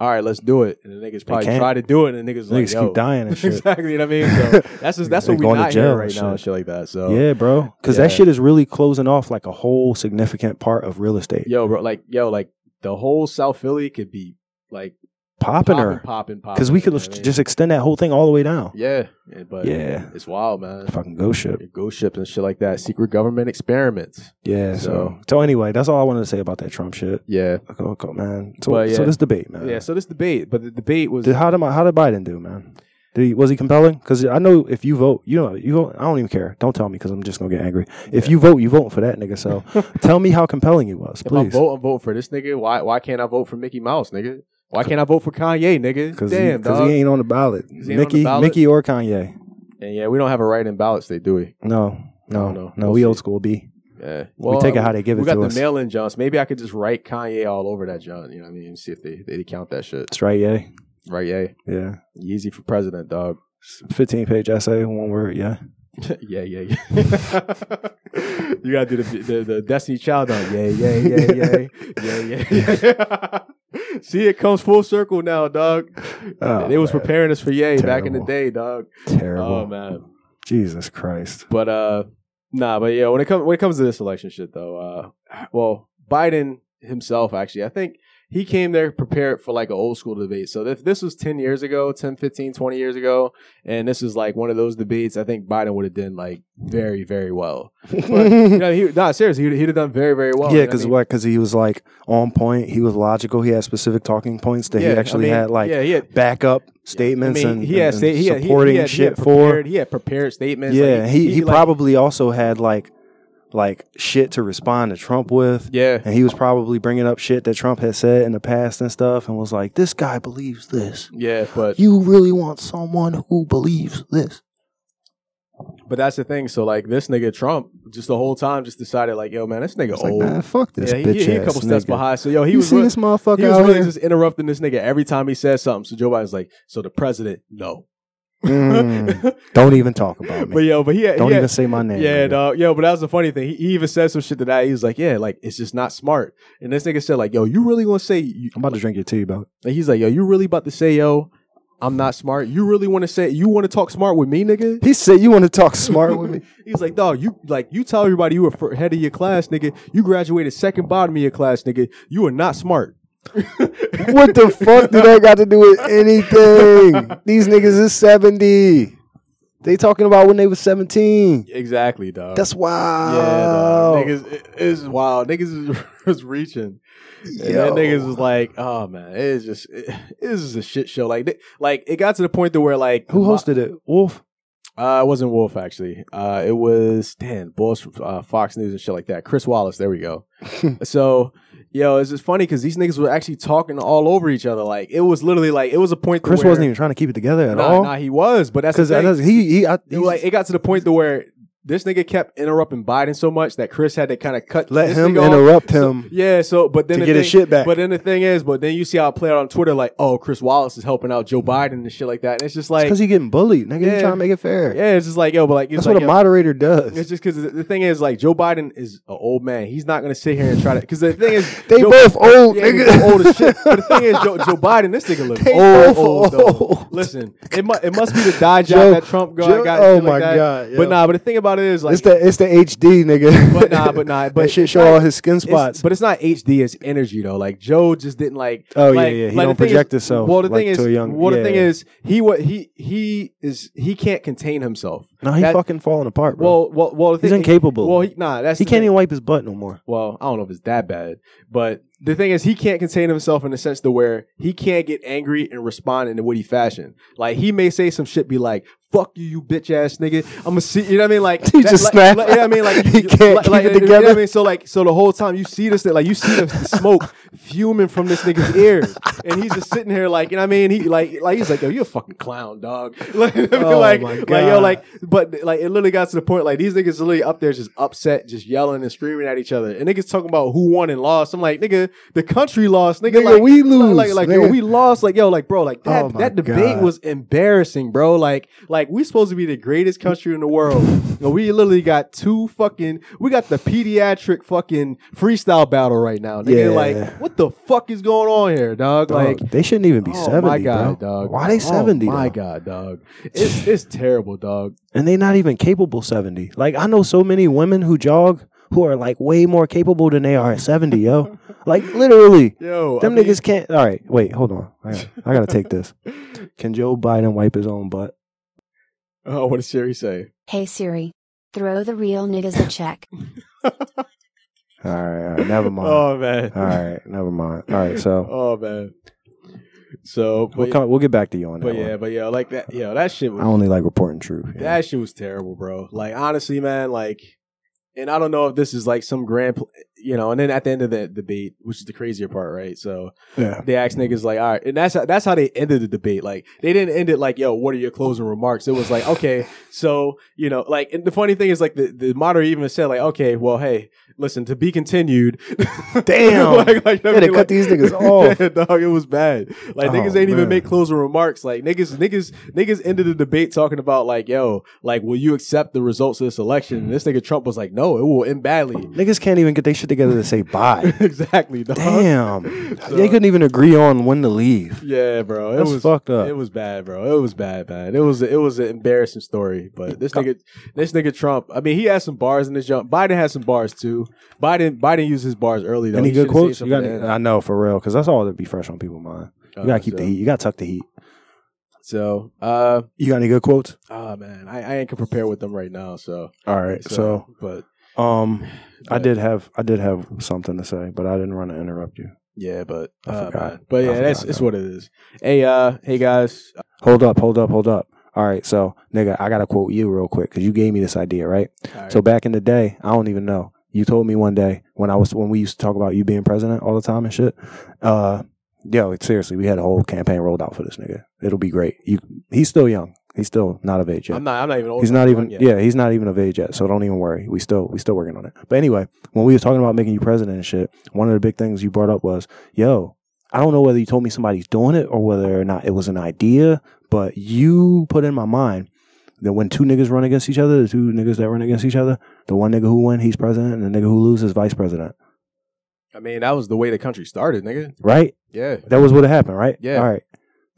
[SPEAKER 1] all right, let's do it, and the niggas probably
[SPEAKER 3] can't.
[SPEAKER 1] try to do it, and the niggas,
[SPEAKER 3] it.
[SPEAKER 1] like,
[SPEAKER 3] Niggas
[SPEAKER 1] yo, [laughs]
[SPEAKER 3] keep dying [laughs] and shit.
[SPEAKER 1] exactly, you know what I mean?
[SPEAKER 3] [laughs]
[SPEAKER 1] So that's just that's
[SPEAKER 3] They
[SPEAKER 1] what we
[SPEAKER 3] going to
[SPEAKER 1] not
[SPEAKER 3] jail
[SPEAKER 1] hearing
[SPEAKER 3] and
[SPEAKER 1] right now and
[SPEAKER 3] shit.
[SPEAKER 1] shit like that. So
[SPEAKER 3] yeah, bro. Because that
[SPEAKER 1] [laughs] Yeah.
[SPEAKER 3] shit is really closing off like a whole significant part of real estate.
[SPEAKER 1] yo, bro, like, yo, like the whole South Philly could be like
[SPEAKER 3] Popping
[SPEAKER 1] popping,
[SPEAKER 3] her.
[SPEAKER 1] popping, popping,
[SPEAKER 3] Because we could
[SPEAKER 1] you know what I mean?
[SPEAKER 3] just extend that whole thing all the way down.
[SPEAKER 1] yeah, yeah, but
[SPEAKER 3] Yeah.
[SPEAKER 1] it's wild, man.
[SPEAKER 3] Fucking ghost ship.
[SPEAKER 1] Ghost ships and shit like that, secret government experiments.
[SPEAKER 3] Yeah. So.
[SPEAKER 1] So-
[SPEAKER 3] so anyway, that's all I wanted to say about that Trump shit.
[SPEAKER 1] Yeah,
[SPEAKER 3] Okay, okay, man. So,
[SPEAKER 1] But,
[SPEAKER 3] so
[SPEAKER 1] yeah.
[SPEAKER 3] this debate, man.
[SPEAKER 1] yeah. So this debate, but the debate was
[SPEAKER 3] Did, how did my, how did Biden do, man? Did he, was he compelling? Because I know if you vote, you know you vote. I don't even care. Don't tell me because I'm just gonna get angry. If you vote, you vote for that
[SPEAKER 1] [laughs]
[SPEAKER 3] nigga. So tell me how compelling he was,
[SPEAKER 1] If I
[SPEAKER 3] please.
[SPEAKER 1] vote, I'm voting for this nigga. Why why can't I vote for Mickey Mouse, nigga? Why can't I vote for Kanye, nigga?
[SPEAKER 3] Because he,
[SPEAKER 1] Damn,
[SPEAKER 3] 'cause
[SPEAKER 1] dog.
[SPEAKER 3] he ain't on the ballot.
[SPEAKER 1] He ain't on the
[SPEAKER 3] Mickey,
[SPEAKER 1] ballot.
[SPEAKER 3] Mickey or Kanye?
[SPEAKER 1] and yeah, we don't have a write in ballot state, do we?
[SPEAKER 3] No, no,
[SPEAKER 1] don't
[SPEAKER 3] no.
[SPEAKER 1] know. We'll
[SPEAKER 3] we
[SPEAKER 1] see.
[SPEAKER 3] old school B.
[SPEAKER 1] Yeah.
[SPEAKER 3] take it
[SPEAKER 1] I-
[SPEAKER 3] how they give
[SPEAKER 1] we
[SPEAKER 3] it
[SPEAKER 1] got
[SPEAKER 3] to
[SPEAKER 1] the
[SPEAKER 3] us.
[SPEAKER 1] mail in Johns. Maybe I could just write Kanye all over that John. You know what I mean? See if they, they count that shit.
[SPEAKER 3] That's right. Yeah,
[SPEAKER 1] Right, yay.
[SPEAKER 3] yeah.
[SPEAKER 1] Yeezy for president, dog. [laughs]
[SPEAKER 3] Fifteen page essay, one word. Yeah.
[SPEAKER 1] yeah, yeah, [laughs] yeah. you gotta do the, the the Destiny Child on. Yeah, yeah, yeah,
[SPEAKER 3] [laughs]
[SPEAKER 1] yeah, yeah, yeah. yeah. [laughs] See, it comes full circle now, dog.
[SPEAKER 3] Oh,
[SPEAKER 1] they was
[SPEAKER 3] man.
[SPEAKER 1] preparing us for Yay back in the
[SPEAKER 3] Terrible.
[SPEAKER 1] day, dog.
[SPEAKER 3] Terrible.
[SPEAKER 1] Oh man.
[SPEAKER 3] Jesus Christ. [laughs]
[SPEAKER 1] But uh nah, but yeah, when it comes when it comes to this election shit though, uh [sighs] well, Biden himself actually, I think he came there prepared for like an old school debate. So if this was 10 years ago, 10, 15, 20 years ago, and this is like one of those debates, I think Biden would have done like very, very [laughs]
[SPEAKER 3] [laughs]
[SPEAKER 1] well. You know, he, nah, seriously, he'd, he'd have done very, very well. You know
[SPEAKER 3] yeah,
[SPEAKER 1] what I
[SPEAKER 3] because
[SPEAKER 1] mean?
[SPEAKER 3] what? Because he was like on point. He was logical. He had specific talking points that
[SPEAKER 1] Yeah, I
[SPEAKER 3] he actually
[SPEAKER 1] mean,
[SPEAKER 3] had like
[SPEAKER 1] yeah, he had,
[SPEAKER 3] backup
[SPEAKER 1] I mean,
[SPEAKER 3] statements and,
[SPEAKER 1] he had,
[SPEAKER 3] and-
[SPEAKER 1] sta-
[SPEAKER 3] and
[SPEAKER 1] he had- he- he
[SPEAKER 3] supporting
[SPEAKER 1] had- he had
[SPEAKER 3] shit
[SPEAKER 1] prepared,
[SPEAKER 3] for.
[SPEAKER 1] He had prepared statements.
[SPEAKER 3] Yeah,
[SPEAKER 1] like,
[SPEAKER 3] he, he,
[SPEAKER 1] like,
[SPEAKER 3] probably also had like like shit to respond to Trump with.
[SPEAKER 1] Yeah.
[SPEAKER 3] And he was probably bringing up shit that Trump had said in the past and stuff and was like, this guy believes this.
[SPEAKER 1] Yeah, but
[SPEAKER 3] You really want someone who believes this.
[SPEAKER 1] but that's the thing. So like this nigga Trump just the whole time just decided like, yo man, this nigga
[SPEAKER 3] It's like,
[SPEAKER 1] old.
[SPEAKER 3] man, fuck this
[SPEAKER 1] Oh. yeah, he,
[SPEAKER 3] bitch
[SPEAKER 1] he, he a couple steps behind. So yo, he
[SPEAKER 3] you
[SPEAKER 1] was
[SPEAKER 3] see
[SPEAKER 1] real-
[SPEAKER 3] this motherfucker
[SPEAKER 1] he was
[SPEAKER 3] out
[SPEAKER 1] really
[SPEAKER 3] here?
[SPEAKER 1] just interrupting this nigga every time he said something. So Joe Biden's like, so the president, no.
[SPEAKER 3] [laughs] Mm,
[SPEAKER 1] [laughs]
[SPEAKER 3] don't even talk about
[SPEAKER 1] But
[SPEAKER 3] me.
[SPEAKER 1] yo, but he
[SPEAKER 3] Don't
[SPEAKER 1] he
[SPEAKER 3] even say my name.
[SPEAKER 1] Yeah,
[SPEAKER 3] nigga.
[SPEAKER 1] dog. Yo, but that was the funny thing. He, he even said some shit to that. He was like, "Yeah, like it's just not smart." And this nigga said, "Like, yo, you really gonna say?" You,
[SPEAKER 3] I'm about to drink your tea, bro.
[SPEAKER 1] like, he's like, "Yo, you really about to say, yo, I'm not smart? You really want to say you want to talk smart with me, nigga?"
[SPEAKER 3] He said, "You want to talk smart
[SPEAKER 1] [laughs]
[SPEAKER 3] with me?"
[SPEAKER 1] He's like, "Dog, you like you tell everybody you were fir- head of your class, nigga. You graduated second bottom of your class, nigga. You are not smart."
[SPEAKER 3] What the fuck do that got to do with anything? These niggas is seventy. They talking about when they was seventeen.
[SPEAKER 1] Exactly, dog.
[SPEAKER 3] That's
[SPEAKER 1] yeah,
[SPEAKER 3] wow.
[SPEAKER 1] dog. niggas. It, it's wild. Niggas is, [laughs] was reaching. And then
[SPEAKER 3] Yo.
[SPEAKER 1] niggas was like, "Oh man, it's just it, it's just a shit show." Like, th- like it got to the point to where like
[SPEAKER 3] Who
[SPEAKER 1] my-
[SPEAKER 3] hosted it? Wolf.
[SPEAKER 1] Uh, it wasn't Wolf actually. Uh, it was Dan Bulls from uh, Fox News and shit like that. Chris Wallace. There we
[SPEAKER 3] [laughs]
[SPEAKER 1] go. so, yo, it's just funny because these niggas were actually talking all over each other. Like it was literally like it was a point.
[SPEAKER 3] Chris
[SPEAKER 1] to where,
[SPEAKER 3] wasn't even trying to keep it together at
[SPEAKER 1] nah,
[SPEAKER 3] all.
[SPEAKER 1] Nah, he was, but that's the
[SPEAKER 3] Because
[SPEAKER 1] thing.
[SPEAKER 3] he he I,
[SPEAKER 1] It, like it got to the point to where this nigga kept interrupting Biden so much that Chris had to kind of cut
[SPEAKER 3] let
[SPEAKER 1] this
[SPEAKER 3] him
[SPEAKER 1] nigga off.
[SPEAKER 3] interrupt
[SPEAKER 1] oh, So-
[SPEAKER 3] him.
[SPEAKER 1] yeah, so but then
[SPEAKER 3] to
[SPEAKER 1] the
[SPEAKER 3] get
[SPEAKER 1] thing,
[SPEAKER 3] his shit back.
[SPEAKER 1] But then the thing is, but then you see how it played out on Twitter, like, oh, Chris Wallace is helping out Joe Biden and shit like that. And it's just like,
[SPEAKER 3] Because he getting bullied, nigga.
[SPEAKER 1] Yeah.
[SPEAKER 3] He trying to make it fair.
[SPEAKER 1] yeah, it's just like, yo, but like, it's
[SPEAKER 3] That's
[SPEAKER 1] like,
[SPEAKER 3] what
[SPEAKER 1] yo,
[SPEAKER 3] a moderator does.
[SPEAKER 1] it's just because the thing is, like, Joe Biden is an old man. He's not gonna sit here and try to. Because the thing is,
[SPEAKER 3] [laughs] they
[SPEAKER 1] Joe,
[SPEAKER 3] both old,
[SPEAKER 1] yeah, he's
[SPEAKER 3] nigga.
[SPEAKER 1] old as shit. But the thing is,
[SPEAKER 3] [laughs]
[SPEAKER 1] Joe, Joe Biden, this nigga look
[SPEAKER 3] They
[SPEAKER 1] old,
[SPEAKER 3] both
[SPEAKER 1] old, though.
[SPEAKER 3] old.
[SPEAKER 1] Listen, it must it must be the dye job
[SPEAKER 3] Joe-
[SPEAKER 1] that Trump guy
[SPEAKER 3] Joe-
[SPEAKER 1] got.
[SPEAKER 3] oh
[SPEAKER 1] shit like
[SPEAKER 3] my
[SPEAKER 1] that.
[SPEAKER 3] God,
[SPEAKER 1] But
[SPEAKER 3] yo.
[SPEAKER 1] nah, but the thing about it is, like,
[SPEAKER 3] [laughs] it's the it's the HD, nigga.
[SPEAKER 1] But nah, but nah, but
[SPEAKER 3] [laughs] that shit show
[SPEAKER 1] like,
[SPEAKER 3] all his skin
[SPEAKER 1] It's-
[SPEAKER 3] spots.
[SPEAKER 1] but it's not HD. It's energy though. Like Joe just didn't like.
[SPEAKER 3] Oh, yeah,
[SPEAKER 1] like-
[SPEAKER 3] yeah, he
[SPEAKER 1] like, the
[SPEAKER 3] don't
[SPEAKER 1] thing
[SPEAKER 3] project
[SPEAKER 1] is,
[SPEAKER 3] himself,
[SPEAKER 1] Well, the
[SPEAKER 3] like,
[SPEAKER 1] thing is,
[SPEAKER 3] to a young-
[SPEAKER 1] well, the
[SPEAKER 3] yeah,
[SPEAKER 1] thing
[SPEAKER 3] yeah.
[SPEAKER 1] is, he what he he is he can't contain himself.
[SPEAKER 3] no, he
[SPEAKER 1] that-
[SPEAKER 3] fucking falling apart, bro.
[SPEAKER 1] Well, well, well, the
[SPEAKER 3] He's
[SPEAKER 1] thing,
[SPEAKER 3] incapable.
[SPEAKER 1] Well, he, nah, that's
[SPEAKER 3] he
[SPEAKER 1] the
[SPEAKER 3] can't
[SPEAKER 1] thing.
[SPEAKER 3] even wipe his butt no more.
[SPEAKER 1] Well, I don't know if it's that bad, but the thing is, he can't contain himself in the sense to where he can't get angry and respond in a witty fashion. Like he may say some shit, be like. Fuck you, you bitch ass nigga. I'm gonna see. You know what I mean? Like
[SPEAKER 3] [laughs] He just
[SPEAKER 1] like,
[SPEAKER 3] snapped.
[SPEAKER 1] Like, you know what I mean? Like
[SPEAKER 3] [laughs] He
[SPEAKER 1] you-
[SPEAKER 3] can't
[SPEAKER 1] like,
[SPEAKER 3] keep
[SPEAKER 1] like,
[SPEAKER 3] it
[SPEAKER 1] You know what I
[SPEAKER 3] together.
[SPEAKER 1] mean? So like, so the whole time you see this, thing, like you see the, the smoke fuming from this nigga's ears, and he's just sitting here, like you know what I mean? He like, like he's like, yo, you a fucking clown, dog. [laughs] Like, I mean,
[SPEAKER 3] Oh,
[SPEAKER 1] like,
[SPEAKER 3] my
[SPEAKER 1] like, yo,
[SPEAKER 3] God.
[SPEAKER 1] like, but like, it literally got to the point, like these niggas literally up there just upset, just yelling and screaming at each other, and niggas talking about who won and lost. I'm like, nigga, the country lost, nigga.
[SPEAKER 3] Nigga,
[SPEAKER 1] like,
[SPEAKER 3] we lose,
[SPEAKER 1] like, like, yo,
[SPEAKER 3] nigga.
[SPEAKER 1] we lost, like, yo, like, bro, like that,
[SPEAKER 3] Oh, my
[SPEAKER 1] that debate
[SPEAKER 3] God.
[SPEAKER 1] was embarrassing, bro. Like, like we supposed to be the greatest country in the
[SPEAKER 3] [laughs]
[SPEAKER 1] world. And we literally got two fucking. We got the pediatric fucking freestyle battle right now, nigga.
[SPEAKER 3] Yeah.
[SPEAKER 1] Like, what the fuck is going on here, dog?
[SPEAKER 3] Dog,
[SPEAKER 1] Like,
[SPEAKER 3] they shouldn't even be
[SPEAKER 1] oh
[SPEAKER 3] seventy,
[SPEAKER 1] my god,
[SPEAKER 3] bro.
[SPEAKER 1] dog.
[SPEAKER 3] Why they seventy?
[SPEAKER 1] Oh my
[SPEAKER 3] though?
[SPEAKER 1] god, dog. It's it's terrible, dog.
[SPEAKER 3] and they not even capable 70 like i know so many women who jog who are like way more capable than they are at 70
[SPEAKER 1] [laughs]
[SPEAKER 3] yo like literally
[SPEAKER 1] Yo,
[SPEAKER 3] them
[SPEAKER 1] I mean,
[SPEAKER 3] niggas can't all right wait hold on i gotta, I gotta take
[SPEAKER 1] [laughs]
[SPEAKER 3] this can joe biden wipe his own butt
[SPEAKER 1] Oh, what did Sherry say?
[SPEAKER 2] Hey Siri, throw the real niggas a check.
[SPEAKER 3] all right, all right never mind
[SPEAKER 1] Oh man.
[SPEAKER 3] all right never mind all right so
[SPEAKER 1] Oh man. So, but,
[SPEAKER 3] we'll, come, we'll get back to you on that
[SPEAKER 1] but
[SPEAKER 3] one.
[SPEAKER 1] yeah, but yeah, like that. Yo, that shit was
[SPEAKER 3] i only like reporting truth yeah.
[SPEAKER 1] That shit was terrible, bro. Like honestly, man, like and I don't know if this is like some grand pl- you know, and then at the end of the debate, which is the crazier part, right? So [laughs]
[SPEAKER 3] yeah
[SPEAKER 1] they asked niggas like, all right, and that's that's how they ended the debate. Like they didn't end it like, yo, what are your closing remarks? It was like, okay, so you know, like and the funny thing is like the, the moderator even said, like, okay, well, hey, listen, to be continued. [laughs]
[SPEAKER 3] Damn.
[SPEAKER 1] like,
[SPEAKER 3] They had to
[SPEAKER 1] [laughs]
[SPEAKER 3] cut these niggas off.
[SPEAKER 1] Yeah, dog, it was bad. Like
[SPEAKER 3] Oh,
[SPEAKER 1] niggas ain't even
[SPEAKER 3] man.
[SPEAKER 1] make closing remarks. Like niggas, niggas, niggas ended the debate talking about like, yo, like, will you accept the results of this election? And this nigga Trump was like, no, it will end badly. [laughs]
[SPEAKER 3] niggas can't even get their shit together to say bye
[SPEAKER 1] exactly, dog.
[SPEAKER 3] damn
[SPEAKER 1] So-
[SPEAKER 3] they couldn't even agree on when to leave
[SPEAKER 1] Yeah, bro. It
[SPEAKER 3] That's
[SPEAKER 1] was
[SPEAKER 3] fucked up.
[SPEAKER 1] It was bad, bro. It was bad, bad. It was it was an embarrassing story. But this nigga, this nigga Trump. I mean, he had some bars in his jump. Biden had some bars too. Biden Biden used his bars early though.
[SPEAKER 3] Any
[SPEAKER 1] He
[SPEAKER 3] good
[SPEAKER 1] should've saved
[SPEAKER 3] quotes?
[SPEAKER 1] some
[SPEAKER 3] You got?
[SPEAKER 1] for the end.
[SPEAKER 3] I know for real, because that's all that be fresh on people's mind. You gotta keep
[SPEAKER 1] so,
[SPEAKER 3] the heat. You gotta tuck the heat.
[SPEAKER 1] So, uh,
[SPEAKER 3] You got any good quotes?
[SPEAKER 1] oh man, I, I ain't can prepare with them right now. So,
[SPEAKER 3] All right. So,
[SPEAKER 1] but
[SPEAKER 3] um, I
[SPEAKER 1] but-
[SPEAKER 3] did have I did have something to say, but I didn't want to interrupt you.
[SPEAKER 1] Yeah, but
[SPEAKER 3] I
[SPEAKER 1] uh,
[SPEAKER 3] forgot.
[SPEAKER 1] man. But
[SPEAKER 3] I
[SPEAKER 1] yeah, that's
[SPEAKER 3] forgot,
[SPEAKER 1] it's
[SPEAKER 3] no.
[SPEAKER 1] what it is. Hey, uh, hey guys.
[SPEAKER 3] Hold up, hold up, hold up. All right, so nigga, I gotta quote you real quick because you gave me this idea, right? So back in the day, I don't even know. You told me one day when I was when we used to talk about you being president all the time and shit. Uh, yo, seriously, we had a whole campaign rolled out for this nigga. It'll be great. You, he's still young. He's still not of age yet.
[SPEAKER 1] I'm not. I'm not even. Old
[SPEAKER 3] He's
[SPEAKER 1] enough
[SPEAKER 3] not
[SPEAKER 1] to
[SPEAKER 3] even
[SPEAKER 1] run yet.
[SPEAKER 3] yeah, he's not even of age yet, so don't even worry. We still we still working on it. But anyway, when we was talking about making you president and shit, one of the big things you brought up was, yo, I don't know whether you told me somebody's doing it or whether or not it was an idea, but you put in my mind that when two niggas run against each other, the two niggas that run against each other, the one nigga who win, he's president, and the nigga who loses, vice president.
[SPEAKER 1] I mean, that was the way the country started, nigga.
[SPEAKER 3] Right?
[SPEAKER 1] Yeah.
[SPEAKER 3] That was what happened, right?
[SPEAKER 1] Yeah.
[SPEAKER 3] All right.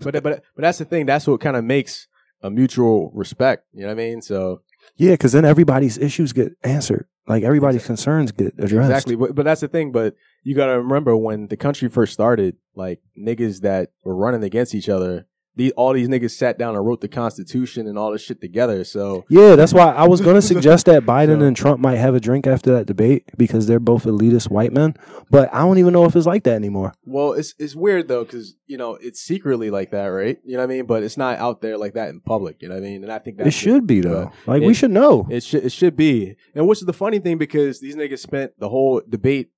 [SPEAKER 1] But but but that's the thing. That's what kind of makes a mutual respect. You know what I mean? So
[SPEAKER 3] Yeah, because then everybody's issues get answered. Like everybody's
[SPEAKER 1] Exactly.
[SPEAKER 3] concerns get addressed.
[SPEAKER 1] exactly. But, but that's the thing. But you got to remember when the country first started, like niggas that were running against each other. These, all these niggas sat down and wrote the Constitution and all this shit together. So
[SPEAKER 3] Yeah, that's why I was going [laughs] to suggest that Biden
[SPEAKER 1] So-
[SPEAKER 3] and Trump might have a drink after that debate because they're both elitist white men. But I don't even know if it's like that anymore.
[SPEAKER 1] Well, it's it's weird though because you know it's secretly like that, right? You know what I mean? But it's not out there like that in public. You know what I mean? And I think that
[SPEAKER 3] it should be though. Like
[SPEAKER 1] it-
[SPEAKER 3] we should know.
[SPEAKER 1] It should it should be. And which is the funny thing because these niggas spent the whole debate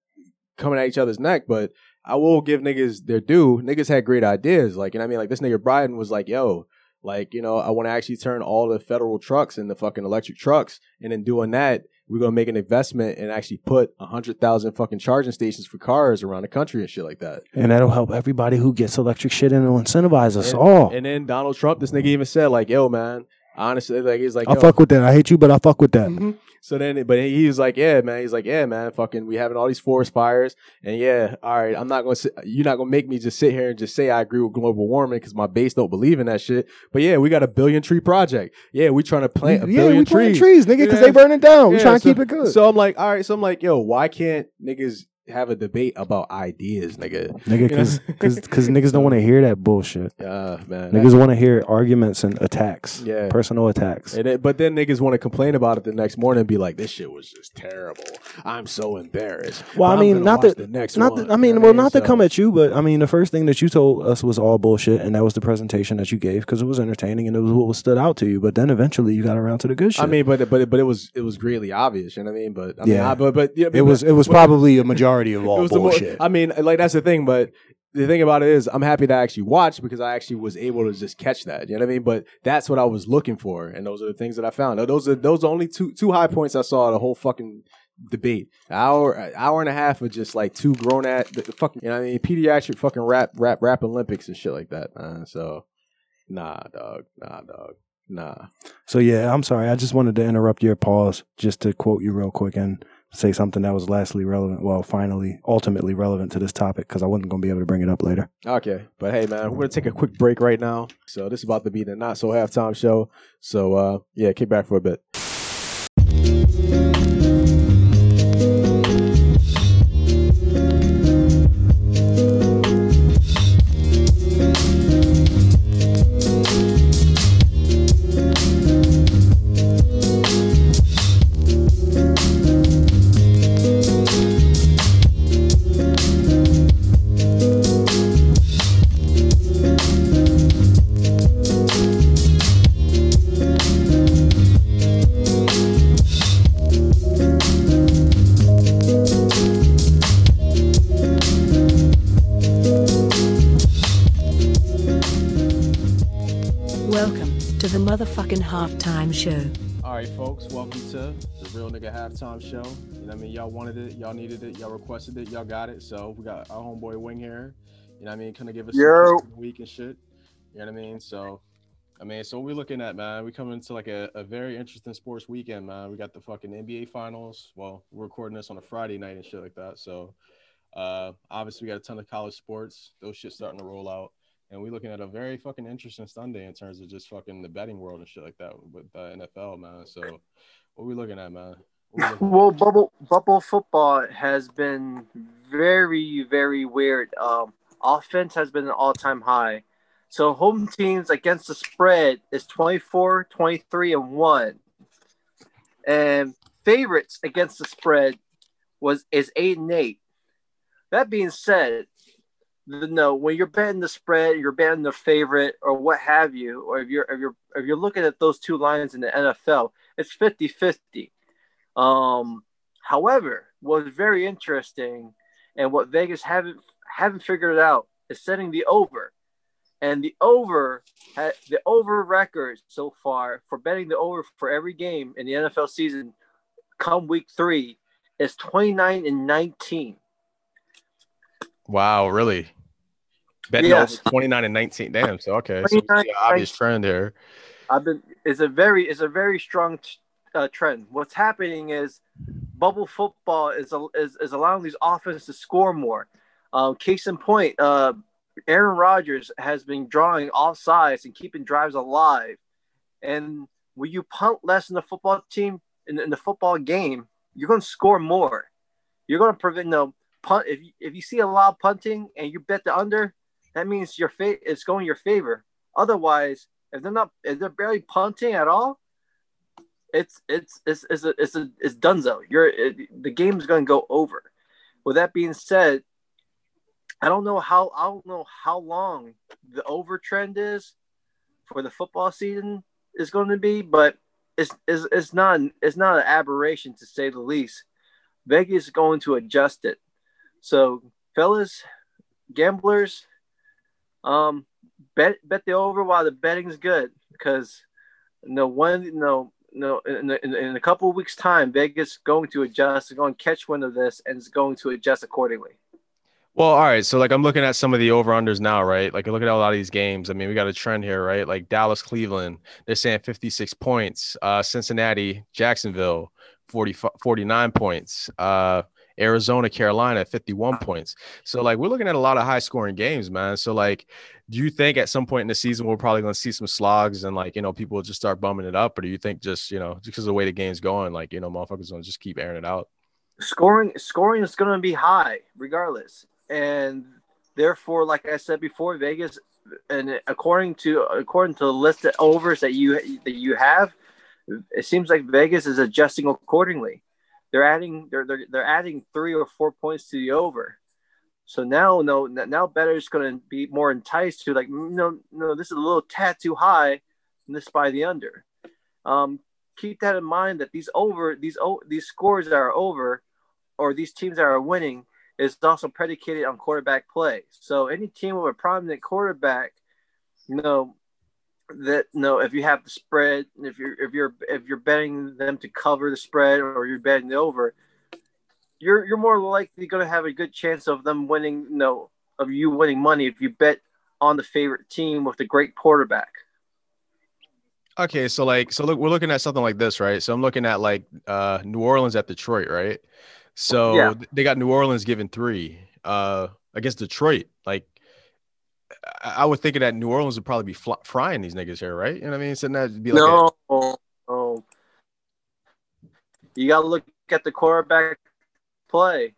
[SPEAKER 1] coming at each other's neck, but I will give niggas their due. Niggas had great ideas. Like, you know what I mean? Like this nigga Biden was like, yo, like, you know, I want to actually turn all the federal trucks into fucking electric trucks. And in doing that, we're gonna make an investment and actually put a hundred thousand fucking charging stations for cars around the country and shit like that.
[SPEAKER 3] and that'll help everybody who gets electric shit and it'll incentivize us
[SPEAKER 1] Yeah.
[SPEAKER 3] all.
[SPEAKER 1] And then Donald Trump, this nigga even said, like, yo, man, honestly, like, he's like,
[SPEAKER 3] I
[SPEAKER 1] yo.
[SPEAKER 3] fuck with that. I hate you, but I fuck with that.
[SPEAKER 1] Mhm. So then, but he was like, yeah, man. He's like, yeah, man, fucking, we having all these forest fires. And yeah, all right, I'm not going to, you're not going to make me just sit here and just say I agree with global warming because my base don't believe in that shit. But yeah, we got a billion tree project. Yeah, we trying to plant a
[SPEAKER 3] yeah,
[SPEAKER 1] billion
[SPEAKER 3] we
[SPEAKER 1] trees.
[SPEAKER 3] planting trees, nigga, because
[SPEAKER 1] Yeah.
[SPEAKER 3] they burning down. we
[SPEAKER 1] Yeah,
[SPEAKER 3] trying to
[SPEAKER 1] so-
[SPEAKER 3] keep it good.
[SPEAKER 1] So I'm like, all right, so I'm like, yo, why can't niggas have a debate about ideas, nigga?
[SPEAKER 3] nigga, because because niggas don't want to hear that
[SPEAKER 1] [laughs]
[SPEAKER 3] bullshit.
[SPEAKER 1] Uh, man.
[SPEAKER 3] Niggas want to hear arguments and attacks,
[SPEAKER 1] Yeah.
[SPEAKER 3] personal attacks.
[SPEAKER 1] And it, but then niggas want to complain about it the next morning and be like, "This shit was just terrible. I'm so embarrassed."
[SPEAKER 3] Well,
[SPEAKER 1] But
[SPEAKER 3] I
[SPEAKER 1] I'm
[SPEAKER 3] mean,
[SPEAKER 1] gonna
[SPEAKER 3] not
[SPEAKER 1] watch
[SPEAKER 3] that,
[SPEAKER 1] the next
[SPEAKER 3] not
[SPEAKER 1] one.
[SPEAKER 3] that, I mean,
[SPEAKER 1] You know what
[SPEAKER 3] well, not to
[SPEAKER 1] So-
[SPEAKER 3] come at you, but I mean, the first thing that you told us was all bullshit, and that was the presentation that you gave because it was entertaining and it was what was stood out to you. But then eventually, you got around to the good shit.
[SPEAKER 1] I mean, but but but it was it was greatly obvious. You know what I mean? But I mean,
[SPEAKER 3] Yeah.
[SPEAKER 1] I, but but yeah,
[SPEAKER 3] it was it was probably a majority of
[SPEAKER 1] it
[SPEAKER 3] all
[SPEAKER 1] was the mo-
[SPEAKER 3] bullshit.
[SPEAKER 1] I mean, like that's the thing. But the thing about it is, I'm happy to actually watch because I actually was able to just catch that. You know what I mean? But that's what I was looking for, and those are the things that I found. Those are those are only two two high points I saw the whole fucking debate. An hour an hour and a half of just like two grown at the fucking you know what I mean pediatric fucking rap rap rap Olympics and shit like that. Man. So nah, dog, nah, dog, nah.
[SPEAKER 3] so yeah, I'm sorry. I just wanted to interrupt your pause just to quote you real quick and say something that was lastly relevant. Well, finally, ultimately relevant to this topic because I wasn't going to be able to bring it up later.
[SPEAKER 1] Okay, but hey, man, we're gonna take a quick break right now. So this is about to be the not so halftime show. So uh, yeah, kick back for a bit.
[SPEAKER 4] Welcome to the motherfucking halftime show.
[SPEAKER 1] All right, folks, welcome to the Real Nigga Halftime Show. You know what I mean? Y'all wanted it, y'all needed it, y'all requested it, y'all got it. So we got our homeboy Wing here. You know what I mean? Kinda give us some
[SPEAKER 5] Yo.
[SPEAKER 1] picks of the week and shit. You know what I mean? So I mean, so what we looking at, man? We coming into like a, a very interesting sports weekend, man. We got the fucking NBA finals. Well, we're recording this on a Friday night and shit like that. So uh obviously we got a ton of college sports. Those shit starting to roll out. And we looking at a very fucking interesting Sunday in terms of just fucking the betting world and shit like that with the NFL, man. So what we looking at, man? What we looking at?
[SPEAKER 5] Well, bubble bubble football has been very very weird. Um, offense has been an all time high. So home teams against the spread is 24, 23, and one, and favorites against the spread was is eight and eight. That being said, the- no, when you're betting the spread, you're betting the favorite or what have you, or if you're if you're if you're looking at those two lines in the NFL, it's 50-50. Um, however, what's very interesting and what Vegas haven't haven't figured out is setting the over. And the over ha- the over record so far for betting the over for every game in the NFL season come week 3 is 29 and 19.
[SPEAKER 1] Wow, really? Betting
[SPEAKER 5] Yes.
[SPEAKER 1] over 29 and 19. Damn, so okay. So we see an
[SPEAKER 5] 29,
[SPEAKER 1] obvious trend there.
[SPEAKER 5] I've been it's a very it's a very strong t- uh, trend. What's happening is bubble football is a, is is allowing these offenses to score more. Um, case in point, uh, Aaron Rodgers has been drawing offsides and keeping drives alive. And when you punt less in the football team in, in the football game, you're going to score more. You're going to prevent no punt if you, if you see a lot of punting and you bet the under, that means your fa- it's going your favor. Otherwise, if they're not if they're barely punting at all, it's it's it's it's a, it's, a, it's dunzo. You're it, the game's going to go over. With that being said, I don't know how I don't know how long the over trend is for the football season is going to be, but it's, it's it's not it's not an aberration to say the least. Vegas is going to adjust it. So, fellas, gamblers, um, bet bet the over while the betting's good because no one no no in, in, in a couple of weeks time Vegas going to adjust is going to catch wind of this and is going to adjust accordingly.
[SPEAKER 1] Well, all right. So, like, I'm looking at some of the over unders now, right? Like, look at a lot of these games. I mean, we got a trend here, right? Like Dallas, Cleveland, they're saying 56 points. Uh, Cincinnati, Jacksonville, 40, 49 points. Uh, Arizona, Carolina, 51 points. So, like, we're looking at a lot of high scoring games, man. So, like, do you think at some point in the season we're probably going to see some slogs and, like, you know, people will just start bumming it up? Or do you think just, you know, just because of the way the game's going, like, you know, motherfuckers going to just keep airing it out?
[SPEAKER 5] scoring scoring is going to be high regardless and therefore like i said before vegas and according to according to the list of overs that you that you have it seems like vegas is adjusting accordingly they're adding they're they're, they're adding three or four points to the over so now no now better is going to be more enticed to like "Mm, no no this is a little tad too high and this by the under um keep that in mind that these over these o these scores that are over or these teams that are winning is also predicated on quarterback play. So any team with a prominent quarterback, you know, that no, if you have the spread, if you're if you're if you're betting them to cover the spread or you're betting the over, you're you're more likely going to have a good chance of them winning. You know, of you winning money if you bet on the favorite team with a great quarterback.
[SPEAKER 1] Okay, so like, so look, we're looking at something like this, right? So I'm looking at like uh New Orleans at Detroit, right? So
[SPEAKER 5] Yeah.
[SPEAKER 1] th- they got New Orleans given three uh against Detroit. Like, I, I would think that New Orleans would probably be fl- frying these niggas here, right? You know what I mean? So that'd be like, a-
[SPEAKER 5] no, no. you got to look at the quarterback play.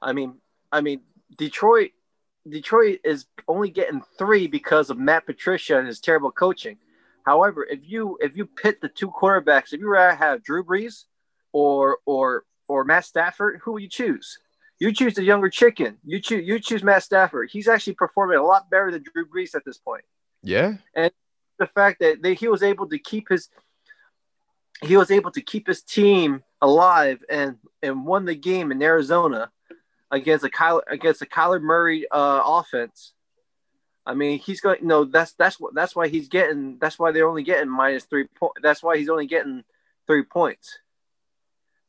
[SPEAKER 5] I mean, I mean, Detroit, Detroit is only getting three because of Matt Patricia and his terrible coaching. However, if you if you pit the two quarterbacks, if you rather have Drew Brees or or or Matt Stafford, who will you choose? You choose the younger chicken. You choose you choose Matt Stafford. He's actually performing a lot better than Drew Brees at this point
[SPEAKER 1] yeah,
[SPEAKER 5] the fact that they, he was able to keep his he was able to keep his team alive and and won the game in Arizona against a Kyler against a Kyler Murray uh, offense. I mean, he's going. No, that's that's what that's why he's getting. That's why they're only getting minus three point. That's why he's only getting three points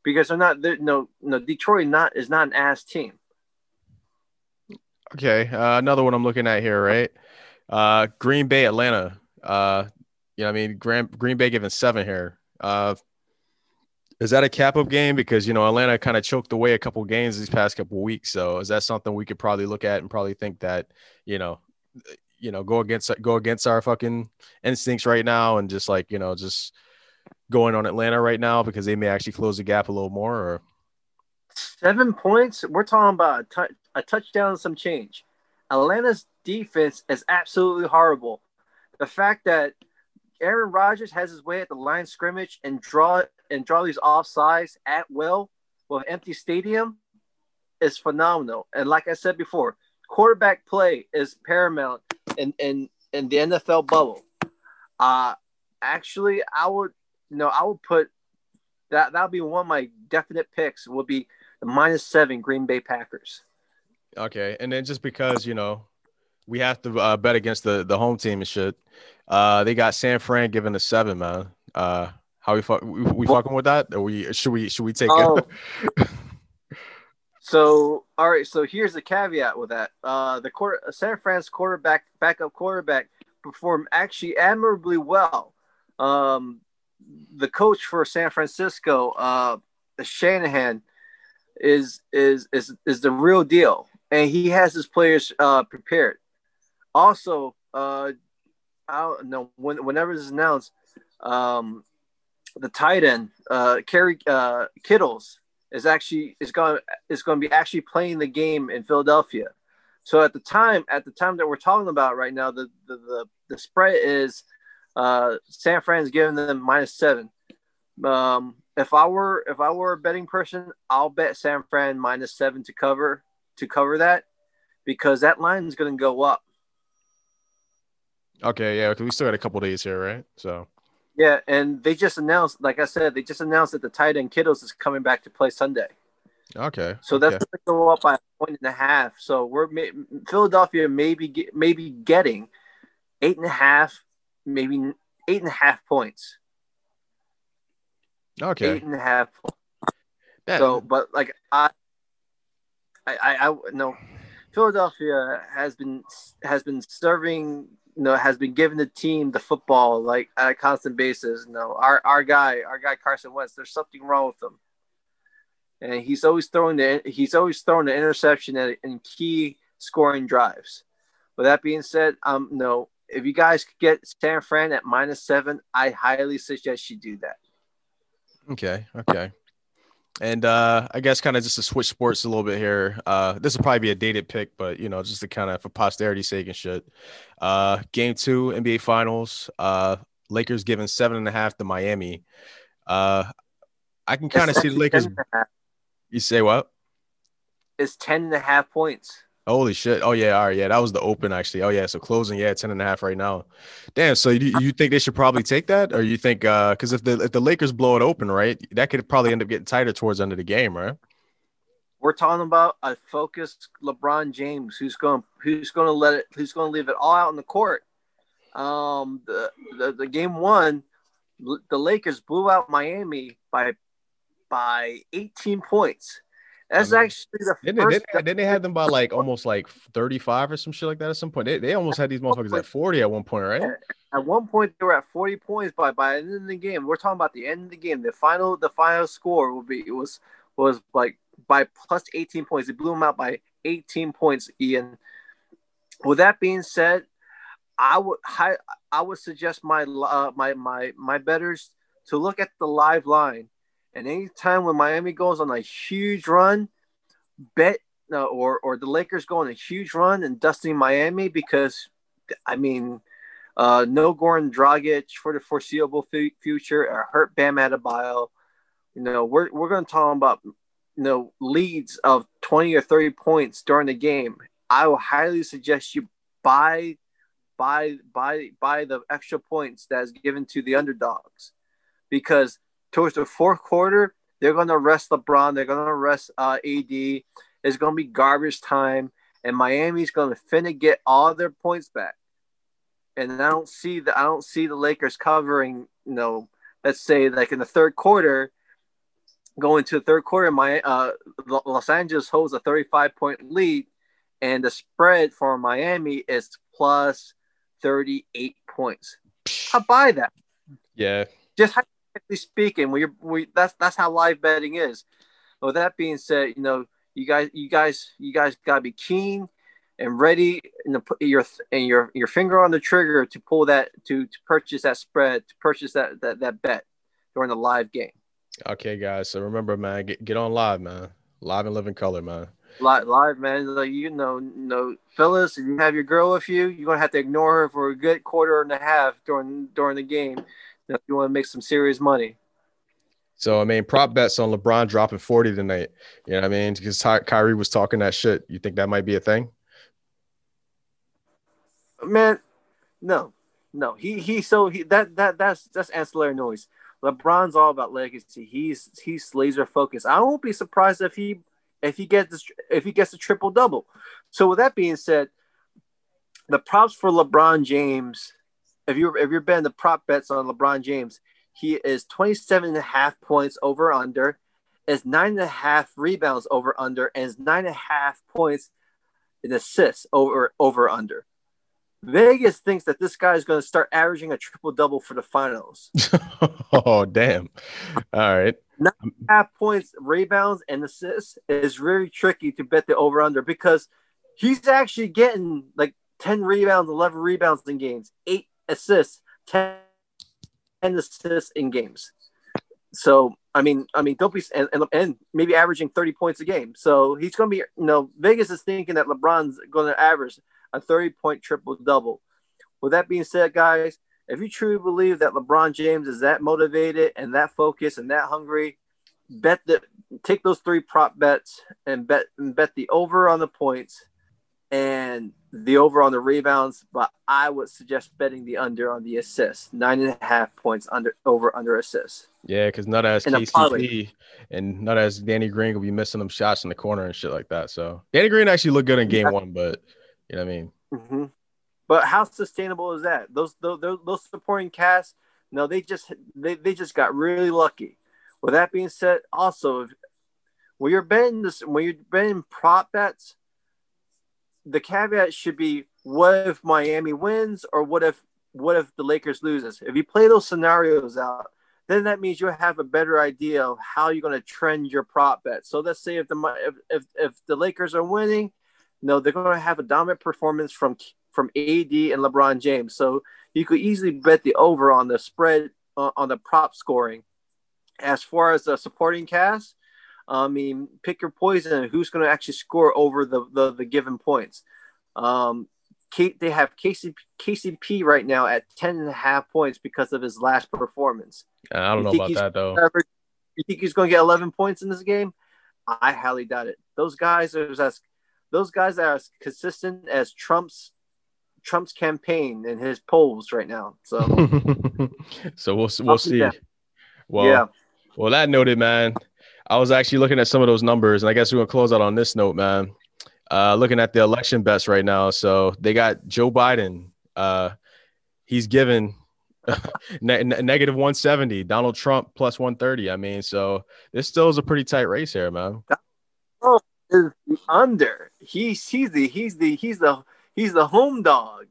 [SPEAKER 5] because they're not. They're, no, no, Detroit not is not an ass team.
[SPEAKER 1] okay. Uh, another one I'm looking at here, right? Uh, Green Bay, Atlanta. Uh, you know, what I mean, Grand, Green Bay given seven here. Uh, is that a cap up game? Because you know Atlanta kind of choked away a couple games these past couple weeks. So is that something we could probably look at and probably think that you know, you know, go against go against our fucking instincts right now and just like you know just going on Atlanta right now because they may actually close the gap a little more. Or
[SPEAKER 5] Seven points. We're talking about a, tou- a touchdown and some change. Atlanta's defense is absolutely horrible. The fact that Aaron Rodgers has his way at the line scrimmage and draw and draw these offsides at will with empty stadium is phenomenal. And like I said before, quarterback play is paramount in in, in the NFL bubble. Uh actually I would no, I would put that that would be one of my definite picks would be the minus seven Green Bay Packers.
[SPEAKER 1] Okay, and then just because you know we have to uh, bet against the the home team and shit, uh, they got San Fran giving a seven, man. Uh, how we fuck? We, we fucking with that? Or we should we should we take?
[SPEAKER 5] Oh.
[SPEAKER 1] it?
[SPEAKER 5] So, all right. So here's the caveat with that: uh, the quarter, San Fran's quarterback, backup quarterback, performed actually admirably well. Um, the coach for San Francisco, uh, Shanahan, is is is is the real deal, and he has his players uh, prepared. Also, uh, I don't know when, whenever this is announced, um, the tight end, uh, Kerry uh, Kittles, is actually is going is going to be actually playing the game in Philadelphia. So at the time at the time that we're talking about right now, the the the, the spread is uh, San Fran's giving them minus seven. Um, if I were if I were a betting person, I'll bet San Fran minus seven to cover to cover that because that line is going to go up.
[SPEAKER 1] [laughs] Okay, yeah, 'cause we still got a couple days here, right? So
[SPEAKER 5] Yeah, and they just announced, like I said, they just announced that the tight end Kittles is coming back to play Sunday.
[SPEAKER 1] okay,
[SPEAKER 5] So that's
[SPEAKER 1] okay.
[SPEAKER 5] going to go up by a point and a half. So we're may- Philadelphia maybe get, maybe getting eight and a half, maybe n- eight and a half points.
[SPEAKER 1] okay.
[SPEAKER 5] Eight and a half. Points.
[SPEAKER 1] That-
[SPEAKER 5] So, but like I, I, I, I no, Philadelphia has been has been serving. You know, has been giving the team the football like at a constant basis. You know, our our guy, our guy Carson Wentz, there's something wrong with him, and he's always throwing the he's always throwing the interception at, in key scoring drives. With that being said, um, no, if you guys could get San Fran at minus seven, I highly suggest you do that.
[SPEAKER 1] Okay. Okay. And uh, I guess kind of just to switch sports a little bit here. Uh, this will probably be a dated pick, but you know, just to kind of for posterity's sake and shit. Uh, game two NBA Finals. Uh, Lakers giving seven and a half to Miami. Uh, I can kind of
[SPEAKER 5] It's
[SPEAKER 1] see the Lakers.
[SPEAKER 5] actually [laughs] 10 and a half.
[SPEAKER 1] You say what?
[SPEAKER 5] It's ten and a half points.
[SPEAKER 1] Holy shit! Oh yeah, all right, yeah, that was the open actually. Oh yeah, so closing, yeah, ten and a half right now. Damn. So you you think they should probably take that, or you think uh, because if the if the Lakers blow it open, right, that could probably end up getting tighter towards the end of the game, right?
[SPEAKER 5] We're talking about a focused LeBron James who's going who's going to let it who's going to leave it all out on the court. Um, the the, the game one, l- the Lakers blew out Miami by by 18 points. That's
[SPEAKER 1] I mean,
[SPEAKER 5] actually the
[SPEAKER 1] Didn't they,
[SPEAKER 5] 1st
[SPEAKER 1] didn't, they- didn't they had them by like almost like 35 or some shit like that at some point? They, they almost had these motherfuckers at 40 at one point, right?
[SPEAKER 5] At one point, they were at 40 points by by the end of the game. We're talking about the end of the game. The final the final score will be it was was like by plus 18 points. They blew them out by 18 points. Ian. With that being said, I would I, I would suggest my uh, my my my betters to look at the live line, and anytime when Miami goes on a huge run, bet uh, or or the Lakers go on a huge run and dusting Miami because I mean uh, no Goran Dragic for the foreseeable fu- future, or hurt Bam Adebayo. You know, we're we're going to talk about you know leads of twenty or thirty points during the game. I will highly suggest you buy, buy, buy, buy the extra points that is given to the underdogs, because towards the fourth quarter they're going to rest LeBron, they're going to rest uh, AD. It's going to be garbage time, and Miami's going to finna get all their points back and I don't see the I don't see the Lakers covering. You know, let's say like in the third quarter, going to the third quarter, my uh, Lo- Los Angeles holds a 35 point lead, and the spread for Miami is plus 38 points. I buy that.
[SPEAKER 1] Yeah.
[SPEAKER 5] Just hypothetically speaking, we we that's that's how live betting is. With that being said, you know you guys you guys you guys gotta be keen and ready and to put your and your your finger on the trigger to pull that to to purchase that spread to purchase that that, that bet during the live game
[SPEAKER 1] Okay, guys. So remember, man, get, get on live, man. Live and live in color, man.
[SPEAKER 5] live, live man like you know no Phyllis if you have your girl with you you're gonna have to ignore her for a good quarter and a half during during the game if you want to make some serious money
[SPEAKER 1] So, I mean, prop bets on LeBron dropping 40 tonight. You know what I mean? Because Ty- Kyrie was talking that shit. You think that might be a thing? [laughs]
[SPEAKER 5] man, no, no. He he. So he that that that's that's ancillary noise. LeBron's all about legacy. He's he's laser focused. I won't be surprised if he if he gets this, if he gets a triple double. So with that being said, the props for LeBron James. If you if you're betting the prop bets on LeBron James, he is 27 and a half points over under, is nine and a half rebounds over under, and is nine and a half points in assists over over under. Vegas thinks that this guy is going to start averaging a triple double for the finals.
[SPEAKER 1] oh damn! All right.
[SPEAKER 5] half points, rebounds, and assists is really tricky to bet the over under because he's actually getting like 10 rebounds, 11 rebounds in games, eight assists, 10, 10 assists in games. So, I mean, I mean, don't be and, and, and maybe averaging 30 points a game. So he's going to be, you know, Vegas is thinking that LeBron's going to average a 30 point triple double. With that being said, guys, if you truly believe that LeBron James is that motivated and that focused and that hungry, bet that take those three prop bets and bet and bet the over on the points and the over on the rebounds. But I would suggest betting the under on the assists, nine and a half points under over under assists.
[SPEAKER 1] Yeah, because nut ass
[SPEAKER 5] In a
[SPEAKER 1] KCP
[SPEAKER 5] parlay.
[SPEAKER 1] and nut ass Danny Green will be missing them shots in the corner and shit like that. So Danny Green actually looked good in game
[SPEAKER 5] Yeah.
[SPEAKER 1] one, but you know what I mean.
[SPEAKER 5] hmm But how sustainable is that? Those those those, those supporting casts, no, they just they, they just got really lucky. With that being said, also if, when you're betting this, when you're betting prop bets, the caveat should be: what if Miami wins, or what if what if the Lakers loses? If you play those scenarios out, then that means you'll have a better idea of how you're going to trend your prop bet. So let's say if the Mi- if if, if the Lakers are winning, no, they're going to have a dominant performance from from AD and LeBron James. So you could easily bet the over on the spread uh, on the prop scoring. As far as the supporting cast, I mean, pick your poison. Who's going to actually score over the the, the given points? Um, Kate, they have KCP, KCP right now at 10 and a half points because of his last performance.
[SPEAKER 1] I don't
[SPEAKER 5] You
[SPEAKER 1] know
[SPEAKER 5] think
[SPEAKER 1] about
[SPEAKER 5] he's-
[SPEAKER 1] that though.
[SPEAKER 5] Average- You think he's going to get 11 points in this game? I highly doubt it. Those guys are as those guys are as consistent as Trump's Trump's campaign and his polls right now. So
[SPEAKER 1] [laughs] so we'll s- we'll
[SPEAKER 5] Up and
[SPEAKER 1] see.
[SPEAKER 5] down.
[SPEAKER 1] Well,
[SPEAKER 5] yeah,
[SPEAKER 1] well, that noted, man. I was actually looking at some of those numbers, and I guess we're gonna close out on this note, man. Uh, looking at the election bets right now, so they got Joe Biden. Uh, he's given [laughs] ne- ne- negative one seventy. Donald Trump plus one thirty. I mean, so this still is a pretty tight race here, man.
[SPEAKER 5] is the under. He's he's the he's the he's the he's the home dog.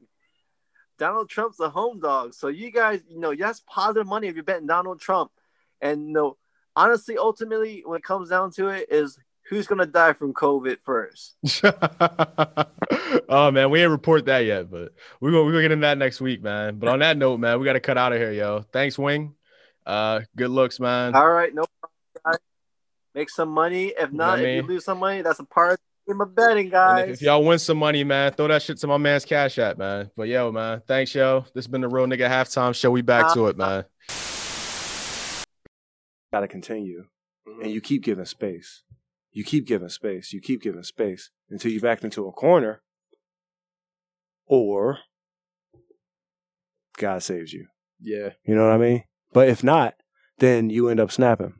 [SPEAKER 5] Donald Trump's the home dog. So you guys, you know, that's positive money if you're betting Donald Trump. And no, honestly, ultimately, when it comes down to it, is who's gonna die from COVID first.
[SPEAKER 1] [laughs] oh man, we ain't report that yet, but we will we gonna get in that next week, man. But on that note, man, we gotta cut out of here, yo. Thanks, Wing. Uh, good looks, man.
[SPEAKER 5] All right, no problem, guys. Make some money. If
[SPEAKER 1] You know what
[SPEAKER 5] not,
[SPEAKER 1] I
[SPEAKER 5] if
[SPEAKER 1] mean?
[SPEAKER 5] you lose some money, that's a part of the game of betting,
[SPEAKER 1] And if-
[SPEAKER 5] guys.
[SPEAKER 1] if y'all win some money, man, throw that shit to my man's cash app, man. But yo, man, thanks, yo. This has been the real nigga halftime show. We back to it, man.
[SPEAKER 3] Got to continue.
[SPEAKER 1] Mm-hmm.
[SPEAKER 3] And you keep giving space. You keep giving space. You keep giving space until you backed into a corner or God saves you.
[SPEAKER 1] Yeah.
[SPEAKER 3] You know what I mean? But if not, then you end up snapping.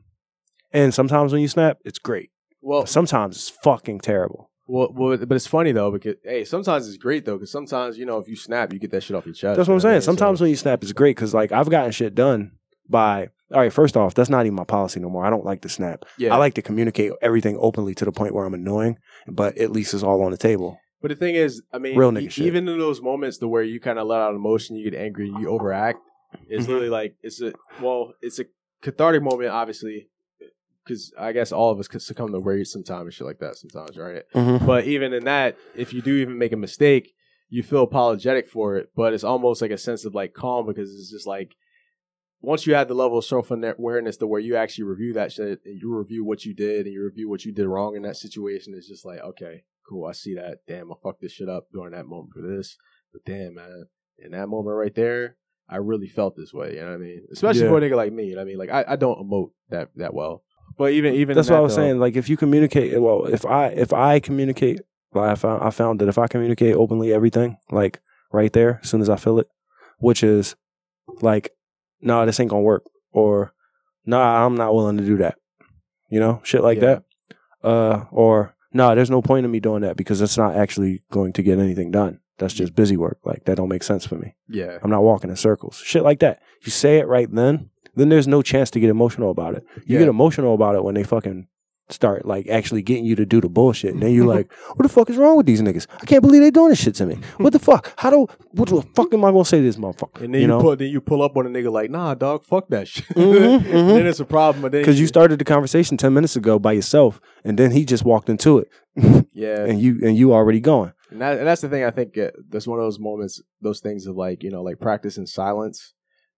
[SPEAKER 3] And sometimes when you snap, it's great.
[SPEAKER 1] Well,
[SPEAKER 3] But sometimes it's fucking terrible.
[SPEAKER 1] well, well, but it's funny though because hey, sometimes it's great though because sometimes you know if you snap, you get that shit off your chest.
[SPEAKER 3] That's what I'm
[SPEAKER 1] you know I
[SPEAKER 3] saying.
[SPEAKER 1] mean?
[SPEAKER 3] Sometimes
[SPEAKER 1] So-
[SPEAKER 3] when you snap, it's great because like I've gotten shit done by all right. First off, that's not even my policy no more. I don't like to snap.
[SPEAKER 1] yeah.
[SPEAKER 3] I like to communicate everything openly to the point where I'm annoying, but at least it's all on the table.
[SPEAKER 1] But the thing is, I mean,
[SPEAKER 3] Real nigga
[SPEAKER 1] e-
[SPEAKER 3] shit.
[SPEAKER 1] even in those moments to where you kind of let out emotion, you get angry, you overact, it's
[SPEAKER 3] Mhm.
[SPEAKER 1] really like it's a well, it's a cathartic moment, obviously, because I guess all of us could succumb to rage sometimes and shit like that sometimes, right?
[SPEAKER 6] Mm-hmm.
[SPEAKER 1] But even in that, if you do even make a mistake, you feel apologetic for it, but it's almost like a sense of like calm because it's just like once you have the level of self awareness to where you actually review that shit and you review what you did and you review what you did wrong in that situation, it's just like, okay, cool, I see that. Damn, I fucked this shit up during that moment for this. But damn, man, in that moment right there, I really felt this way. You know what I mean? Especially
[SPEAKER 3] Yeah.
[SPEAKER 1] for a nigga like me. You know what I mean? Like I, I don't emote that that well. But even even in
[SPEAKER 3] That's what
[SPEAKER 1] that,
[SPEAKER 3] I was
[SPEAKER 1] though-
[SPEAKER 3] saying. Like if you communicate, well, if I if I communicate, well, I found I found that if I communicate openly everything, like right there as soon as I feel it, which is like, no, nah, this ain't gonna work, or nah, I'm not willing to do that. You know, shit like
[SPEAKER 6] Yeah.
[SPEAKER 3] that. Uh, or nah, there's no point in me doing that because that's not actually going to get anything done. That's just busy work. Like that don't make sense for me.
[SPEAKER 6] Yeah.
[SPEAKER 3] I'm not walking in circles. Shit like that. You say it right then, then there's no chance to get emotional about it. You
[SPEAKER 6] Yeah.
[SPEAKER 3] get emotional about it when they fucking start like actually getting you to do the bullshit. And then you're
[SPEAKER 6] [laughs]
[SPEAKER 3] like, what the fuck is wrong with these niggas? I can't believe they doing this shit to me. What the fuck? How do what the fuck am I gonna say to this motherfucker?
[SPEAKER 6] And then you, pull, then you pull up on a nigga like, nah, dog, fuck that [laughs] shit.
[SPEAKER 3] Mhm, mhm.
[SPEAKER 6] Then it's a problem. But then
[SPEAKER 3] because you started the conversation ten minutes ago by yourself, and then he just walked into it,
[SPEAKER 6] yeah,
[SPEAKER 3] and you and you already going.
[SPEAKER 6] And, that, and that's the thing I think uh, that's one of those moments, those things of like, you know, like practicing silence.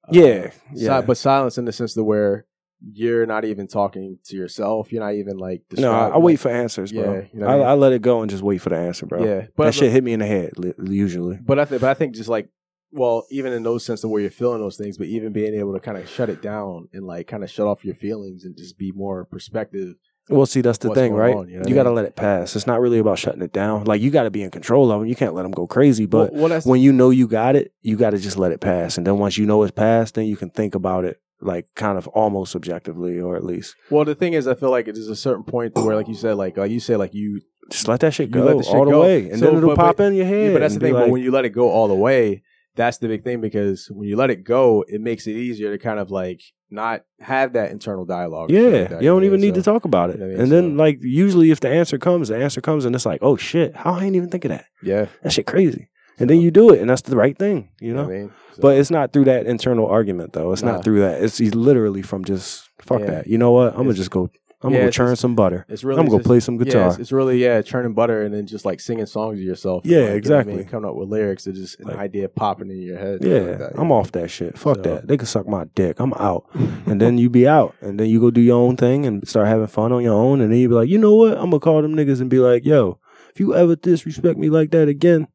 [SPEAKER 6] uh,
[SPEAKER 3] Yeah,
[SPEAKER 6] si-
[SPEAKER 3] yeah.
[SPEAKER 6] but silence in the sense that where you're not even talking to yourself. You're not even like,
[SPEAKER 3] No, I,
[SPEAKER 6] describing,
[SPEAKER 3] I wait
[SPEAKER 6] like-
[SPEAKER 3] for answers, bro.
[SPEAKER 6] Yeah, you know what
[SPEAKER 3] I,
[SPEAKER 6] I mean?
[SPEAKER 3] I let it go and just wait for the answer, bro.
[SPEAKER 6] Yeah.
[SPEAKER 3] that
[SPEAKER 6] But,
[SPEAKER 3] shit hit me in the head li- usually.
[SPEAKER 6] but I think, but I think just like, well, even in those sense of where you're feeling those things, but even being able to kind of shut it down and like kind of shut off your feelings and just be more perspective.
[SPEAKER 3] Well, see, that's the
[SPEAKER 6] what's
[SPEAKER 3] thing,
[SPEAKER 6] going
[SPEAKER 3] right?
[SPEAKER 6] on, you
[SPEAKER 3] you
[SPEAKER 6] know what I
[SPEAKER 3] got to
[SPEAKER 6] mean?
[SPEAKER 3] let it pass. It's not really about shutting it down. Like you got to be in control of them. You can't let them go crazy. But
[SPEAKER 6] well, well, that's,
[SPEAKER 3] when you know you got it, you got to just let it pass. And then once you know it's passed, then you can think about it like kind of almost subjectively, or at least
[SPEAKER 6] well, the thing is, I feel like there's a certain point where, like you said, like, like you said, like you
[SPEAKER 3] just let that shit
[SPEAKER 6] You
[SPEAKER 3] go
[SPEAKER 6] let the shit
[SPEAKER 3] all the
[SPEAKER 6] go.
[SPEAKER 3] way, and
[SPEAKER 6] So,
[SPEAKER 3] then it'll
[SPEAKER 6] but-
[SPEAKER 3] pop
[SPEAKER 6] but-
[SPEAKER 3] in your head.
[SPEAKER 6] Yeah, but that's the
[SPEAKER 3] and be
[SPEAKER 6] thing.
[SPEAKER 3] like-
[SPEAKER 6] but when you let it go all the way, that's the big thing because when you let it go, it makes it easier to kind of like not have that internal dialogue. and shit like
[SPEAKER 3] Yeah,
[SPEAKER 6] that,
[SPEAKER 3] you don't
[SPEAKER 6] know
[SPEAKER 3] even
[SPEAKER 6] what I mean?
[SPEAKER 3] need to
[SPEAKER 6] So-
[SPEAKER 3] talk about it.
[SPEAKER 6] you know what I mean?
[SPEAKER 3] And then,
[SPEAKER 6] So-
[SPEAKER 3] like, usually if the answer comes, the answer comes, and it's like, oh shit, how I ain't even think of that.
[SPEAKER 6] Yeah,
[SPEAKER 3] That shit crazy. And then you do it, and that's the right thing, you know.
[SPEAKER 6] what I mean? So-
[SPEAKER 3] But it's not through that internal argument though. It's
[SPEAKER 6] Nah.
[SPEAKER 3] not through that. It's literally from just fuck
[SPEAKER 6] Yeah.
[SPEAKER 3] that. You know what? I'm gonna
[SPEAKER 6] It's-
[SPEAKER 3] just go. I'm
[SPEAKER 6] yeah,
[SPEAKER 3] gonna go
[SPEAKER 6] it's
[SPEAKER 3] churn
[SPEAKER 6] just-
[SPEAKER 3] some butter.
[SPEAKER 6] it's really
[SPEAKER 3] I'm gonna
[SPEAKER 6] just-
[SPEAKER 3] go play some
[SPEAKER 6] Yeah,
[SPEAKER 3] guitar.
[SPEAKER 6] it's, it's really yeah, churning butter and then just like singing songs to yourself.
[SPEAKER 3] Yeah,
[SPEAKER 6] like, you know what I
[SPEAKER 3] exactly.
[SPEAKER 6] mean? Coming up with lyrics, it's just an
[SPEAKER 3] Like-
[SPEAKER 6] idea popping in your head.
[SPEAKER 3] yeah,
[SPEAKER 6] something like that,
[SPEAKER 3] I'm
[SPEAKER 6] yeah.
[SPEAKER 3] off that shit. Fuck
[SPEAKER 6] So-
[SPEAKER 3] that. They can suck my dick. I'm
[SPEAKER 6] [laughs]
[SPEAKER 3] out. and then you be out, and then you go do your own thing and start having fun on your own. And then you be like, you know what? I'm gonna call them niggas and be like, yo, if you ever disrespect me like that again,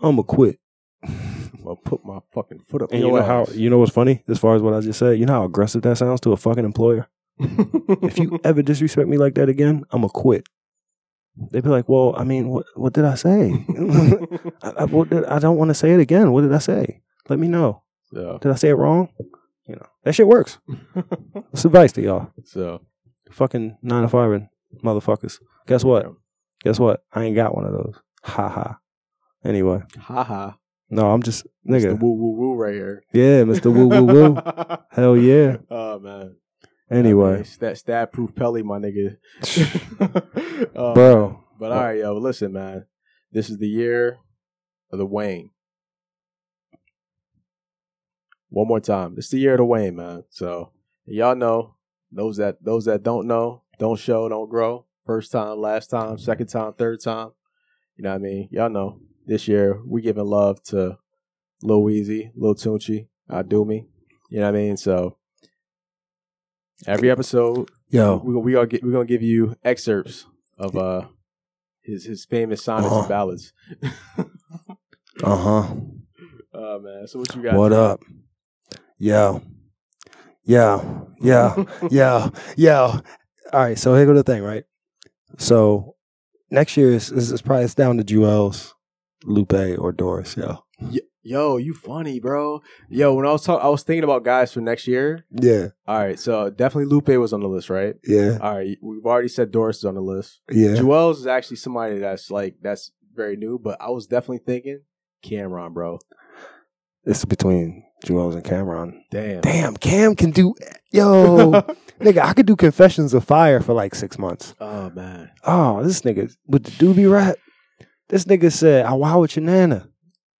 [SPEAKER 3] I'm gonna quit.
[SPEAKER 6] Well, put my fucking foot up.
[SPEAKER 3] And
[SPEAKER 6] your
[SPEAKER 3] you know how?
[SPEAKER 6] ass.
[SPEAKER 3] You know what's funny? As far as what I just said, you know how aggressive that sounds to a fucking employer.
[SPEAKER 6] [laughs]
[SPEAKER 3] if you ever disrespect me like that again, I'm gonna quit. They'd be like, "Well, I mean, what what did I say? [laughs] I, I, what did, I don't want to say it again. What did I say? Let me know.
[SPEAKER 6] so,
[SPEAKER 3] Did I say it wrong? You know that shit works. That's advice to y'all,
[SPEAKER 6] so
[SPEAKER 3] fucking nine to five motherfuckers. Guess what? Guess what? I ain't got one of those. Ha ha. Anyway,
[SPEAKER 6] Ha ha.
[SPEAKER 3] no, I'm just
[SPEAKER 6] It's the
[SPEAKER 3] nigga.
[SPEAKER 6] woo woo woo right here.
[SPEAKER 3] Yeah, Mr. Woo Woo
[SPEAKER 6] [laughs]
[SPEAKER 3] Woo. Hell yeah.
[SPEAKER 6] Oh man.
[SPEAKER 3] Anyway,
[SPEAKER 6] that stab proof Pelly,
[SPEAKER 3] [laughs]
[SPEAKER 6] my nigga. [laughs] Oh,
[SPEAKER 3] bro.
[SPEAKER 6] But all right, yo, listen, man. This is the year of the Wayne. One more time. It's the year of the Wayne, man. So y'all know those that those that don't know, don't show, don't grow. First time, last time, second time, third time. You know what I mean? Y'all know. This year we giving love to Lil Weezy, Lil Tunchi, I do me. You know what I mean? So every episode
[SPEAKER 3] Yo,
[SPEAKER 6] we we are get, we're gonna give you excerpts of uh his his famous sonnets
[SPEAKER 3] Uh-huh.
[SPEAKER 6] and ballads.
[SPEAKER 3] uh huh.
[SPEAKER 6] Oh man, so what you got?
[SPEAKER 3] What up? Yo. Yo.
[SPEAKER 5] [laughs]
[SPEAKER 3] Yo. Yo. Yo. All right. So here go the thing, right? So next year is, is, is probably it's down to Jewels, Lupe, or Doris. Yo.
[SPEAKER 6] Yo, you funny, bro. Yo, when I was talking, I was thinking about guys for next year.
[SPEAKER 3] Yeah.
[SPEAKER 6] All right, so definitely Lupe was on the list, right?
[SPEAKER 3] Yeah.
[SPEAKER 6] All right, we've already said Doris is on the list.
[SPEAKER 3] Yeah.
[SPEAKER 6] Jewels is actually somebody that's like that's very new, but I was definitely thinking Cameron, bro.
[SPEAKER 3] It's between Jewels and Cameron.
[SPEAKER 6] Damn.
[SPEAKER 3] Damn, Cam can do. Yo, nigga, I could do Confessions of Fire for like six months.
[SPEAKER 6] oh man.
[SPEAKER 3] Oh, this nigga with the doobie rap. This nigga said, "I wow with your nana,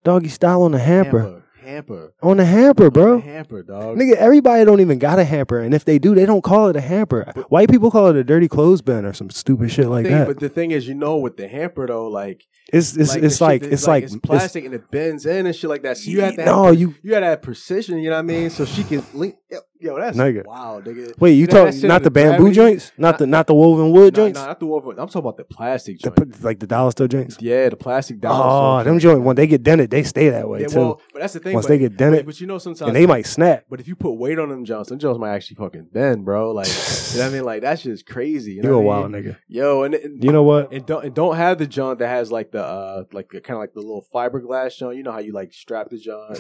[SPEAKER 3] doggy style on the hamper."
[SPEAKER 6] Hamper.
[SPEAKER 3] On the hamper, bro.
[SPEAKER 6] Hamper, dog.
[SPEAKER 3] Nigga, everybody don't even got a hamper, and if they do, they don't call it a hamper. White people call it a dirty clothes bin or some stupid shit like
[SPEAKER 6] thing,
[SPEAKER 3] that.
[SPEAKER 6] But the thing is, you know, with the hamper though, like
[SPEAKER 3] it's it's
[SPEAKER 6] the
[SPEAKER 3] it's
[SPEAKER 6] shit
[SPEAKER 3] like
[SPEAKER 6] that's,
[SPEAKER 3] it's like
[SPEAKER 6] it's plastic and it bends in and shit like that. So you have to have,
[SPEAKER 3] no, you
[SPEAKER 6] you gotta have precision. You know what I mean? So she can link. Yo, that's
[SPEAKER 3] Nigga.
[SPEAKER 6] wow, nigga.
[SPEAKER 3] Wait, you
[SPEAKER 6] That- that
[SPEAKER 3] talking
[SPEAKER 6] shit
[SPEAKER 3] not
[SPEAKER 6] is
[SPEAKER 3] the bamboo
[SPEAKER 6] gravity.
[SPEAKER 3] joints, not,
[SPEAKER 6] Not-
[SPEAKER 3] the not the woven wood
[SPEAKER 6] Nah,
[SPEAKER 3] joints,
[SPEAKER 6] nah, not the wall. I'm talking about the plastic
[SPEAKER 3] The
[SPEAKER 6] joint.
[SPEAKER 3] put- like the dollar store joints.
[SPEAKER 6] yeah, the plastic
[SPEAKER 3] Oh,
[SPEAKER 6] dollar.
[SPEAKER 3] them joints when they get dented, they stay that way
[SPEAKER 6] yeah,
[SPEAKER 3] too.
[SPEAKER 6] well, but that's the thing.
[SPEAKER 3] Once
[SPEAKER 6] but,
[SPEAKER 3] they get dented,
[SPEAKER 6] but, but you know sometimes
[SPEAKER 3] and they might snap.
[SPEAKER 6] But if you put weight on them Jones, them Jones might actually fucking bend, bro. Like, you know what I mean? Like, that's just crazy. You
[SPEAKER 3] You,
[SPEAKER 6] know
[SPEAKER 3] a
[SPEAKER 6] what I
[SPEAKER 3] wild
[SPEAKER 6] mean?
[SPEAKER 3] nigga.
[SPEAKER 6] Yo, and, and,
[SPEAKER 3] You know what?
[SPEAKER 6] and don't and don't have the John that has like the uh like kind of like the little fiberglass John. You know how you like strap the John?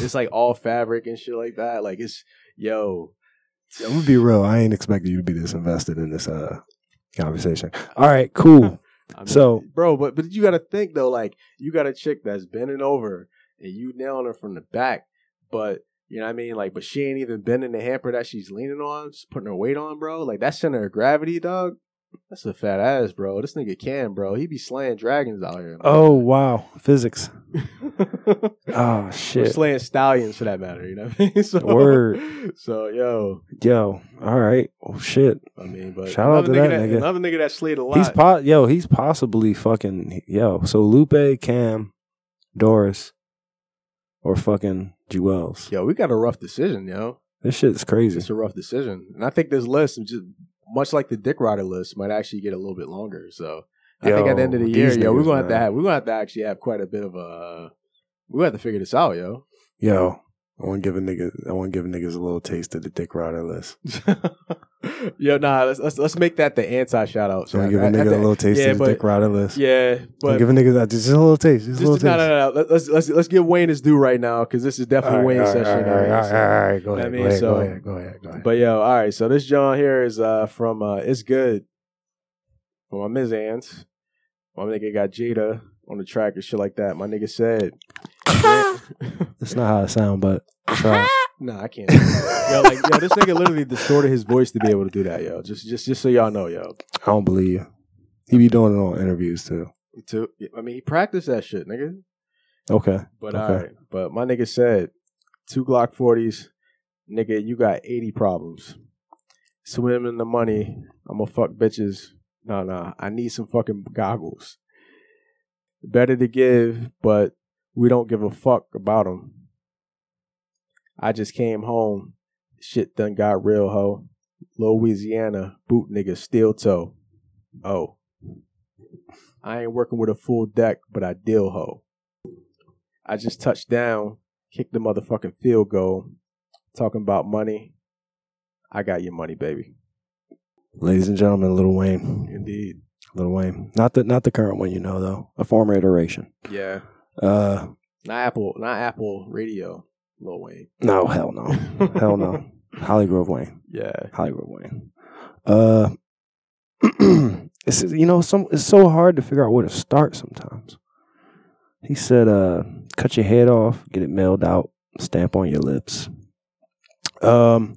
[SPEAKER 6] It's like all fabric and shit like that. Like it's yo.
[SPEAKER 3] I'm gonna be real. I ain't expecting you to be this invested in this uh conversation. All right, cool.
[SPEAKER 6] I mean,
[SPEAKER 3] So-
[SPEAKER 6] bro, but but you got to think though. Like you got a chick that's bending over and you nailing her from the back, but. You know what I mean? Like, but she ain't even bending the hamper that she's leaning on, just putting her weight on, bro. Like that center of gravity, dog. That's a fat ass, bro. This nigga can, bro. He be slaying dragons out here.
[SPEAKER 3] Oh wow, physics.
[SPEAKER 6] Oh,
[SPEAKER 3] Oh
[SPEAKER 6] [laughs] Or
[SPEAKER 3] shit,
[SPEAKER 6] slaying stallions for that matter, you know what I mean? [laughs] So,
[SPEAKER 3] Word.
[SPEAKER 6] So, yo,
[SPEAKER 3] yo. All right. Oh shit.
[SPEAKER 6] I mean, but
[SPEAKER 3] Shout out
[SPEAKER 6] another
[SPEAKER 3] to
[SPEAKER 6] nigga
[SPEAKER 3] that nigga.
[SPEAKER 6] Another nigga that slayed a lot.
[SPEAKER 3] He's po- yo. He's possibly fucking yo. So Lupe, Cam, Doris, or fucking Jewels.
[SPEAKER 6] yo, we got a rough decision, yo.
[SPEAKER 3] This shit's crazy.
[SPEAKER 6] It's a rough decision, and I think this list, is just much like the Dick Rider list, might actually get a little bit longer. So, I think at the end of the
[SPEAKER 3] Yo,
[SPEAKER 6] year,
[SPEAKER 3] these
[SPEAKER 6] yo, we're
[SPEAKER 3] niggas,
[SPEAKER 6] gonna have to
[SPEAKER 3] man.
[SPEAKER 6] have we're gonna have to actually have quite a bit of a. We have to figure this out, yo. [laughs]
[SPEAKER 3] Yo, I want to give a nigga. I want to give niggas a little taste of the Dick Rider list.
[SPEAKER 6] yo, nah, let's, let's let's make that the anti shout out.
[SPEAKER 3] So I give a nigga a little taste
[SPEAKER 6] yeah,
[SPEAKER 3] of the
[SPEAKER 6] but-
[SPEAKER 3] Dick Rider list.
[SPEAKER 6] yeah,
[SPEAKER 3] But,
[SPEAKER 6] but
[SPEAKER 3] give a nigga that just a little taste. Just, a little
[SPEAKER 6] Just,
[SPEAKER 3] taste.
[SPEAKER 6] no, no, no, no. Let- Let's let's let's give Wayne his due right now because this is
[SPEAKER 3] All
[SPEAKER 6] definitely
[SPEAKER 3] right, all
[SPEAKER 6] Wayne's
[SPEAKER 3] right,
[SPEAKER 6] session.
[SPEAKER 3] All right, all
[SPEAKER 6] already,
[SPEAKER 3] right,
[SPEAKER 6] so-
[SPEAKER 3] all right, go
[SPEAKER 6] I
[SPEAKER 3] ahead.
[SPEAKER 6] mean,
[SPEAKER 3] go, ahead
[SPEAKER 6] so-
[SPEAKER 3] go ahead, go ahead, go ahead.
[SPEAKER 6] But yo, all right. So this John here is uh from uh it's good from my Ms. Ants. My nigga got Jada on the track and shit like that. My nigga said, [laughs]
[SPEAKER 3] That's not how it sound, [laughs] but try.
[SPEAKER 6] "Nah, I can't." yo, like yo, this nigga literally distorted his voice to be able to do that, yo. Just just just so y'all know, yo.
[SPEAKER 3] I don't believe you. He be doing it on interviews too.
[SPEAKER 6] To I mean, he practiced that shit, nigga.
[SPEAKER 3] Okay.
[SPEAKER 6] But
[SPEAKER 3] Okay.
[SPEAKER 6] all right. But my nigga said, two Glock 40s, nigga, you got 80 problems. Swim in the money. I'm going to fuck bitches. Nah, nah. I need some fucking goggles. Better to give, but we don't give a fuck about them. I just came home. Shit done got real, ho. Louisiana, boot nigga, steel toe. Oh. I ain't working with a full deck, but I deal, ho. I just touched down, kicked the motherfucking field goal, talking about money. I got your money, baby.
[SPEAKER 3] Ladies and gentlemen, Little Wayne.
[SPEAKER 6] Indeed.
[SPEAKER 3] Little Wayne. Not the not the current one you know though. A former iteration.
[SPEAKER 6] Yeah.
[SPEAKER 3] Uh
[SPEAKER 6] Not Apple, not Apple Radio, Lil Wayne.
[SPEAKER 3] no, hell no. [laughs] hell
[SPEAKER 6] [laughs]
[SPEAKER 3] no. Hollygrove Wayne.
[SPEAKER 6] Yeah.
[SPEAKER 3] Hollygrove Wayne. Uh [clears throat] it's you know, some it's so hard to figure out where to start sometimes. He said, uh, cut your head off, get it mailed out, stamp on your lips. Um,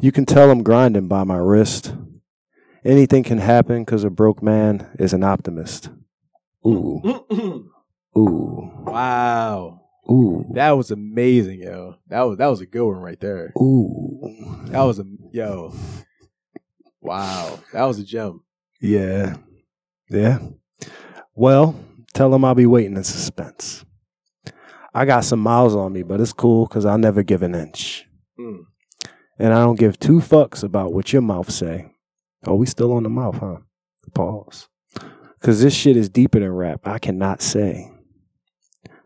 [SPEAKER 3] you can tell I'm grinding by my wrist. Anything can happen because a broke man is an optimist. Ooh, ooh,
[SPEAKER 6] wow.
[SPEAKER 3] ooh,
[SPEAKER 6] That was amazing, yo. That was that was a good one right there.
[SPEAKER 3] ooh.
[SPEAKER 6] That was a yo. Wow. That was a gem.
[SPEAKER 3] Yeah. Yeah. Well, tell him I'll be waiting in suspense. I got some miles on me, but it's cool because I'll never give an inch. [laughs]
[SPEAKER 6] Mm.
[SPEAKER 3] And I don't give two fucks about what your mouth say. Oh, we still on the mouth, huh? Pause. Because this shit is deeper than rap. I cannot say.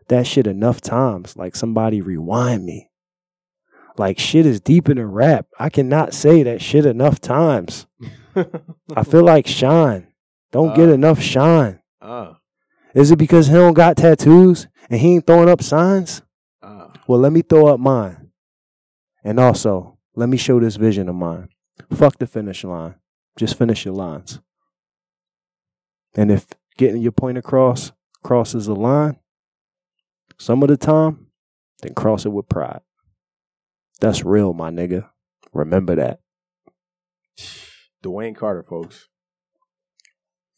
[SPEAKER 3] That shit enough times, like somebody rewind me. Like shit is deeper than rap. I cannot say that shit enough times. I feel like Shine. Don't get
[SPEAKER 6] Uh.
[SPEAKER 3] enough shine.
[SPEAKER 6] uh,
[SPEAKER 3] Is it because he don't got tattoos and he ain't throwing up signs?
[SPEAKER 6] uh.
[SPEAKER 3] Well, let me throw up mine. And also, let me show this vision of mine. Fuck the finish line. Just finish your lines. And if getting your point across crosses the line some of the time, then cross it with pride. That's real, my nigga. Remember that.
[SPEAKER 6] Dwayne Carter, folks.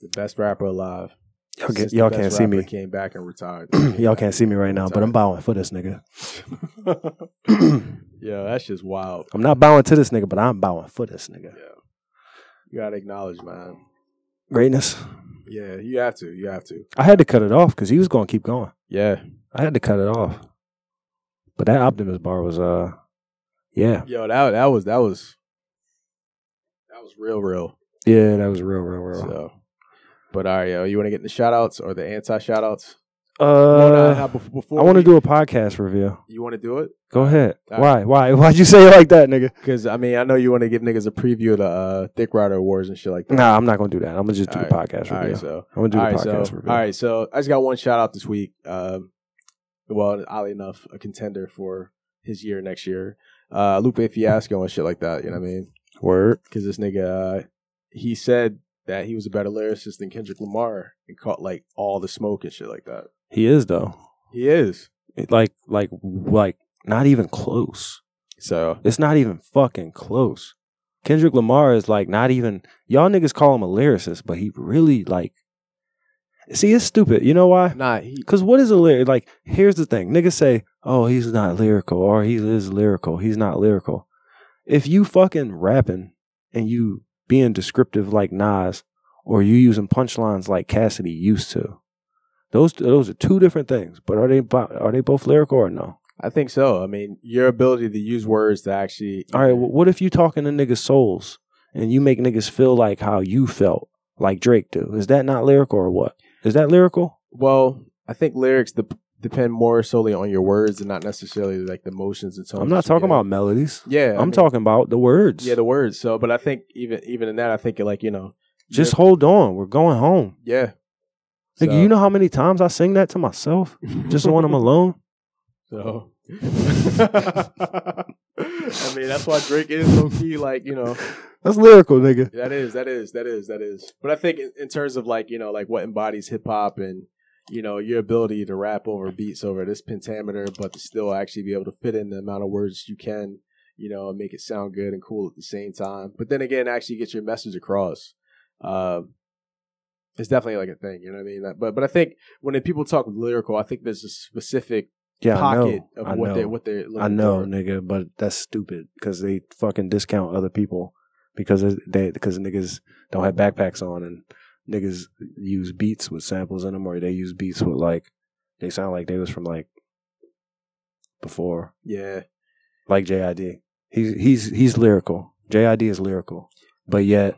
[SPEAKER 6] The best rapper alive.
[SPEAKER 3] Y'all,
[SPEAKER 6] Since
[SPEAKER 3] can,
[SPEAKER 6] the
[SPEAKER 3] y'all
[SPEAKER 6] best
[SPEAKER 3] can't see
[SPEAKER 6] rapper
[SPEAKER 3] me.
[SPEAKER 6] Came back and retired.
[SPEAKER 3] [clears throat] y'all can't see me right now, but I'm bowing for this nigga.
[SPEAKER 6] yeah, that's just wild.
[SPEAKER 3] I'm not bowing to this nigga, but I'm bowing for this nigga.
[SPEAKER 6] You gotta acknowledge, man.
[SPEAKER 3] Greatness.
[SPEAKER 6] Yeah, you have to. You have to.
[SPEAKER 3] I had to cut it off because he was going to keep going.
[SPEAKER 6] Yeah.
[SPEAKER 3] I had to cut it off. But that Optimus bar was, uh, Yeah.
[SPEAKER 6] Yo, that that was that was that was real, real.
[SPEAKER 3] Yeah, that was real, real, real.
[SPEAKER 6] So, but all right, yo, you want to get in the shout outs or the anti shout outs?
[SPEAKER 3] uh,
[SPEAKER 6] before
[SPEAKER 3] I want to do a podcast review.
[SPEAKER 6] You want to do it?
[SPEAKER 3] Go ahead.
[SPEAKER 6] All
[SPEAKER 3] Why? Why? [laughs] Why'd you say it like that,
[SPEAKER 6] [laughs]
[SPEAKER 3] nigga?
[SPEAKER 6] Because I mean, I know you want to give niggas a preview of the uh, Thick Rider Awards and shit like that.
[SPEAKER 3] Nah, I'm not gonna do that. I'm gonna just do the
[SPEAKER 6] All
[SPEAKER 3] podcast
[SPEAKER 6] All
[SPEAKER 3] review.
[SPEAKER 6] right, so
[SPEAKER 3] I'm gonna do
[SPEAKER 6] all
[SPEAKER 3] the
[SPEAKER 6] right,
[SPEAKER 3] podcast
[SPEAKER 6] so
[SPEAKER 3] review.
[SPEAKER 6] all right, so I just got one shout out this week. Um, well, oddly enough, a contender for his year next year, uh, Lupe Fiasco and shit like that. You know what I mean?
[SPEAKER 3] Word.
[SPEAKER 6] because this nigga uh, he said that he was a better lyricist than Kendrick Lamar and caught like all the smoke and shit like that.
[SPEAKER 3] He is though.
[SPEAKER 6] He is.
[SPEAKER 3] It- Like, like, like, not even close.
[SPEAKER 6] So
[SPEAKER 3] It's not even fucking close. Kendrick Lamar is like not even. Y'all niggas call him a lyricist, but he really like. See, it's stupid. You know why?
[SPEAKER 6] nah, he
[SPEAKER 3] Because what is a lyric? Like, here's the thing. Niggas say, oh, he's not lyrical, or he is lyrical. He's not lyrical. If you fucking rapping and you being descriptive like Nas, or you using punchlines like Cassidy used to, those those are two different things. But are they bo- are they both lyrical or no?
[SPEAKER 6] I think so. I mean, your ability to use words to actually
[SPEAKER 3] All right, well, what if you talking to niggas' souls and you make niggas feel like how you felt, like Drake do? Is that not lyrical or what? Is that lyrical?
[SPEAKER 6] well, I think lyrics dep depend more solely on your words and not necessarily like the emotions and tones.
[SPEAKER 3] I'm not
[SPEAKER 6] you
[SPEAKER 3] talking
[SPEAKER 6] give.
[SPEAKER 3] about melodies.
[SPEAKER 6] Yeah, I
[SPEAKER 3] I'm
[SPEAKER 6] mean,
[SPEAKER 3] talking about the words.
[SPEAKER 6] Yeah, the words. So, but I think even even in that, I think like you know,
[SPEAKER 3] Just
[SPEAKER 6] you're-
[SPEAKER 3] hold on. We're going home.
[SPEAKER 6] yeah.
[SPEAKER 3] Like,
[SPEAKER 6] So-
[SPEAKER 3] you know how many times I sing that to
[SPEAKER 6] [laughs]
[SPEAKER 3] myself just when I'm alone?
[SPEAKER 6] So, [laughs] I mean, that's why Drake is low key, like, you know,
[SPEAKER 3] [laughs] That's lyrical, nigga.
[SPEAKER 6] that is, that is, that is, that is. But I think in, in terms of like, you know, like what embodies hip hop and, you know, your ability to rap over beats over this pentameter, but to still actually be able to fit in the amount of words you can, you know, and make it sound good and cool at the same time. But then again, actually get your message across. Um, it's definitely like a thing, you know what I mean? That- But but I think when people talk lyrical, I think there's a specific
[SPEAKER 3] Yeah,
[SPEAKER 6] pocket
[SPEAKER 3] I know.
[SPEAKER 6] of
[SPEAKER 3] I
[SPEAKER 6] what
[SPEAKER 3] know.
[SPEAKER 6] they what they're looking
[SPEAKER 3] I know,
[SPEAKER 6] for.
[SPEAKER 3] nigga, but that's stupid because they fucking discount other people because it- they because niggas don't have backpacks on and niggas use beats with samples in them or they use beats with like they sound like they was from like before
[SPEAKER 6] Yeah,
[SPEAKER 3] like JID. He's he's he's lyrical. JID is lyrical, but yet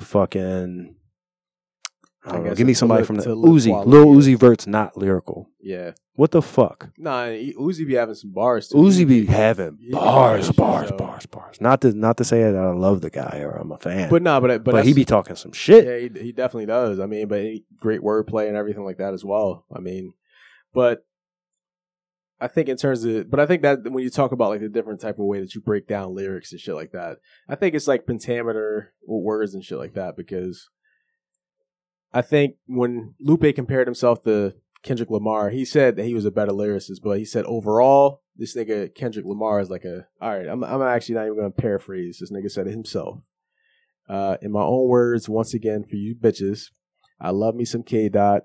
[SPEAKER 3] fucking. I
[SPEAKER 6] I
[SPEAKER 3] don't know.
[SPEAKER 6] guess
[SPEAKER 3] Give me
[SPEAKER 6] to
[SPEAKER 3] somebody
[SPEAKER 6] look-
[SPEAKER 3] from the
[SPEAKER 6] to look
[SPEAKER 3] Uzi.
[SPEAKER 6] quality,
[SPEAKER 3] Lil
[SPEAKER 6] yeah.
[SPEAKER 3] Uzi Vert's not lyrical.
[SPEAKER 6] yeah.
[SPEAKER 3] What the fuck?
[SPEAKER 6] Nah, he- Uzi be having some bars. Too.
[SPEAKER 3] Uzi be having
[SPEAKER 6] Yeah,
[SPEAKER 3] bars,
[SPEAKER 6] yeah,
[SPEAKER 3] bars,
[SPEAKER 6] so-
[SPEAKER 3] bars, bars. Not to not to say that I love the guy or I'm a fan,
[SPEAKER 6] but
[SPEAKER 3] but
[SPEAKER 6] nah, but but,
[SPEAKER 3] but,
[SPEAKER 6] that's-
[SPEAKER 3] he be talking some shit.
[SPEAKER 6] yeah, he, he definitely does. I mean, but he, great wordplay and everything like that as well. I mean, but I think in terms of, but I think that when you talk about like the different type of way that you break down lyrics and shit like that, I think it's like pentameter or words and shit like that because I think when Lupe compared himself to Kendrick Lamar, he said that he was a better lyricist, but he said overall, this nigga Kendrick Lamar is like a all right. I'm I'm actually not even gonna paraphrase. This nigga said it himself. Uh, in my own words, once again for you bitches, I love me some K dot.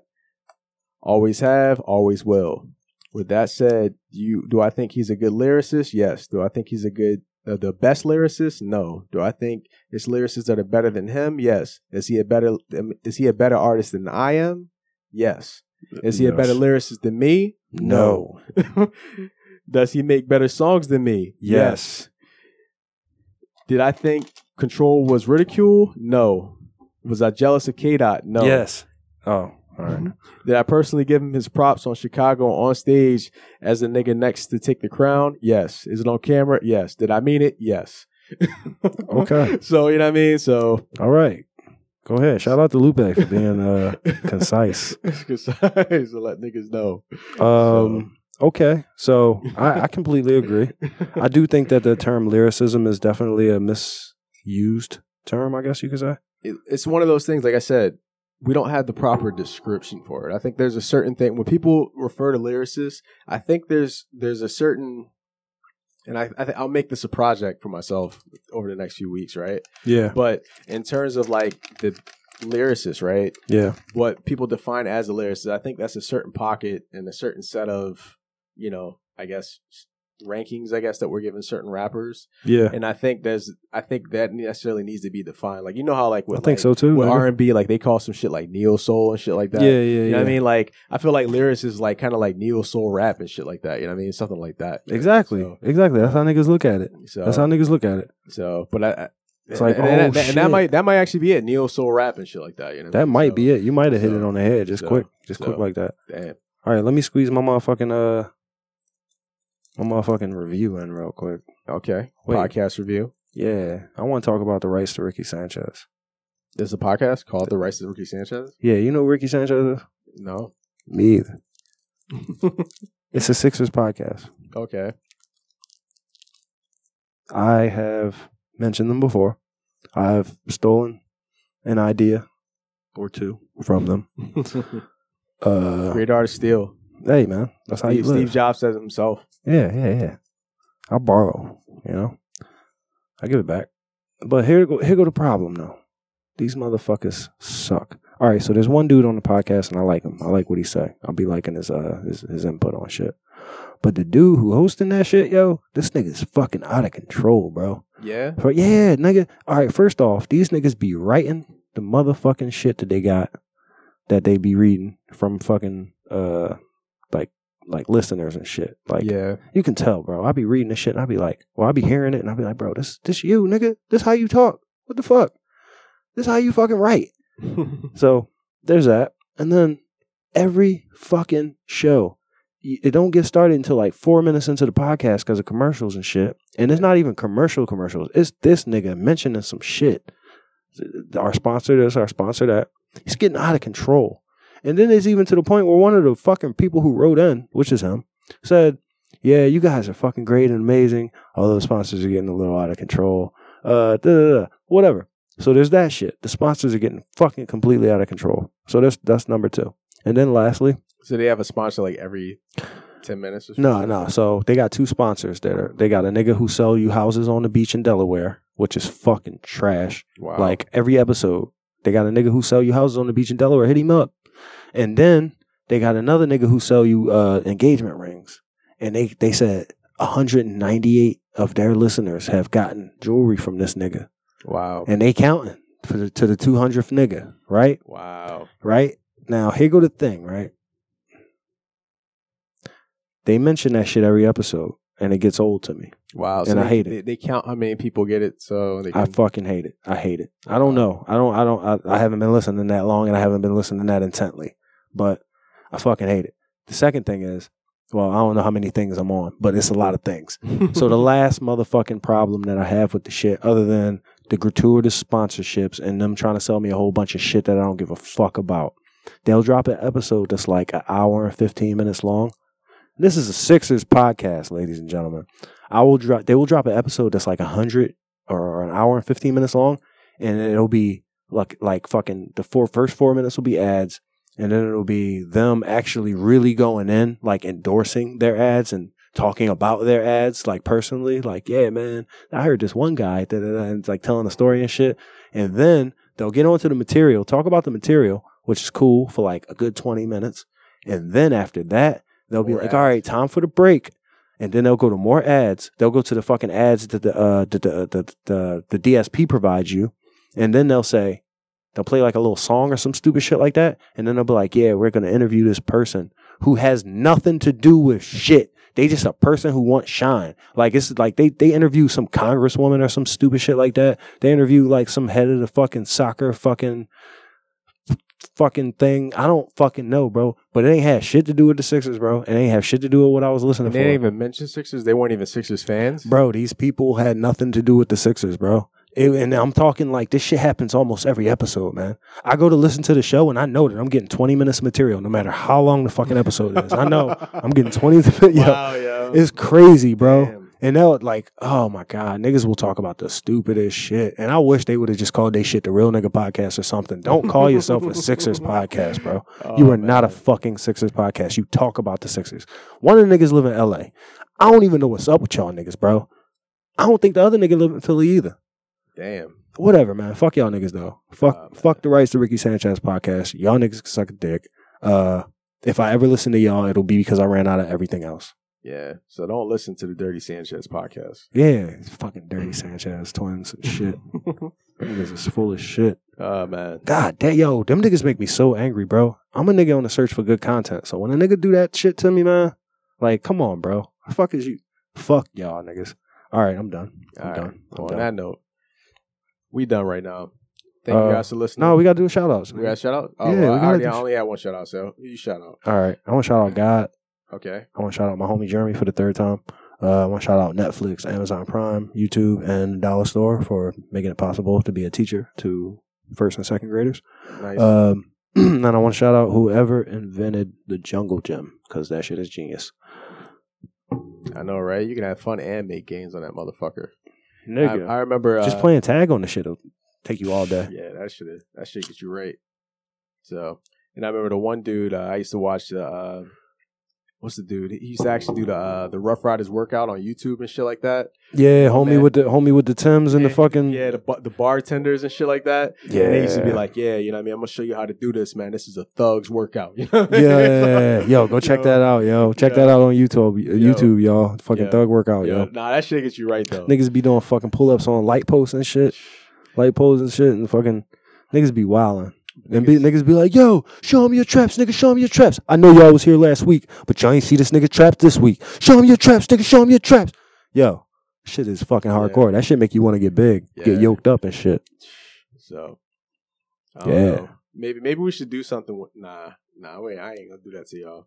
[SPEAKER 6] Always have, always will. With that said, do you do I think he's a good lyricist? Yes. Do I think he's a good uh, the best lyricist? No. Do I think his lyricists that are better than him? Yes. Is he a better um, is he a better artist than I am? Yes. Is he a
[SPEAKER 3] Yes.
[SPEAKER 6] better lyricist than me?
[SPEAKER 3] No.
[SPEAKER 6] [laughs] Does he make better songs than me?
[SPEAKER 3] Yes.
[SPEAKER 6] Did I think Control was ridicule? No. Was I jealous of K Dot? No.
[SPEAKER 3] Yes. Oh, all right.
[SPEAKER 6] Did I personally give him his props on Chicago on stage as the nigga next to take the crown? Yes. Is it on camera? Yes. Did I mean it? Yes. [laughs]
[SPEAKER 1] Mm-hmm.
[SPEAKER 3] Okay.
[SPEAKER 6] So you know what I mean? So
[SPEAKER 3] All right. Go ahead. Shout out to Lupe for being uh,
[SPEAKER 6] [laughs]
[SPEAKER 1] [laughs]
[SPEAKER 3] concise.
[SPEAKER 6] concise to let niggas know.
[SPEAKER 3] Um, Okay, so I, I completely
[SPEAKER 6] [laughs]
[SPEAKER 3] agree. I do think that the term lyricism is definitely a misused term. I guess you could say.
[SPEAKER 6] it, it's one of those things. Like I said, we don't have the proper description for it. I think there's a certain thing when people refer to lyricists. I think there's there's a certain, and I, I th- I'll make this a project for myself over the next few weeks, right?
[SPEAKER 3] Yeah.
[SPEAKER 6] But in terms of like the lyricist, right?
[SPEAKER 3] Yeah.
[SPEAKER 6] What people define as a lyricist, I think that's a certain pocket and a certain set of, you know, I guess
[SPEAKER 1] rankings, I guess, that we're giving certain rappers.
[SPEAKER 3] Yeah.
[SPEAKER 1] And I think there's, I think that necessarily needs to be defined. Like you know how like
[SPEAKER 3] I
[SPEAKER 1] with like,
[SPEAKER 3] think so too.
[SPEAKER 1] with
[SPEAKER 3] nigga.
[SPEAKER 1] R and B, like they call some shit like neo soul and shit like that.
[SPEAKER 3] yeah, yeah, yeah.
[SPEAKER 1] You know what I mean? Like I feel like lyrics is like kind of like neo soul rap and shit like that. You know what I mean? Something like that.
[SPEAKER 3] Exactly.
[SPEAKER 1] So,
[SPEAKER 3] Exactly. That's how niggas look at it.
[SPEAKER 1] so,
[SPEAKER 3] That's how niggas look at it.
[SPEAKER 1] so but I. I
[SPEAKER 3] It's like,
[SPEAKER 1] and, and-
[SPEAKER 3] oh,
[SPEAKER 1] and that- and that
[SPEAKER 3] shit.
[SPEAKER 1] might that might actually be it, neo soul rap and shit like that. You know,
[SPEAKER 3] That might be it. You might have hit
[SPEAKER 1] so-
[SPEAKER 3] it on the head just
[SPEAKER 1] so-
[SPEAKER 3] quick. Just quick
[SPEAKER 1] so.
[SPEAKER 3] like that.
[SPEAKER 1] Damn.
[SPEAKER 3] All right, let me squeeze my motherfucking uh my motherfucking review in real quick.
[SPEAKER 1] Okay,
[SPEAKER 3] Wait.
[SPEAKER 1] podcast review.
[SPEAKER 3] Yeah. I want to talk about the rights to Ricky Sanchez.
[SPEAKER 1] This is a podcast called "The Rights of Ricky Sanchez."
[SPEAKER 3] Yeah, you know who Ricky Sanchez? is?
[SPEAKER 1] No.
[SPEAKER 3] Me
[SPEAKER 1] [laughs]
[SPEAKER 3] either. It's a Sixers podcast. [laughs]
[SPEAKER 1] okay.
[SPEAKER 3] I have mentioned them before. I've stolen an idea or two from them. Uh,
[SPEAKER 1] Great artist steal.
[SPEAKER 3] hey man, that's how
[SPEAKER 1] Steve,
[SPEAKER 3] you live.
[SPEAKER 1] Steve Jobs says it himself.
[SPEAKER 3] Yeah, yeah, yeah. I'll borrow, you know. I give it back. But here go here go the problem though. These motherfuckers suck. All right, so there's one dude on the podcast and I like him. I like what he say. I'll be liking his uh his, his input on shit. But the dude who hosting that shit, yo, this nigga's fucking out of control, bro.
[SPEAKER 1] Yeah.
[SPEAKER 3] So, yeah, nigga. All right, first off, these niggas be writing the motherfucking shit that they got that they be reading from fucking uh like like listeners and shit. Like
[SPEAKER 1] yeah.
[SPEAKER 3] you can tell, bro. I be reading this shit and I be like, well, I be hearing it and I be like, bro, this this you, nigga. This how you talk. What the fuck? This how you fucking write. So there's that. And then every fucking show, y- it don't get started until like four minutes into the podcast because of commercials and shit. And it's not even commercial commercials. It's this nigga mentioning some shit. Our sponsor this, our sponsor that. He's getting out of control. And then it's even to the point where one of the fucking people who wrote in, which is him, said, Yeah, you guys are fucking great and amazing. All those sponsors are getting a little out of control. Uh, da, da, da, whatever. So there's that shit. The sponsors are getting fucking completely out of control. So that's that's number two. And then lastly,
[SPEAKER 1] so they have a sponsor like every ten minutes. Or
[SPEAKER 3] no,
[SPEAKER 1] something?
[SPEAKER 3] no. So they got two sponsors there. They got a nigga who sell you houses on the beach in Delaware, which is fucking trash.
[SPEAKER 1] Wow.
[SPEAKER 3] Like every episode, they got a nigga who sell you houses on the beach in Delaware. Hit him up, and then they got another nigga who sell you uh, engagement rings. And they they said 198 of their listeners have gotten jewelry from this nigga,
[SPEAKER 1] wow.
[SPEAKER 3] and they counting for the, to the 200th nigga, right?
[SPEAKER 1] wow.
[SPEAKER 3] Right now, here go the thing, right? They mention that shit every episode, and it gets old to me.
[SPEAKER 1] Wow.
[SPEAKER 3] And I
[SPEAKER 1] they,
[SPEAKER 3] hate it.
[SPEAKER 1] They, they count how many people get it, so they
[SPEAKER 3] I
[SPEAKER 1] can,
[SPEAKER 3] fucking hate it. I hate it. I don't know. I don't. I don't. I, I haven't been listening that long, and I haven't been listening that intently. But I fucking hate it. The second thing is, well, I don't know how many things I'm on, but it's a lot of things.
[SPEAKER 6] [laughs]
[SPEAKER 3] so the last motherfucking problem that I have with the shit, other than the gratuitous sponsorships and them trying to sell me a whole bunch of shit that I don't give a fuck about, they'll drop an episode that's like an hour and fifteen minutes long. This is a Sixers podcast, ladies and gentlemen. I will drop. They will drop an episode that's like a hundred or an hour and 15 minutes long and it'll be like like fucking the four first four minutes will be ads and then it'll be them actually really going in like endorsing their ads and talking about their ads like personally like yeah man i heard this one guy da, da, da, and it's like telling a story and shit and then they'll get onto the material talk about the material which is cool for like a good 20 minutes and then after that they'll be
[SPEAKER 1] More
[SPEAKER 3] like
[SPEAKER 1] ads.
[SPEAKER 3] all right time for the break and then they'll go to more ads. They'll go to the fucking ads that the uh, the, the, the the the DSP provides you, and then they'll say they'll play like a little song or some stupid shit like that, and then they'll be like, "Yeah, we're gonna interview this person who has nothing to do with shit. They just a person who wants shine. Like it's like they they interview some congresswoman or some stupid shit like that. They interview like some head of the fucking soccer fucking fucking thing. I don't fucking know, bro. But it ain't had shit to do with the Sixers, bro. It ain't have shit to do with what I was listening
[SPEAKER 1] and
[SPEAKER 3] for.
[SPEAKER 1] they didn't even mention Sixers. They weren't even Sixers fans.
[SPEAKER 3] Bro, these people had nothing to do with the Sixers, bro. It- and I'm talking like this shit happens almost every episode, man. I go to listen to the show and I know that I'm getting 20 minutes of material no matter how long the fucking episode is. I know
[SPEAKER 1] [laughs]
[SPEAKER 3] I'm getting 20 [laughs] yeah.
[SPEAKER 1] Wow, yo.
[SPEAKER 3] It's crazy, bro.
[SPEAKER 1] Damn.
[SPEAKER 3] And now, like, oh my God, niggas will talk about the stupidest shit. And I wish they would have just called they shit the Real Nigga Podcast or something. Don't call yourself
[SPEAKER 1] [laughs]
[SPEAKER 3] a Sixers podcast, bro. You
[SPEAKER 1] Oh,
[SPEAKER 3] are not a
[SPEAKER 1] man.
[SPEAKER 3] fucking Sixers podcast. You talk about the Sixers. One of the niggas live in LA. I don't even know what's up with y'all niggas, bro. I don't think the other nigga live in Philly either.
[SPEAKER 1] Damn.
[SPEAKER 3] Whatever, man. Fuck y'all niggas though. Fuck
[SPEAKER 1] Nah, man.
[SPEAKER 3] fuck the rights to Ricky Sanchez podcast. Y'all niggas can suck a dick. Uh if I ever listen to y'all, it'll be because I ran out of everything else.
[SPEAKER 6] Yeah. So don't listen to the Dirty Sanchez podcast.
[SPEAKER 3] Yeah, it's fucking dirty
[SPEAKER 1] Mm.
[SPEAKER 3] Sanchez twins
[SPEAKER 1] [laughs]
[SPEAKER 3] and shit. niggas is full of shit.
[SPEAKER 6] oh man.
[SPEAKER 3] God damn, yo, them niggas make me so angry, bro. I'm a nigga on the search for good content. So when a nigga do that shit to me, man, like, come on, bro. Fuck is you? Fuck y'all niggas. All right, I'm done. I'm
[SPEAKER 6] All right.
[SPEAKER 3] done. I'm
[SPEAKER 6] on
[SPEAKER 3] done.
[SPEAKER 6] that note, we done right now. Thank you
[SPEAKER 3] Uh,
[SPEAKER 6] guys for listening.
[SPEAKER 3] No, we gotta do a shout out.
[SPEAKER 6] we got a shout out. Oh,
[SPEAKER 3] Yeah, we
[SPEAKER 6] well,
[SPEAKER 3] gotta
[SPEAKER 6] I, already,
[SPEAKER 3] do
[SPEAKER 6] I
[SPEAKER 3] sh-
[SPEAKER 6] only had one shout out, so you shout out.
[SPEAKER 3] All right, I want to shout out God.
[SPEAKER 6] Okay.
[SPEAKER 3] I want to shout out my homie Jeremy for the third time. Uh, I want to shout out Netflix, Amazon Prime, YouTube, and Dollar Store for making it possible to be a teacher to first and second graders.
[SPEAKER 6] Nice.
[SPEAKER 3] Um, [clears throat] and I want to shout out whoever invented the jungle gym because that shit is genius.
[SPEAKER 6] I know, right? You can have fun and make games on that motherfucker. I,
[SPEAKER 3] Nigga,
[SPEAKER 6] I remember
[SPEAKER 3] just
[SPEAKER 6] uh,
[SPEAKER 3] playing tag on the shit will take you all day.
[SPEAKER 6] Yeah, that should that should get you right. So, and I remember the one dude uh, I used to watch the uh, what's the dude? He used to actually do the uh, the Rough Riders workout on YouTube and shit like that.
[SPEAKER 3] Yeah,
[SPEAKER 6] Oh,
[SPEAKER 3] homie
[SPEAKER 6] man.
[SPEAKER 3] with the homie with the Tims and the
[SPEAKER 6] Yeah,
[SPEAKER 3] fucking
[SPEAKER 6] Yeah, the bu- the bartenders and shit like that.
[SPEAKER 3] Mm. yeah.
[SPEAKER 6] And they used to be like, yeah, you know what I mean? I'm going to show you how to do this, man. This is a thug's workout. [laughs] You know what
[SPEAKER 3] [laughs]
[SPEAKER 6] I
[SPEAKER 3] yeah,
[SPEAKER 6] mean?
[SPEAKER 3] yeah, yeah. yo, go check that out, yo. Check that out on YouTube, uh,
[SPEAKER 6] Yo.
[SPEAKER 3] YouTube, y'all. Fucking
[SPEAKER 6] Yo.
[SPEAKER 3] thug workout,
[SPEAKER 6] Yo,
[SPEAKER 3] yo.
[SPEAKER 6] Nah, that shit gets you right, though.
[SPEAKER 3] Niggas be doing fucking pull ups on light posts and shit, light poles and shit, and fucking niggas be wilding. And be, niggas be like, yo, show him your traps, nigga, show him your traps. I know y'all was here last week, but y'all ain't see this nigga traps this week. Show him your traps, nigga, show him your traps. Yo, shit is fucking
[SPEAKER 6] Yeah.
[SPEAKER 3] hardcore. That shit make you want to get big,
[SPEAKER 6] Yeah.
[SPEAKER 3] get yoked up and shit.
[SPEAKER 6] So, I don't
[SPEAKER 3] Yeah.
[SPEAKER 6] know. Maybe, maybe we should do something. With, nah, nah, wait, I ain't going to do that to y'all.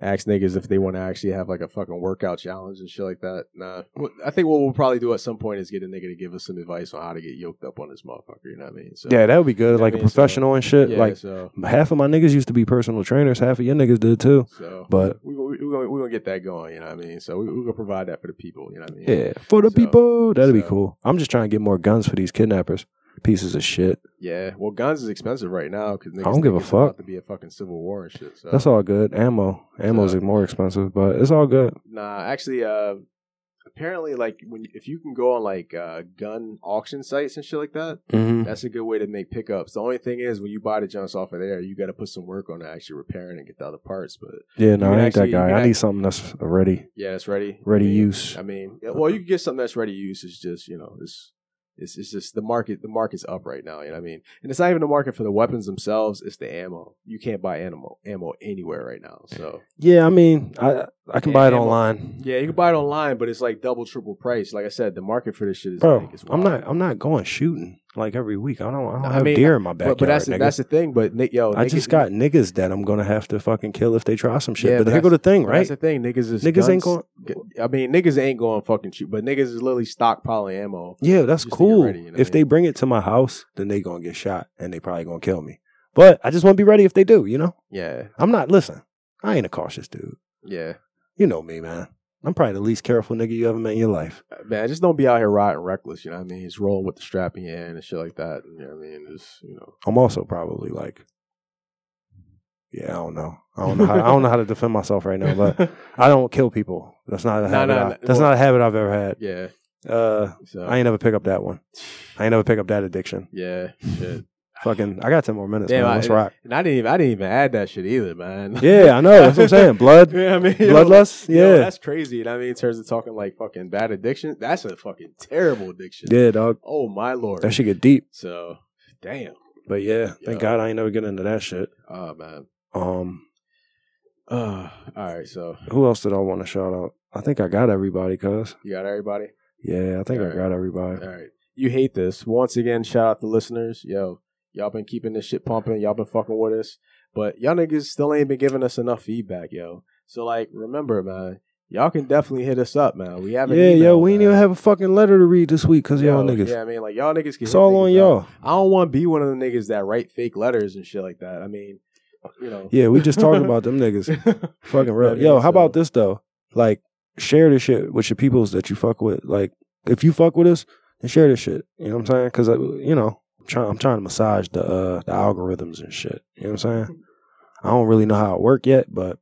[SPEAKER 6] Ask niggas if they want to actually have like a fucking workout challenge and shit like that. Nah, What- I think what we'll probably do at some point is get a nigga to give us some advice on how to get yoked up on this motherfucker. You know what I mean? So,
[SPEAKER 3] Yeah, that would be good.
[SPEAKER 6] I
[SPEAKER 3] Like a
[SPEAKER 6] mean, so-
[SPEAKER 3] professional and shit.
[SPEAKER 6] yeah,
[SPEAKER 3] like
[SPEAKER 6] so,
[SPEAKER 3] half of my niggas used to be personal trainers, half of your niggas did too.
[SPEAKER 6] so
[SPEAKER 3] But
[SPEAKER 6] we, we, we're gonna we're gonna get that going. You know what I mean? So we, we're gonna provide that for the people. You know what I mean?
[SPEAKER 3] yeah, for the
[SPEAKER 6] So-
[SPEAKER 3] people, that'd be
[SPEAKER 6] so-
[SPEAKER 3] cool. I'm just trying to get more guns for these kidnappers. Pieces of shit.
[SPEAKER 6] Yeah, well, guns is expensive right now because
[SPEAKER 3] don't give a fuck.
[SPEAKER 6] About to be a fucking civil war and shit. So
[SPEAKER 3] That's all good. Ammo. Ammo's
[SPEAKER 6] So-
[SPEAKER 3] more expensive, but it's all good.
[SPEAKER 6] Nah, actually, uh, apparently, like when if you can go on like uh, gun auction sites and shit like that,
[SPEAKER 3] Mm-hmm.
[SPEAKER 6] that's a good way to make pickups. The only thing is when you buy the junks off of there, you got to put some work on to actually repairing and get the other parts. But
[SPEAKER 3] Yeah, no, I
[SPEAKER 6] You
[SPEAKER 3] ain't
[SPEAKER 6] actually-
[SPEAKER 3] that guy.
[SPEAKER 6] you
[SPEAKER 3] I
[SPEAKER 6] act-
[SPEAKER 3] need something that's ready,
[SPEAKER 6] yeah, it's ready,
[SPEAKER 3] ready
[SPEAKER 6] I mean,
[SPEAKER 3] use.
[SPEAKER 6] I mean, yeah, well, you can get something that's ready to use. It's just you know, it's it's it's just the market. The market's up right now. You know what I mean? And it's not even the market for the weapons themselves. It's the ammo. You can't buy ammo ammo anywhere right now. So
[SPEAKER 3] Yeah, I mean, I I can
[SPEAKER 6] Yeah,
[SPEAKER 3] buy it
[SPEAKER 6] ammo.
[SPEAKER 3] online.
[SPEAKER 6] yeah, you can buy it online, but it's like double triple price. Like I said, the market for this shit is
[SPEAKER 3] bro,
[SPEAKER 6] like, it's
[SPEAKER 3] I'm
[SPEAKER 6] wild.
[SPEAKER 3] not I'm not going shooting like every week. I don't I don't
[SPEAKER 6] I
[SPEAKER 3] have
[SPEAKER 6] mean,
[SPEAKER 3] deer in my
[SPEAKER 6] But,
[SPEAKER 3] backyard.
[SPEAKER 6] but that's the,
[SPEAKER 3] nigga.
[SPEAKER 6] that's the thing. But Nick, yo,
[SPEAKER 3] I
[SPEAKER 6] niggas-
[SPEAKER 3] just got niggas that I'm gonna have to fucking kill if they try some shit.
[SPEAKER 6] Yeah,
[SPEAKER 3] but
[SPEAKER 6] but
[SPEAKER 3] here go the thing, right?
[SPEAKER 6] That's the thing. Niggas is
[SPEAKER 3] Niggas ain't
[SPEAKER 6] guns-
[SPEAKER 3] going.
[SPEAKER 6] I mean, niggas ain't going fucking shoot, but niggas is literally stockpiling ammo.
[SPEAKER 3] Yeah, that's
[SPEAKER 6] Just to get
[SPEAKER 3] cool.
[SPEAKER 6] ready, you know what I
[SPEAKER 3] if they
[SPEAKER 6] mean?
[SPEAKER 3] bring it to my house, then they gonna get shot and they probably gonna kill me. But I just want to be ready if they do. You know,
[SPEAKER 6] Yeah,
[SPEAKER 3] I'm not. Listen, I ain't a cautious dude.
[SPEAKER 6] yeah.
[SPEAKER 3] You know me, man. I'm probably the least careful nigga you ever met in your life.
[SPEAKER 6] man, just don't be out here riding reckless. You know what I mean? Just rolling with the strap in your hand and shit like that. You know what I mean? Just you know,
[SPEAKER 3] I'm also probably like, yeah, I don't know. I don't know. How, I don't know
[SPEAKER 6] [laughs]
[SPEAKER 3] how to defend myself right now, but I don't kill people. That's not a
[SPEAKER 6] No,
[SPEAKER 3] habit.
[SPEAKER 6] no,
[SPEAKER 3] I-
[SPEAKER 6] no.
[SPEAKER 3] that's not a habit I've ever had.
[SPEAKER 6] yeah.
[SPEAKER 3] Uh,
[SPEAKER 6] So
[SPEAKER 3] I ain't never pick up that one. I ain't never pick up that addiction.
[SPEAKER 6] yeah, shit.
[SPEAKER 3] Fucking, I got ten more minutes.
[SPEAKER 6] Damn,
[SPEAKER 3] man.
[SPEAKER 6] I- [laughs]
[SPEAKER 3] Let's rock.
[SPEAKER 6] And I didn't even I didn't even add that shit either, man. [laughs]
[SPEAKER 3] Yeah, I know. That's what I'm saying. Blood,
[SPEAKER 6] Yeah, I mean, [laughs] yo,
[SPEAKER 3] bloodlust.
[SPEAKER 6] yo,
[SPEAKER 3] Yeah,
[SPEAKER 6] that's crazy. And I mean, in terms of talking like fucking bad addiction, that's a fucking terrible addiction.
[SPEAKER 3] yeah, dog.
[SPEAKER 6] Oh my lord.
[SPEAKER 3] That should get deep.
[SPEAKER 6] so damn.
[SPEAKER 3] But yeah, thank
[SPEAKER 6] Yeah.
[SPEAKER 3] God I ain't never get into that shit.
[SPEAKER 6] Oh man.
[SPEAKER 3] Um,
[SPEAKER 6] Uh, all right. So
[SPEAKER 3] who else did I want to shout out? I think I got everybody, cuz.
[SPEAKER 6] you got everybody.
[SPEAKER 3] Yeah, I think I
[SPEAKER 6] Alright.
[SPEAKER 3] got everybody.
[SPEAKER 6] All right. You hate this. Once again, shout out to listeners. Yo, y'all been keeping this shit pumping. Y'all been fucking with us. But y'all niggas still ain't been giving us enough feedback, yo. So, like, remember, man, y'all can definitely hit us up, man. We have an
[SPEAKER 3] Yeah, yo,
[SPEAKER 6] email,
[SPEAKER 3] we ain't
[SPEAKER 6] man.
[SPEAKER 3] even have a fucking letter to read this week because
[SPEAKER 6] Yo,
[SPEAKER 3] y'all niggas.
[SPEAKER 6] Yeah, I mean, like, y'all niggas can
[SPEAKER 3] it's
[SPEAKER 6] hit
[SPEAKER 3] all
[SPEAKER 6] niggas
[SPEAKER 3] on
[SPEAKER 6] up.
[SPEAKER 3] y'all.
[SPEAKER 6] I don't want to be one of the niggas that write fake letters and shit like that. I mean, you know.
[SPEAKER 3] Yeah, we just
[SPEAKER 6] [laughs]
[SPEAKER 3] talking about them niggas. Fucking real. Yo, how about this though? Like, share this shit with your peoples that you fuck with. Like, if you fuck with us, then share this shit. You know what I'm saying? Because you know, I'm trying, I'm trying to massage the uh, the algorithms and shit. You know what I'm saying? I don't really know how it work yet, but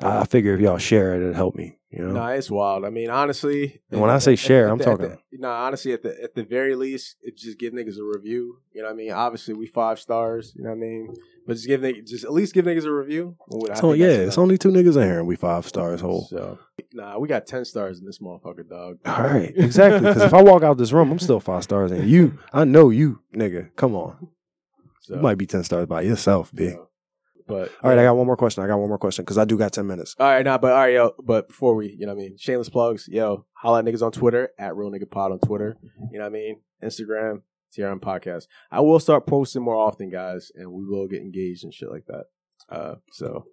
[SPEAKER 3] I I figure if y'all share it, it'll help me. You know,
[SPEAKER 6] Nah, it's wild. I mean, honestly,
[SPEAKER 3] And when I say share, I'm talking-
[SPEAKER 6] No, honestly, at the at the very least, it just give niggas a review. You know what I mean? Obviously, we five stars. You know what I mean? But just give niggas, just at least give niggas a review. Well, I
[SPEAKER 3] so
[SPEAKER 6] think
[SPEAKER 3] yeah,
[SPEAKER 6] that's
[SPEAKER 3] it's
[SPEAKER 6] enough.
[SPEAKER 3] only two niggas in here, and we five stars whole.
[SPEAKER 6] So nah, we got ten stars in this motherfucker, dog.
[SPEAKER 3] All right, exactly. Because if I walk out this room, I'm still five stars, and you, I know you, nigga. Come on,
[SPEAKER 6] so,
[SPEAKER 3] you might be ten stars by yourself,
[SPEAKER 6] you
[SPEAKER 3] b.
[SPEAKER 6] know. But
[SPEAKER 3] All right, I got one more question. I got one more question because I do got ten minutes.
[SPEAKER 6] All right, nah, but all right, yo. But before we, you know what I mean? Shameless plugs, yo. Holla at niggas on Twitter, at Real Nigga Pod on Twitter. You know what I mean? Instagram, TRM Podcast. I will start posting more often, guys, and we will get engaged and shit like that. Uh, so,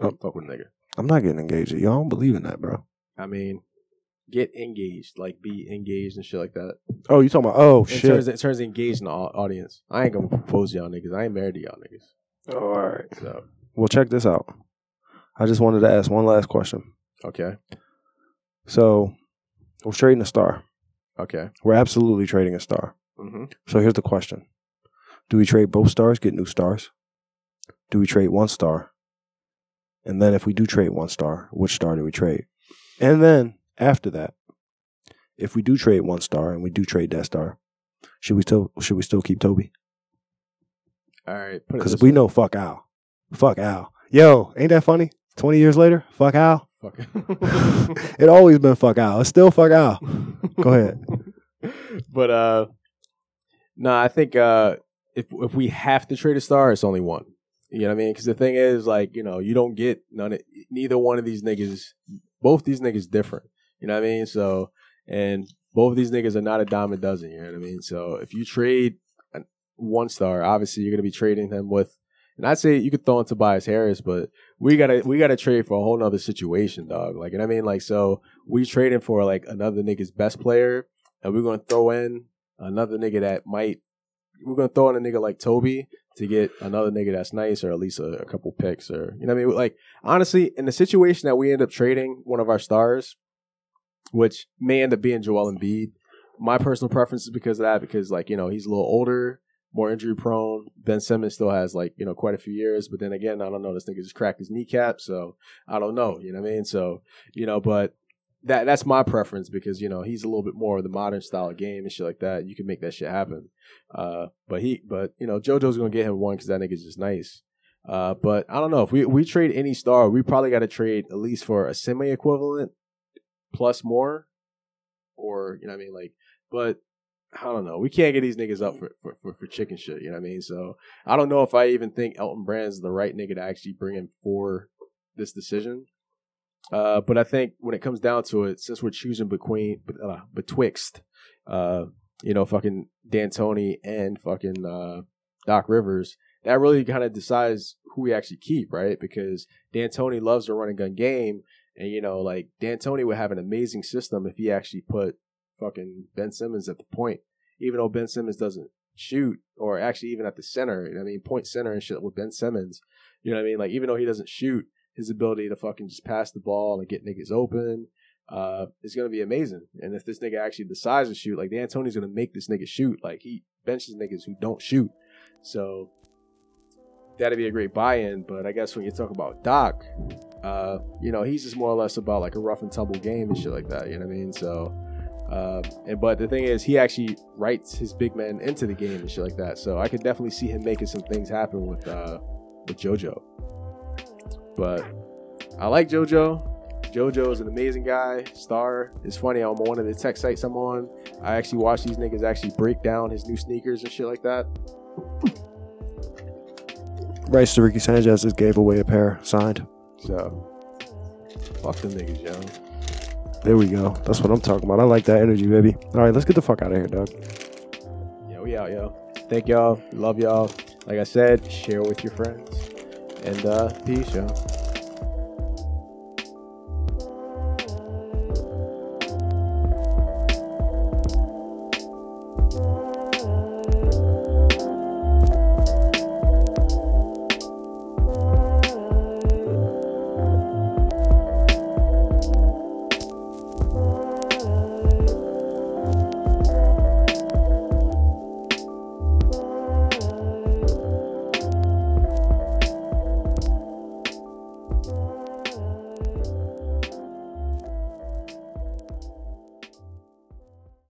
[SPEAKER 3] Oh.
[SPEAKER 6] fuck with nigga.
[SPEAKER 3] I'm not getting engaged. Y'all don't believe in that, bro.
[SPEAKER 6] I mean, get engaged, like be engaged and shit like that.
[SPEAKER 3] Oh, you talking about? Oh
[SPEAKER 6] It
[SPEAKER 3] shit.
[SPEAKER 6] turns, it turns engaged in the au- audience. I ain't gonna propose to y'all niggas. I ain't married to y'all niggas.
[SPEAKER 3] Oh, all right.
[SPEAKER 6] So,
[SPEAKER 3] Well, check this out. I just wanted to ask one last question.
[SPEAKER 6] okay,
[SPEAKER 3] So, we're trading a star.
[SPEAKER 6] okay.
[SPEAKER 3] We're absolutely trading a star.
[SPEAKER 6] Mm-hmm.
[SPEAKER 3] So here's the question: Do we trade both stars, get new stars? Do we trade one star? And then, if we do trade one star, which star do we trade? And then after that, if we do trade one star and we do trade that star, should we still should we still keep Toby?
[SPEAKER 6] All right, put it
[SPEAKER 3] Because
[SPEAKER 6] this
[SPEAKER 3] we
[SPEAKER 6] way.
[SPEAKER 3] know fuck Al, fuck Al. Yo, ain't that funny? Twenty years later, fuck Al.
[SPEAKER 6] [laughs] Fuck. [laughs]
[SPEAKER 3] it always been fuck Al. It's still fuck Al. Go ahead.
[SPEAKER 6] [laughs] but uh no, I think uh if if we have to trade a star, it's only one. You know what I mean? Because the thing is, like, you know, you don't get none. Of, neither one of these niggas, both these niggas different. You know what I mean? So, and both of these niggas are not a dime a dozen. You know what I mean? So, if you trade an- one star, obviously you're gonna be trading him with, and I'd say you could throw in Tobias Harris, but we gotta we gotta trade for a whole nother situation, dog. Like, you know what I mean? Like, so we trading for like another nigga's best player, and we're gonna throw in another nigga that might. We're gonna throw in a nigga like Toby to get another nigga that's nice, or at least a, a couple picks, or you know what I mean. Like honestly, in the situation that we end up trading one of our stars, which may end up being Joel Embiid, my personal preference is because of that, because like you know he's a little older, more injury prone. Ben Simmons still has like you know quite a few years, but then again, I don't know. This nigga just cracked his kneecap, so I don't know. You know what I mean? So you know, but that that's my preference because you know he's a little bit more of the modern style game and shit like that. You can make that shit happen. Uh, but he, but you know, JoJo's gonna get him one because that nigga's just nice. Uh, but I don't know if we we trade any star, we probably got to trade at least for a semi equivalent plus more, or you know what I mean, like, but. I don't know. We can't get these niggas up for, for, for, for chicken shit. You know what I mean? So I don't know if I even think Elton Brand's the right nigga to actually bring in for this decision. Uh, but I think when it comes down to it, since we're choosing between uh, betwixt, uh, you know, fucking D'Antoni and fucking uh, Doc Rivers, that really kind of decides who we actually keep, right? Because D'Antoni loves the run and gun game, and you know, like D'Antoni would have an amazing system if he actually put fucking Ben Simmons at the point, even though Ben Simmons doesn't shoot, or actually even at the center. you know what I mean, point center and shit with Ben Simmons. You know what I mean? Like even though he doesn't shoot his ability to fucking just pass the ball and get niggas open uh, is going to be amazing. And if this nigga actually decides to shoot, like D'Antoni's going to make this nigga shoot. Like he benches niggas who don't shoot. So that'd be a great buy-in. But I guess when you talk about Doc, uh, you know, he's just more or less about like a rough and tumble game and shit like that. You know what I mean? So. Uh, and but the thing is, he actually writes his big men into the game and shit like that. So I could definitely see him making some things happen with uh, with JoJo. But I like JoJo. JoJo is an amazing guy, star. It's funny, I'm on one of the tech sites I'm on. I actually watch these niggas actually break down his new sneakers and shit like that.
[SPEAKER 3] Rice to Ricky Sanchez just gave away a pair signed.
[SPEAKER 6] So, fuck them niggas, yo.
[SPEAKER 3] There we go. That's what I'm talking about. I like that energy, baby. All right, let's get the fuck out of here, dog.
[SPEAKER 6] Yeah, we out, yo. Thank y'all. Love y'all. Like I said, share with your friends. And uh, peace, yo.